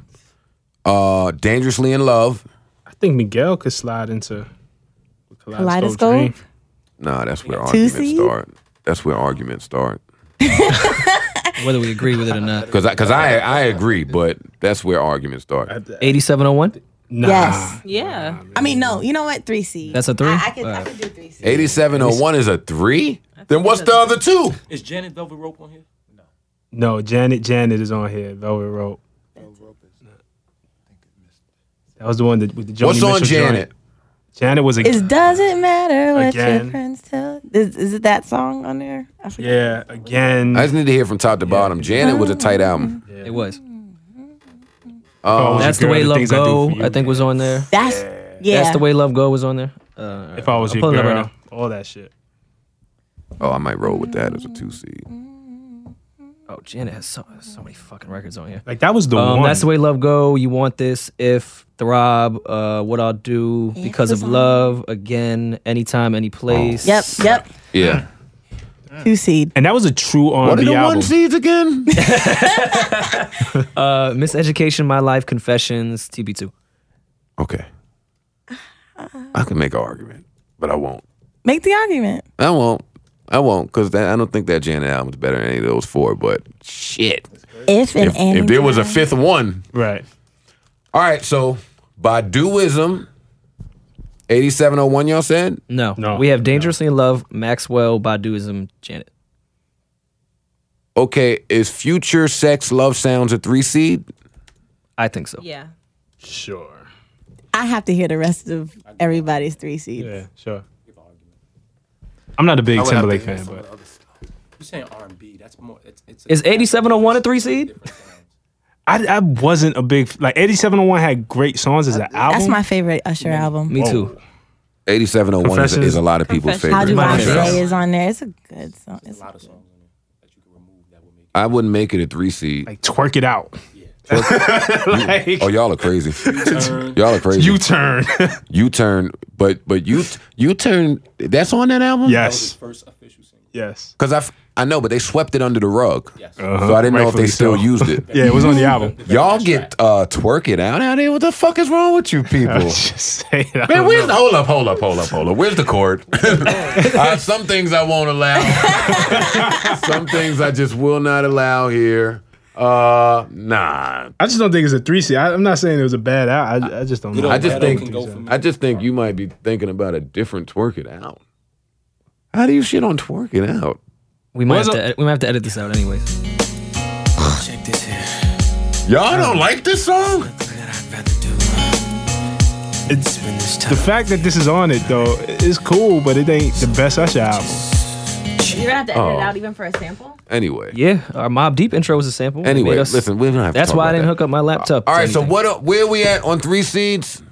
Speaker 1: uh, Dangerously in Love.
Speaker 4: I think Miguel could slide into Kaleidoscope.
Speaker 5: Kaleidoscope?
Speaker 4: Dream.
Speaker 1: Nah, that's where arguments
Speaker 5: seed?
Speaker 1: start. That's where arguments start.
Speaker 3: Whether we agree with it or not.
Speaker 1: Because I, cause I, I agree, but that's where arguments start.
Speaker 3: 8701?
Speaker 4: Nah.
Speaker 5: Yes.
Speaker 2: Yeah.
Speaker 5: I mean, no. You know what? Three seed.
Speaker 3: That's a three?
Speaker 5: I, I could. I
Speaker 3: Alright.
Speaker 5: could do three seed.
Speaker 1: 8701 is a three? Then what's the other two?
Speaker 8: Is Janet Velvet Rope on here?
Speaker 4: No, Janet Janet is on here. Velvet Rope. That was the one that with the Joni
Speaker 1: What's on
Speaker 4: Mitchell joint.
Speaker 1: Janet?
Speaker 4: Janet was a
Speaker 5: Is does it matter what
Speaker 4: Again.
Speaker 5: your friends tell? Is, is it that song on there? I forget.
Speaker 4: yeah again.
Speaker 1: I just need to hear from top to bottom. Janet was a tight album.
Speaker 3: It was.
Speaker 4: Oh,
Speaker 3: That's the
Speaker 4: girl,
Speaker 3: way
Speaker 4: the
Speaker 3: love
Speaker 4: things I do
Speaker 3: go.
Speaker 4: for
Speaker 3: I,
Speaker 4: you.
Speaker 3: think was on there.
Speaker 5: That's yeah.
Speaker 3: That's the way love go was on there. Uh,
Speaker 4: if I was
Speaker 3: I'm
Speaker 4: your
Speaker 3: pulling it
Speaker 4: girl,
Speaker 3: up right
Speaker 4: all that shit.
Speaker 1: Oh, I might roll with that as a two seed.
Speaker 3: oh, Janet has so, so many fucking records on here.
Speaker 4: Like that was the
Speaker 3: Um,
Speaker 4: one.
Speaker 3: that's the way love go. You want this? If throb, uh, what I'll do because of
Speaker 5: was on-
Speaker 3: love again. Anytime, any place.
Speaker 5: Yep. Yep.
Speaker 1: Yeah.
Speaker 5: Two seed.
Speaker 4: and that was a true
Speaker 1: What are
Speaker 4: R&B
Speaker 1: the
Speaker 4: album.
Speaker 1: one seeds again?
Speaker 3: Uh, miseducation, my life, confessions, TB two.
Speaker 1: Okay. I can make an argument, but I won't.
Speaker 5: Make the argument.
Speaker 1: I won't. I won't, cause that, I don't think that Janet album's better than any of those four. But shit,
Speaker 5: If and
Speaker 1: if,
Speaker 5: any
Speaker 1: if there was a
Speaker 5: time.
Speaker 1: fifth one,
Speaker 4: Right.
Speaker 1: all right. So Baduism, eighty-seven oh one. Y'all said
Speaker 3: No,
Speaker 4: No,
Speaker 3: We have dangerously in love, Maxwell, Baduism, Janet.
Speaker 1: okay. Is Future Sex Love Sounds a three seed?
Speaker 3: I think so.
Speaker 2: Yeah.
Speaker 4: Sure.
Speaker 5: I have to hear the rest of everybody's three seeds.
Speaker 4: Yeah. Sure. I'm not a big
Speaker 6: would have to
Speaker 4: Timberlake
Speaker 6: hear
Speaker 4: fan,
Speaker 6: some of
Speaker 4: but
Speaker 6: the other stuff.
Speaker 8: You saying R and B? That's more. It's, it's
Speaker 3: Is eighty seven oh one a three seed?
Speaker 4: I, I wasn't a big like 8701 had great songs as an album.
Speaker 5: That's my favorite Usher album.
Speaker 3: Me too.
Speaker 1: Eighty-seven oh one is
Speaker 4: Confessions.
Speaker 1: a lot of people's
Speaker 2: Confessions.
Speaker 1: favorite.
Speaker 5: How do I
Speaker 4: Confessions.
Speaker 5: say is on there? It's a good song. It's
Speaker 8: a lot of songs on there that you can remove that would make.
Speaker 1: I wouldn't make it a three seed.
Speaker 4: Like twerk it out. like
Speaker 1: Oh, y'all are crazy. y'all are crazy.
Speaker 4: U turn.
Speaker 1: U turn, but but you U turn. That's on that album.
Speaker 8: His
Speaker 4: yes.
Speaker 8: first official single.
Speaker 4: Yes.
Speaker 1: because I f- I know, but they swept it under the rug.
Speaker 8: Yes.
Speaker 1: Uh-huh. So I didn't know if they
Speaker 4: Rightfully
Speaker 1: still
Speaker 4: so.
Speaker 1: used it.
Speaker 4: Yeah, it was on the album.
Speaker 1: Y'all get uh, twerk it out out here. What the fuck is wrong with you
Speaker 4: I
Speaker 1: people?
Speaker 4: was just saying, I
Speaker 1: Man,
Speaker 4: don't
Speaker 1: where's the
Speaker 4: know.
Speaker 1: hold up, hold up, hold up, hold up? Where's the chord? Uh, some things I won't allow. some things I just will not allow here. Uh, nah.
Speaker 4: I just don't think it's a three seed. I, I'm not saying it was a bad out. I, I just don't
Speaker 8: Good
Speaker 4: know.
Speaker 8: old
Speaker 1: I just
Speaker 8: Beto
Speaker 1: think-
Speaker 8: can go for me.
Speaker 1: I just think you might be thinking about a different twerk it out. How do you shit on twerk it out?
Speaker 3: We might have
Speaker 4: Was
Speaker 3: to ed- we might have to edit this out anyways.
Speaker 1: Y'all don't like this song?
Speaker 4: It's, the fact that this is on it though is cool, but it ain't the best Usher album.
Speaker 2: You're gonna have to edit
Speaker 1: Oh.
Speaker 2: it out even for a sample.
Speaker 1: Anyway,
Speaker 3: Yeah, our Mob Deep intro was a sample. They
Speaker 1: Anyway,
Speaker 3: made us-
Speaker 1: listen, we don't have to
Speaker 3: That's
Speaker 1: talk
Speaker 3: why I
Speaker 1: about
Speaker 3: didn't
Speaker 1: that.
Speaker 3: hook up my laptop.
Speaker 1: All
Speaker 3: to
Speaker 1: right. So
Speaker 3: anything.
Speaker 1: what? uh, Where we at on three seeds?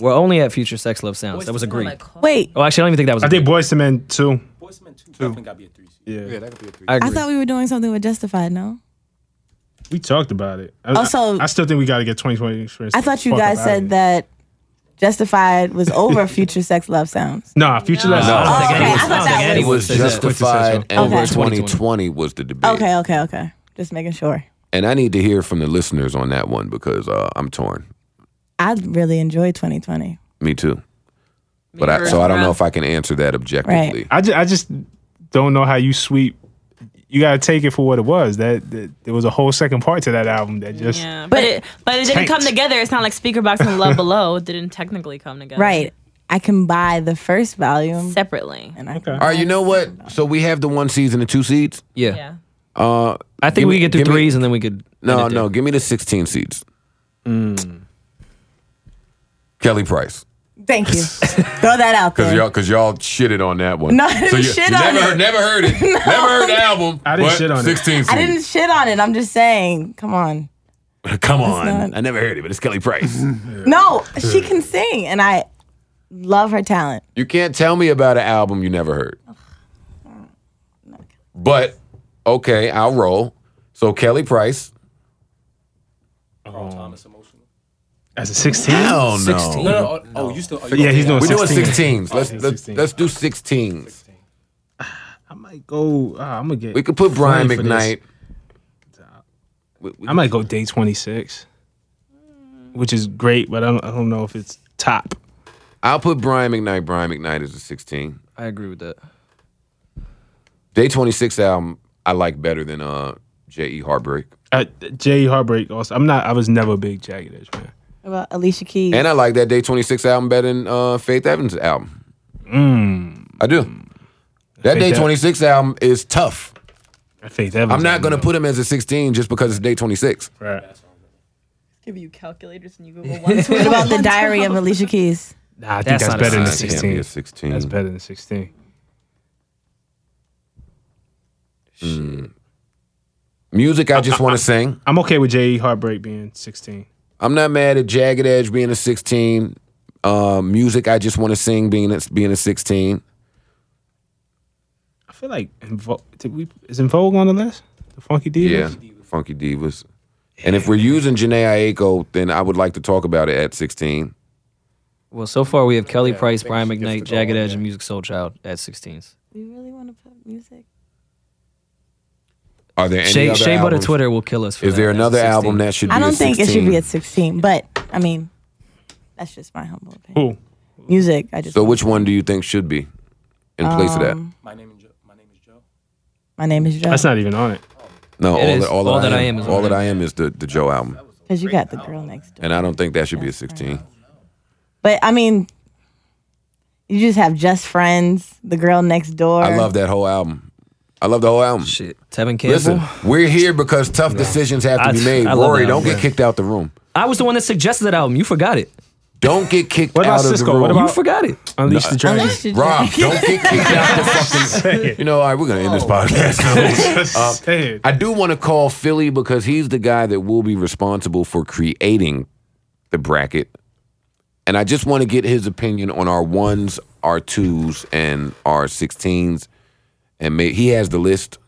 Speaker 3: We're only at Future Sex Love Sounds. That was agreed.
Speaker 5: Wait,
Speaker 3: Oh, actually, I don't even think that was.
Speaker 4: I
Speaker 3: agreed.
Speaker 4: think Boys to Men too.
Speaker 8: Boys Men 2 definitely got to be a three seed.
Speaker 4: Yeah.
Speaker 3: I
Speaker 5: I
Speaker 3: agree.
Speaker 5: thought we were doing something with Justified. No,
Speaker 4: We talked about it. I,
Speaker 5: Also-
Speaker 4: I, I still think we got to get 2020 experience.
Speaker 5: I thought you
Speaker 4: Fuck
Speaker 5: guys
Speaker 4: up
Speaker 5: said
Speaker 4: outta here.
Speaker 5: that Justified was over Future Sex Love Sounds.
Speaker 4: Nah, Future Less.
Speaker 3: No, I don't
Speaker 5: Oh,
Speaker 3: think
Speaker 5: okay.
Speaker 3: anyone-
Speaker 5: I thought
Speaker 3: I don't
Speaker 5: that
Speaker 3: think
Speaker 5: was-
Speaker 1: It
Speaker 3: anyone
Speaker 1: was
Speaker 3: said that.
Speaker 1: justified and
Speaker 5: Okay.
Speaker 1: over 2020 was the debate.
Speaker 5: Okay, okay, okay. Just making sure.
Speaker 1: And I need to hear from the listeners on that one because uh, I'm torn.
Speaker 5: I really enjoyed 2020.
Speaker 1: Me too. But I, so I don't know if I can answer that objectively.
Speaker 4: I just, I just don't know how you sweep. You got to take it for what it was. That, that there was a whole second part to that album that just.
Speaker 2: Yeah, but it but it didn't come
Speaker 4: Tanked.
Speaker 2: together. It's not like Speaker Box and Love Below didn't technically come together.
Speaker 5: Right. I can buy the first volume.
Speaker 2: Separately.
Speaker 5: And I
Speaker 4: Okay.
Speaker 1: All right, you know what? So we have the one seeds and the two seeds.
Speaker 3: Yeah.
Speaker 2: Yeah.
Speaker 1: Uh,
Speaker 3: I think
Speaker 1: Give
Speaker 3: we
Speaker 1: me-
Speaker 3: could do
Speaker 1: give me-
Speaker 3: threes and Hmm. then we could.
Speaker 1: no,
Speaker 3: end it there.
Speaker 1: no, give me the 16 seeds. Kelly Price,
Speaker 5: Thank you. Throw that out
Speaker 1: because
Speaker 5: there.
Speaker 1: y'all, because y'all shitted on that one.
Speaker 5: No, I didn't shit
Speaker 1: you
Speaker 5: on
Speaker 1: never,
Speaker 5: it.
Speaker 1: Never heard it. Never heard the album.
Speaker 4: I didn't
Speaker 1: but
Speaker 4: shit on it.
Speaker 1: 16 seeds.
Speaker 5: I didn't shit on it. I'm just saying. Come on.
Speaker 1: Come on,
Speaker 5: not-
Speaker 1: I never heard it, but it's Kelly Price.
Speaker 5: No, she can sing, and I love her talent.
Speaker 1: You can't tell me about an album you never heard. But okay, I'll roll. So Kelly Price.
Speaker 8: Carl Thomas emotional.
Speaker 4: As a 16?
Speaker 1: Hell no.
Speaker 8: No, no, oh, oh, you still. Oh, you
Speaker 4: Yeah, he's
Speaker 8: okay.
Speaker 4: doing
Speaker 1: We're doing
Speaker 4: 16.
Speaker 1: 16s. Let's
Speaker 4: Okay,
Speaker 1: let's,
Speaker 4: 16.
Speaker 1: let's do 16s.
Speaker 4: I might go. ah, I'm gonna get.
Speaker 1: We could put Brian
Speaker 4: Flame for
Speaker 1: McKnight. We- we-
Speaker 4: I might go day 26, which is great, but I don't, I don't know if it's top.
Speaker 1: I'll put Brian McKnight. Brian McKnight is a 16.
Speaker 3: I agree with that.
Speaker 1: Day 26 album I like better than uh J.E. Heartbreak.
Speaker 4: Uh, Jay Heartbreak also. I'm not. I was never a big Jagged Edge man.
Speaker 5: What about Alicia Keys?
Speaker 1: And I like that Day 26 album better than uh, Faith Evans' album. I do. That
Speaker 4: Mm. Faith
Speaker 1: Day
Speaker 4: Ev-
Speaker 1: 26 album is tough.
Speaker 4: Faith Evans.
Speaker 1: I'm not going to
Speaker 4: though.
Speaker 1: put him as a 16 just because it's day 26.
Speaker 4: Right.
Speaker 2: Give you calculators and you Google one. two.
Speaker 5: what about the Diary of Alicia Keys?
Speaker 4: Nah, I
Speaker 3: That's
Speaker 4: think
Speaker 3: not
Speaker 4: that's
Speaker 3: a
Speaker 4: better than
Speaker 1: Nah, it can't be Ah, a
Speaker 4: 16.
Speaker 1: 16.
Speaker 4: That's better than 16.
Speaker 1: Music I just want to sing.
Speaker 4: I'm okay with Jay Heartbreak being 16.
Speaker 1: I'm not mad at Jagged Edge being a 16. Uh, music I just want to sing being a, being a 16.
Speaker 4: I feel like in Vo- did we is in Vogue on the list? The Funky Divas.
Speaker 1: Yeah, Funky Divas. And if we're using Janae Aiko, then I would like to talk about it at 16.
Speaker 3: Well, so far we have Kelly Price, Brian
Speaker 6: she gets
Speaker 3: McKnight,
Speaker 6: to go on
Speaker 3: Jagged Edge, and Music Soul Child at 16s.
Speaker 5: You really want to put music?
Speaker 1: Are there any
Speaker 3: Shea,
Speaker 1: other
Speaker 3: Shea Butter
Speaker 1: albums?
Speaker 3: Twitter will kill us. For
Speaker 1: Is
Speaker 3: that
Speaker 1: there
Speaker 3: at
Speaker 1: another
Speaker 3: 16.
Speaker 1: album that should be
Speaker 5: I
Speaker 1: a
Speaker 5: don't think it should
Speaker 1: 16?
Speaker 5: be at 16, but I mean, that's just my humble opinion.
Speaker 4: Who?
Speaker 5: Music, I just.
Speaker 1: So
Speaker 5: want-
Speaker 1: which one do you think should be in place of that?
Speaker 5: Um,
Speaker 8: My name is Joe. My name is Joe.
Speaker 5: My name is Joe.
Speaker 4: That's not even on it.
Speaker 1: No,
Speaker 3: It
Speaker 1: all,
Speaker 3: is.
Speaker 1: that, all, that, I am,
Speaker 3: is
Speaker 1: all
Speaker 3: on
Speaker 1: that
Speaker 3: it.
Speaker 1: I am is the, the Joe album.
Speaker 5: Because you got the girl next door.
Speaker 1: And I don't think that should be a 16.
Speaker 5: But I mean, you just have just friends, the girl next door.
Speaker 1: I love that whole album. I love the whole album.
Speaker 3: Shit, Tevin Campbell.
Speaker 1: Listen, we're here because tough decisions have to
Speaker 3: I-
Speaker 1: be made.
Speaker 3: I love
Speaker 1: Rory,
Speaker 3: that
Speaker 1: don't
Speaker 3: album.
Speaker 1: get kicked out the room.
Speaker 3: I was the one that suggested that album. You forgot it.
Speaker 1: Don't get kicked
Speaker 4: What about
Speaker 1: out of the
Speaker 4: Cisco?
Speaker 1: room.
Speaker 4: What
Speaker 3: You
Speaker 4: about-
Speaker 3: forgot it.
Speaker 4: Unleash the Dragon.
Speaker 5: Unless you just-
Speaker 1: Rob, don't get kicked out the fucking. You know, all right, we're gonna end
Speaker 3: Oh,
Speaker 1: this
Speaker 4: Oh.
Speaker 1: podcast.
Speaker 4: Hey,
Speaker 1: I do want to call Philly because he's the guy that will be responsible for creating the bracket, and I just want to get his opinion on our ones, our twos, and our sixteens, and may, he has the list.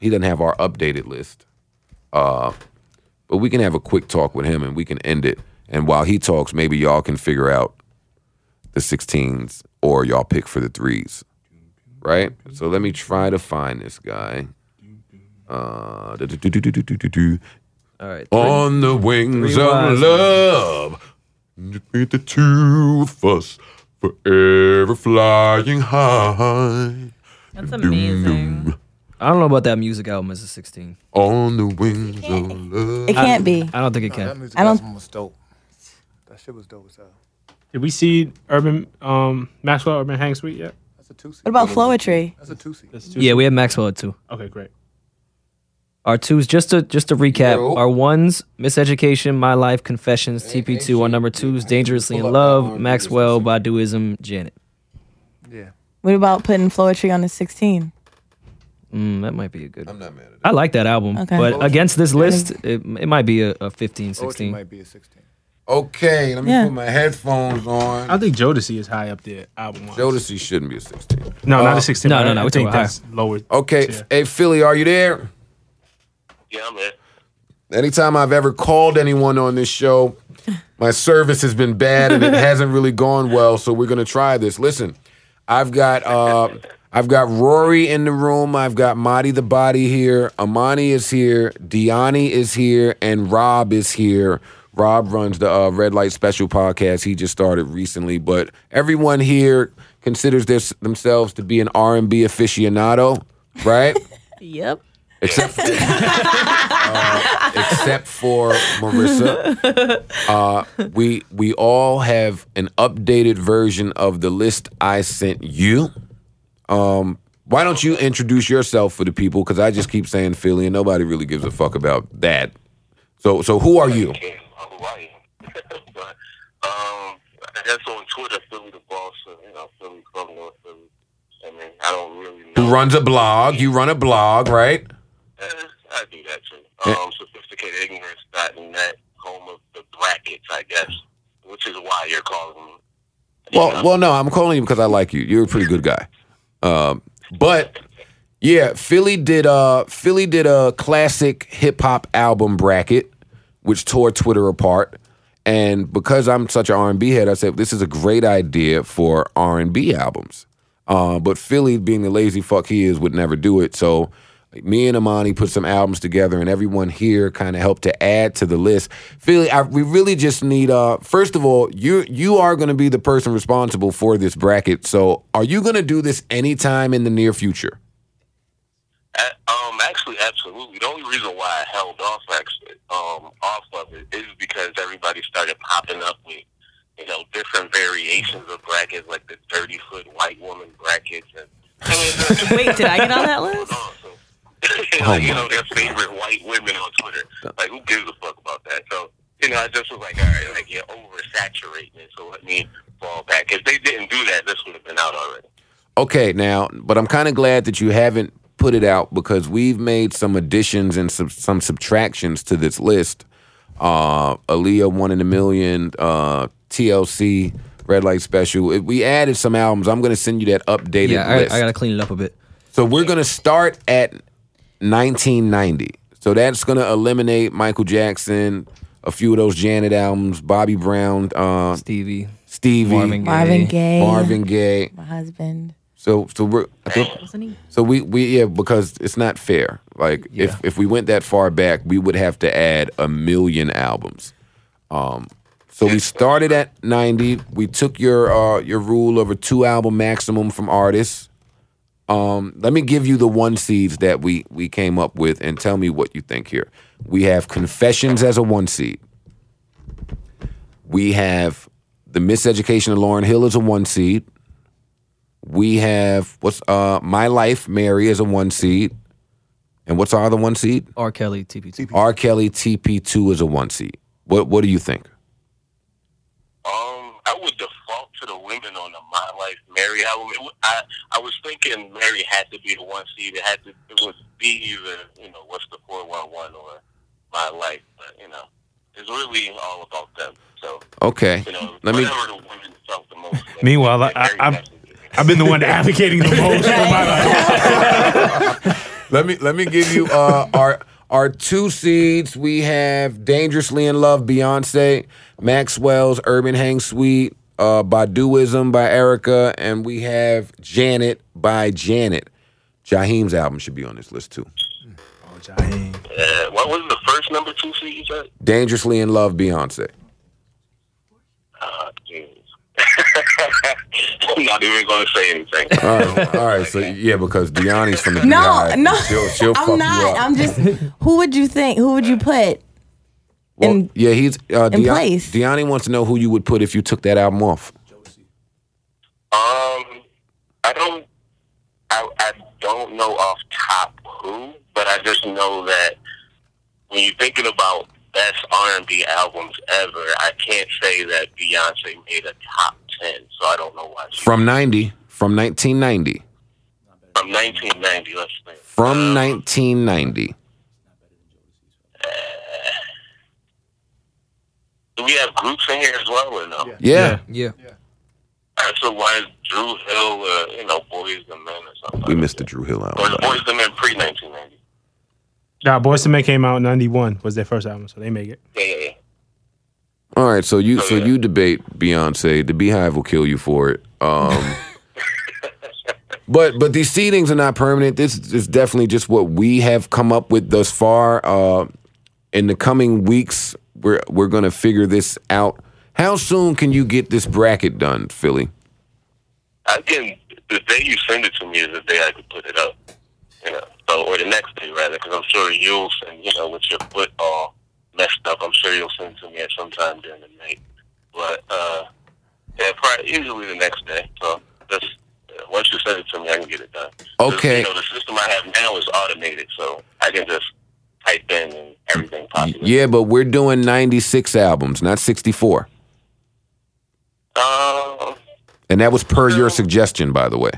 Speaker 1: he doesn't have our updated list. Uh, but we can have a quick talk with him and we can end it. And while he talks, maybe y'all can figure out the 16s or y'all pick for the threes. Right? So let me try to find this guy. Uh, du-du-du-du-du-du-du-du.
Speaker 3: All right.
Speaker 1: on the wings
Speaker 3: Three
Speaker 1: of
Speaker 3: wise
Speaker 1: love, with the two of us forever flying high.
Speaker 2: That's
Speaker 1: Doom,
Speaker 2: amazing.
Speaker 1: doom.
Speaker 3: I don't know about that music album as a 16.
Speaker 1: On the wings of love.
Speaker 5: It can't be.
Speaker 3: I don't think it
Speaker 6: Oh, That
Speaker 3: can.
Speaker 6: music
Speaker 5: I don't-
Speaker 6: album was dope. That shit was dope as hell.
Speaker 4: Did we see Urban um, Maxwell Urban Hang Suite yet?
Speaker 6: That's a two seat.
Speaker 5: What about Flowetry?
Speaker 6: That's a two seat.
Speaker 4: That's two.
Speaker 3: Yeah, we had Maxwell at two.
Speaker 4: Okay, great.
Speaker 3: Our twos, just to just to recap,
Speaker 1: Yo.
Speaker 3: our ones, Miseducation, My Life, Confessions, TP2. Our number twos, Dangerously in Love, Maxwell, Baduism, Janet.
Speaker 6: Yeah.
Speaker 5: What about putting Flowetry on the 16?
Speaker 3: Mm, that might be a good.
Speaker 1: I'm not mad at it. Oh,
Speaker 3: I like that album,
Speaker 5: Okay.
Speaker 3: but against this list, it, it might be a, a 15,
Speaker 6: Poetry
Speaker 3: 16.
Speaker 6: might be a 16.
Speaker 1: Okay, let me
Speaker 5: Yeah.
Speaker 1: put my headphones on.
Speaker 4: I think Jodeci is high up there album wise.
Speaker 1: Jodeci shouldn't be a 16.
Speaker 4: No, not a 16.
Speaker 3: No, no,
Speaker 4: I-
Speaker 3: no,
Speaker 4: I
Speaker 3: we're
Speaker 4: think
Speaker 3: talking
Speaker 4: that's lower.
Speaker 1: Okay,
Speaker 4: tier.
Speaker 1: hey Philly, are you there?
Speaker 9: Yeah, I'm there.
Speaker 1: Anytime I've ever called anyone on this show, my service has been bad and it hasn't really gone well. So we're gonna try this. Listen, I've got uh, I've got Rory in the room. I've got Madi the Body here. Amani is here. Diani is here, and Rob is here. Rob runs the uh, Red Light Special podcast. He just started recently, but everyone here considers their, themselves to be an R and B aficionado, right?
Speaker 2: Yep.
Speaker 1: except for, uh, except for Marissa. Uh, we we all have an updated version of the list I sent you. Um, why don't you introduce yourself for the people? Because I just keep saying Philly, and nobody really gives a fuck about that. So so who are you?
Speaker 9: Came from Hawaii. but um, I guess on Twitter, Philly the boss, so, you know, Philly from North Philly. I mean, I don't really know.
Speaker 1: Who runs a blog? You run a blog, right?
Speaker 9: Eh, I do that too. Um, sophisticated ignorance dot net, home of the brackets, I guess, which is why you're calling me.
Speaker 1: Well, well, no, I'm calling you because I like you. You're a pretty good guy. Um, but yeah, Philly did a Philly did a classic hip hop album bracket, which tore Twitter apart. And because I'm such an R&B head, I said this is a great idea for R&B albums. Uh, but Philly, being the lazy fuck he is, would never do it. So me and Amani put some albums together, and everyone here kind of helped to add to the list. Philly, I, we really just need. Uh, first of all, you you are going to be the person responsible for this bracket. So are you going to do this anytime in the near future?
Speaker 9: A- Um, actually, absolutely. The only reason why I held off actually um, off of it is because everybody started popping up with you know different variations of brackets, like the thirty foot white woman brackets, and I mean,
Speaker 2: Wait, did I get on that list?
Speaker 9: so, you know their favorite white women on Twitter. Like, who gives a fuck about that? So you know, I just was like, all right, like you're oversaturating it, so let me fall back. If they didn't do that, this would have been out already.
Speaker 1: Okay, now, but I'm kind of glad that you haven't put it out because we've made some additions and some, some subtractions to this list. Uh, Aaliyah, One in a Million, uh, TLC, Red Light Special. It- we added some albums. I'm going to send you that updated
Speaker 3: Yeah, I,
Speaker 1: list.
Speaker 3: I gotta clean it up a bit.
Speaker 1: So we're gonna start at 1990. So that's gonna eliminate Michael Jackson, a few of those Janet albums, Bobby Brown, uh,
Speaker 3: Stevie,
Speaker 1: Stevie,
Speaker 3: Marvin Gaye.
Speaker 5: Marvin Gaye.
Speaker 1: Marvin Gaye.
Speaker 5: My husband.
Speaker 1: So so we're I think-
Speaker 2: Wasn't he?
Speaker 1: so we we yeah because it's not fair. Like if if we went that far back, we would have to add a million albums. Um, so we started at ninety. We took your uh your rule over two album maximum from artists. Um, let me give you the one seeds that we we came up with and tell me what you think here. We have Confessions as a one seed. We have the Miseducation of Lauren Hill as a one seed. We have what's uh My Life Mary is a one seed. And what's our other one seed?
Speaker 3: R. Kelly, TPT.
Speaker 1: R. Kelly TP two is a one seed. What what do you think?
Speaker 9: Um, I would default to the women on the My Life Mary album. It, wa- I I was thinking Mary had to be the one seed. It had to. It would be either you know what's the four one one or My Life. But you know, it's really all about them. So
Speaker 1: Okay.
Speaker 9: you know,
Speaker 1: Let me
Speaker 9: whatever the women felt the most.
Speaker 4: Meanwhile, I- I-
Speaker 9: Mary
Speaker 4: I'm-
Speaker 9: had to be it.
Speaker 4: I've been the one advocating the most for my life.
Speaker 1: Let me let me give you uh, our our two seeds. We have "Dangerously in Love" Beyonce, Maxwell's "Urban Hang Suite" uh, by Duism by Erica, and we have "Janet" by Janet. Jaheem's album should be on this list too.
Speaker 9: Uh, what was the first number two seed you said?
Speaker 1: "Dangerously in Love" Beyonce.
Speaker 9: Uh, Jesus. I'm not even going to say anything.
Speaker 1: All right, all right. So yeah, because Deani's from the
Speaker 5: No,
Speaker 1: BI,
Speaker 5: no,
Speaker 1: she'll, she'll fuck you
Speaker 5: I'm not.
Speaker 1: up.
Speaker 5: I'm just. Who would you think? Who would you put?
Speaker 1: Well,
Speaker 5: in-
Speaker 1: yeah, he's uh,
Speaker 5: in
Speaker 1: Deon-
Speaker 5: place.
Speaker 1: Deani wants to know who you would put if you took that album off.
Speaker 9: Um, I don't, I, I don't know off top who, but I just know that when you're thinking about best R&B albums ever, I can't say that Beyonce made a top ten, so I don't know why. She,
Speaker 1: From ninety, from nineteen ninety,
Speaker 9: from 1990, let's think.
Speaker 1: from nineteen ninety.
Speaker 9: Do we have groups in here as well or no?
Speaker 1: Yeah,
Speaker 3: Yeah.
Speaker 9: Alright, so why is Drew Hill, uh, you know, Boys and Men or something?
Speaker 1: we
Speaker 9: like
Speaker 1: missed the
Speaker 9: that?
Speaker 1: Drew Hill
Speaker 9: Or the
Speaker 1: album.
Speaker 9: Boys and Men pre 1990.
Speaker 4: Nah, Boys to Men came out in '91 was their first album, so they make it.
Speaker 9: Yeah, yeah, yeah.
Speaker 1: All right, so you so
Speaker 9: yeah.
Speaker 1: you debate Beyonce. The Beehive will kill you for it. Um, but but these seedings are not permanent. This is definitely just what we have come up with thus far. Uh, in the coming weeks, we're we're gonna figure this out. How soon can you get this bracket done, Philly?
Speaker 9: I can. The day you send it to me is the day I can put it up. You know, so or the next day rather, because I'm sure you'll send. You know, with your foot all messed up, I'm sure you'll send it to me at some time during the night. But uh, yeah, probably usually the next day. So just uh, once you send it to me, I can get it done. 'Cause,
Speaker 1: Okay.
Speaker 9: You know, the system I have now is automated, so I can just type in and everything pops. up.
Speaker 1: Yeah, but we're doing ninety six albums, not sixty four,
Speaker 9: Um.
Speaker 1: and that was per your suggestion, by the way.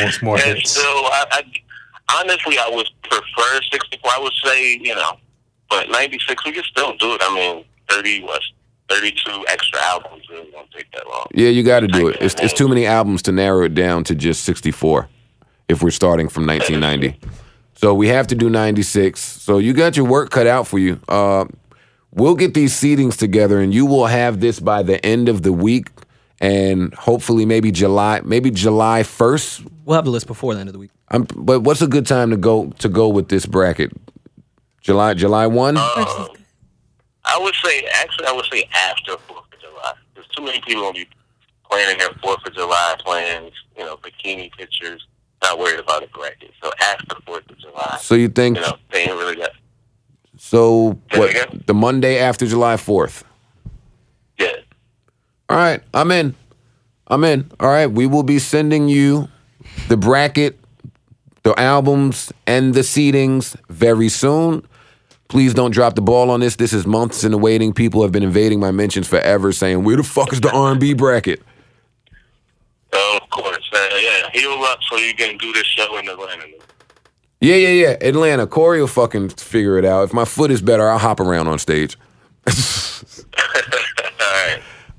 Speaker 4: Once more
Speaker 9: And so, I, I, honestly, I would prefer 64. I would say, you know, but 96, we can still do it. I mean, 30, what, 32 extra albums really won't take that long.
Speaker 1: Yeah, you got to do it. It's, it's too many albums to narrow it down to just 64 if we're starting from 1990. So we have to do 96. So you got your work cut out for you. Uh, we'll get these seedings together and you will have this by the end of the week and hopefully maybe July, maybe July 1st.
Speaker 3: We'll have the list before the end of the week.
Speaker 1: I'm, but what's a good time to go to go with this bracket? July July 1?
Speaker 9: I would say, actually, I would say after 4th of July. There's too many people going to be planning their 4th of July plans, you know, bikini pictures, not worried about a bracket. So after 4th of July,
Speaker 1: so you think
Speaker 9: you know, they ain't really got,
Speaker 1: so
Speaker 9: There we go.
Speaker 1: what the Monday after July 4th?
Speaker 9: yeah.
Speaker 1: All right, I'm in. I'm in. All right, we will be sending you the bracket, the albums, and the seedings very soon. Please don't drop the ball on this. This is months in the waiting. People have been invading my mentions forever, saying, "Where the fuck is the R&B bracket?"
Speaker 9: So, of course, uh, yeah, heal up so you can do this show in Atlanta.
Speaker 1: Yeah, yeah, yeah. Atlanta, Corey will fucking figure it out. If my foot is better, I'll hop around on stage.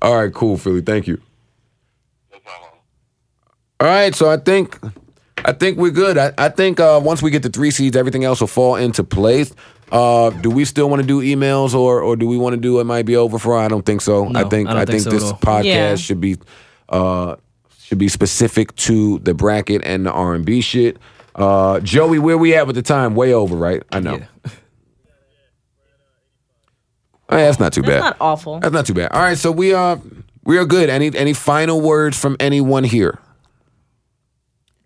Speaker 1: All right, cool, Philly. Thank you.
Speaker 9: No problem.
Speaker 1: All right, so I think I think we're good. I, I think uh, once we get the three seeds, everything else will fall into place. Uh, do we still want to do emails or or do we want to do it might be over for? I don't think so.
Speaker 3: No,
Speaker 1: I think
Speaker 3: I
Speaker 1: I,
Speaker 3: don't
Speaker 1: think,
Speaker 3: think so
Speaker 1: this
Speaker 3: at
Speaker 1: podcast
Speaker 2: Yeah.
Speaker 1: should be uh, should be specific to the bracket and the R and B shit. Uh, Joey, where we at with the time? Way over, right? I know. All right, that's not too bad.
Speaker 2: That's not awful.
Speaker 1: that's not too bad. All right, so we are we are good. Any any final words from anyone here?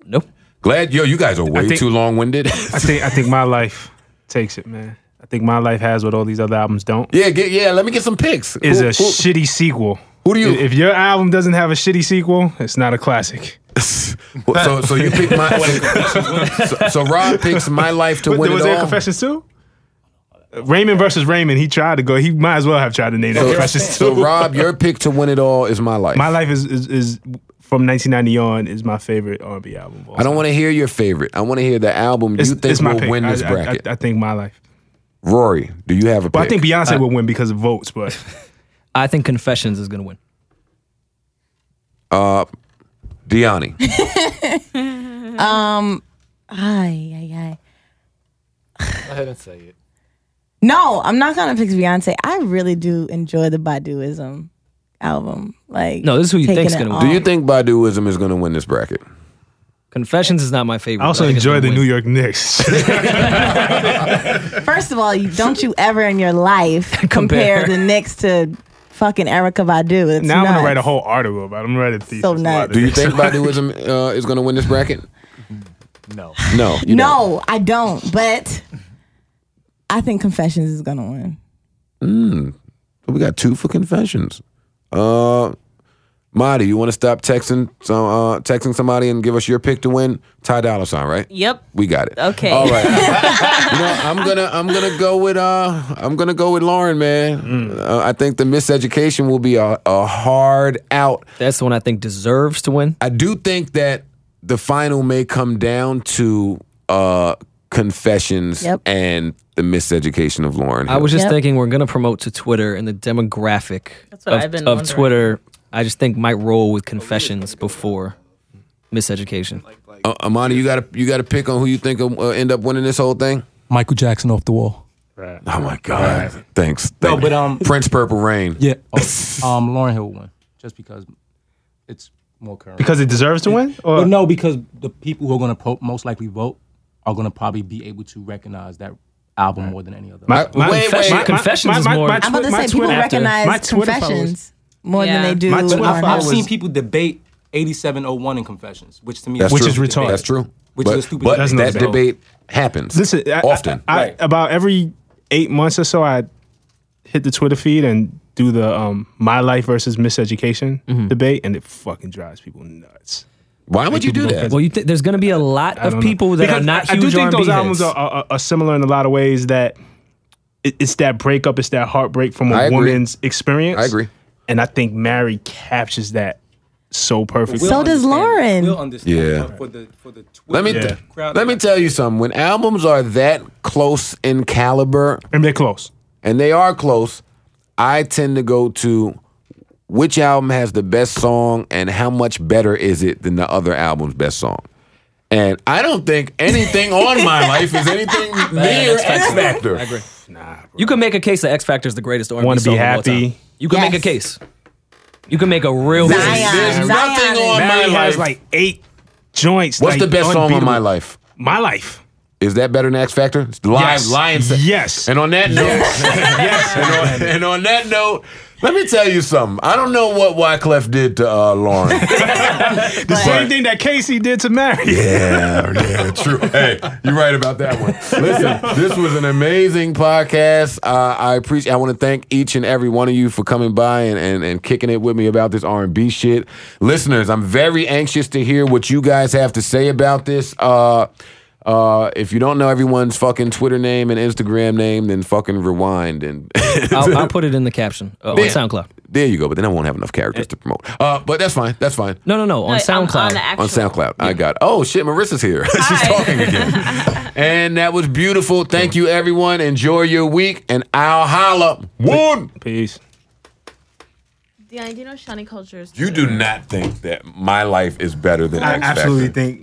Speaker 3: Nope.
Speaker 1: Glad yo, you guys are way
Speaker 4: think-
Speaker 1: too long winded.
Speaker 4: I think I think my life takes it, man. I think my life has what all these other albums don't.
Speaker 1: yeah, get, yeah. Let me get some picks.
Speaker 4: Is
Speaker 1: Who-
Speaker 4: a
Speaker 1: who-
Speaker 4: shitty sequel.
Speaker 1: Who do you-
Speaker 4: If your album doesn't have a shitty sequel, it's not a classic.
Speaker 1: so so you pick my. so, so Rob picks my life to
Speaker 4: But
Speaker 1: win
Speaker 4: was
Speaker 1: it
Speaker 4: there
Speaker 1: all.
Speaker 4: Confessions too? Raymond versus Raymond. He tried to go. He might as well have tried to name that
Speaker 1: So,
Speaker 4: Confessions
Speaker 1: so
Speaker 4: too.
Speaker 1: Rob, your pick to win it all is my life.
Speaker 4: my life is, is is from 1990 on is my favorite R&B album. of all
Speaker 1: I don't
Speaker 4: time.
Speaker 1: want to hear your favorite. I want to hear the album you
Speaker 4: It's,
Speaker 1: think
Speaker 4: it's my
Speaker 1: will
Speaker 4: pick.
Speaker 1: win this
Speaker 4: I, I-
Speaker 1: bracket.
Speaker 4: I, I think my life.
Speaker 1: Rory, do you have a
Speaker 4: But
Speaker 1: pick?
Speaker 4: I think Beyonce will win because of votes. But
Speaker 3: I think Confessions is gonna win.
Speaker 1: Deani.
Speaker 5: Ay, ay, ay.
Speaker 10: Go ahead and say it.
Speaker 5: No, I'm not gonna fix Beyonce. I really do enjoy the Baduism album. Like,
Speaker 1: No,
Speaker 3: this is who you
Speaker 5: taking
Speaker 3: think's
Speaker 5: it
Speaker 3: gonna
Speaker 5: all.
Speaker 3: win.
Speaker 1: Do you think Baduism is going to win this bracket?
Speaker 3: Confessions is not my favorite.
Speaker 4: I also
Speaker 3: think it's
Speaker 4: enjoy
Speaker 3: gonna win.
Speaker 4: the New York Knicks.
Speaker 5: First of all, you, don't you ever in your life compare,
Speaker 4: Compare.
Speaker 5: the Knicks to fucking Erica Badu? It's
Speaker 4: now I'm
Speaker 5: nuts.
Speaker 4: gonna write a whole article about. It. I'm gonna write a thesis.
Speaker 5: So
Speaker 4: about
Speaker 5: nuts.
Speaker 4: it.
Speaker 1: Do you think Baduism uh, is going to win this bracket?
Speaker 10: No.
Speaker 1: No. you don't.
Speaker 5: no, I don't. But I think Confessions is gonna win.
Speaker 1: Mm. We got two for confessions. Uh, Marty, you want to stop texting some uh, texting somebody and give us your pick to win? Ty Dolla Sign, right?
Speaker 2: Yep.
Speaker 1: We got it.
Speaker 2: Okay.
Speaker 1: All right. you know, I'm gonna I'm gonna go with uh I'm gonna go with Lauren, man. Uh, I think the miseducation will be a, a hard out.
Speaker 3: That's the one I think deserves to win.
Speaker 1: I do think that the final may come down to uh confessions
Speaker 3: Yep.
Speaker 1: and the miseducation of Lauren.
Speaker 3: I was just
Speaker 1: Hill.
Speaker 3: thinking we're gonna promote to Twitter and the demographic
Speaker 2: what
Speaker 3: of,
Speaker 2: I've been
Speaker 3: of
Speaker 2: wondering.
Speaker 3: Twitter. I just think might roll with confessions before miseducation.
Speaker 1: Uh, Amani, you got to you got to pick on who you think will uh, end up winning this whole thing.
Speaker 10: Michael Jackson off the wall.
Speaker 1: Oh my God! Thanks.
Speaker 10: No,
Speaker 1: Thank-
Speaker 10: but, um,
Speaker 1: Prince Purple Rain.
Speaker 10: Yeah. Oh, um, Lauren Hill will win just because it's more current.
Speaker 4: Because it deserves to win, or-
Speaker 10: Well, no, because the people who are going to pro- most likely vote are going to probably be able to recognize that album more than any other.
Speaker 4: My, my, confession- my- my- my- my- my
Speaker 5: I'm about
Speaker 4: twi-
Speaker 5: to
Speaker 4: my
Speaker 5: say people
Speaker 4: Twitter- my
Speaker 5: recognize
Speaker 4: Twitter followers-
Speaker 5: Confessions more
Speaker 2: Yeah.
Speaker 5: than they do.
Speaker 10: My Twitter
Speaker 5: Lauren
Speaker 10: I've
Speaker 5: Hill.
Speaker 10: seen people debate 8701 in Confessions, which to me
Speaker 1: That's
Speaker 10: is
Speaker 1: true.
Speaker 10: a stupid debate.
Speaker 1: That's true.
Speaker 10: Which
Speaker 1: but,
Speaker 10: is a stupid
Speaker 1: But
Speaker 10: debate.
Speaker 1: that
Speaker 10: So-
Speaker 1: debate happens.
Speaker 4: Listen, I- I-
Speaker 1: often.
Speaker 4: I,
Speaker 10: Right.
Speaker 4: about every eight months or so, I hit the Twitter feed and do the um, my life versus miseducation debate, and it fucking drives people nuts.
Speaker 1: Why would you do that?
Speaker 3: Well, you th- there's going to be a lot
Speaker 4: I
Speaker 3: of
Speaker 4: don't
Speaker 3: people
Speaker 4: know.
Speaker 3: that
Speaker 4: Because
Speaker 3: are not huge
Speaker 4: I, I do think
Speaker 3: R&B
Speaker 4: those albums
Speaker 3: heads.
Speaker 4: are, are, are similar in a lot of ways. That it, it's that breakup, it's that heartbreak from
Speaker 1: I
Speaker 4: a
Speaker 1: agree.
Speaker 4: woman's experience.
Speaker 1: I agree.
Speaker 4: and I think Mary captures that so perfectly.
Speaker 5: So does Lauren.
Speaker 8: We'll understand.
Speaker 1: Yeah.
Speaker 8: but For the for the
Speaker 1: Let me
Speaker 8: Twitter crowd,
Speaker 1: let me tell you something. When albums are that close in caliber,
Speaker 4: and they're close,
Speaker 1: and they are close, I tend to go to which album has the best song and how much better is it than the other album's best song. And I don't think anything on my life is anything near
Speaker 3: that's
Speaker 1: X Factor.
Speaker 3: I agree. You can make a case that X Factor is the greatest R&B
Speaker 4: Wanna Be
Speaker 3: song of all
Speaker 4: Happy.
Speaker 3: time. You can
Speaker 5: Yes.
Speaker 3: make a case. You can make a real
Speaker 5: Zion.
Speaker 3: case.
Speaker 1: There's
Speaker 5: Zion
Speaker 1: nothing
Speaker 5: is-
Speaker 1: on
Speaker 4: Mary
Speaker 1: my life.
Speaker 4: has like eight joints.
Speaker 1: What's
Speaker 4: like,
Speaker 1: the best song on
Speaker 4: unbeatable.
Speaker 1: my life?
Speaker 4: My life.
Speaker 1: Is that better than X Factor? It's Lion,
Speaker 4: Yes.
Speaker 1: Lion's.
Speaker 4: Yes.
Speaker 1: And on that note, and, on, and on that note, let me tell you something. I don't know what Wyclef did to uh, Lauren.
Speaker 4: The same thing that Casey did to Mary.
Speaker 1: Yeah, yeah, true. Hey, you're right about that one. Listen, this was an amazing podcast. Uh, I appreciate. I want to thank each and every one of you for coming by and, and and kicking it with me about this R&B shit. Listeners, I'm very anxious to hear what you guys have to say about this. Uh, uh, if you don't know everyone's fucking Twitter name and Instagram name, then fucking rewind and
Speaker 3: I'll, I'll put it in the caption uh, on
Speaker 1: Yeah.
Speaker 3: SoundCloud.
Speaker 1: there you go. But then I won't have enough characters to promote. Uh, but that's fine. That's fine.
Speaker 3: No, no, no. On
Speaker 2: Like,
Speaker 3: SoundCloud.
Speaker 2: On, on the actual.
Speaker 1: on SoundCloud. I got. Oh shit, Marissa's here. She's talking again. and that was beautiful. Thank you, everyone. Enjoy your week, and I'll holla. One.
Speaker 4: Peace.
Speaker 2: Yeah, you know Shawnee Cultures.
Speaker 1: You do not think that my life is better than
Speaker 4: I
Speaker 1: X Factor.
Speaker 4: absolutely think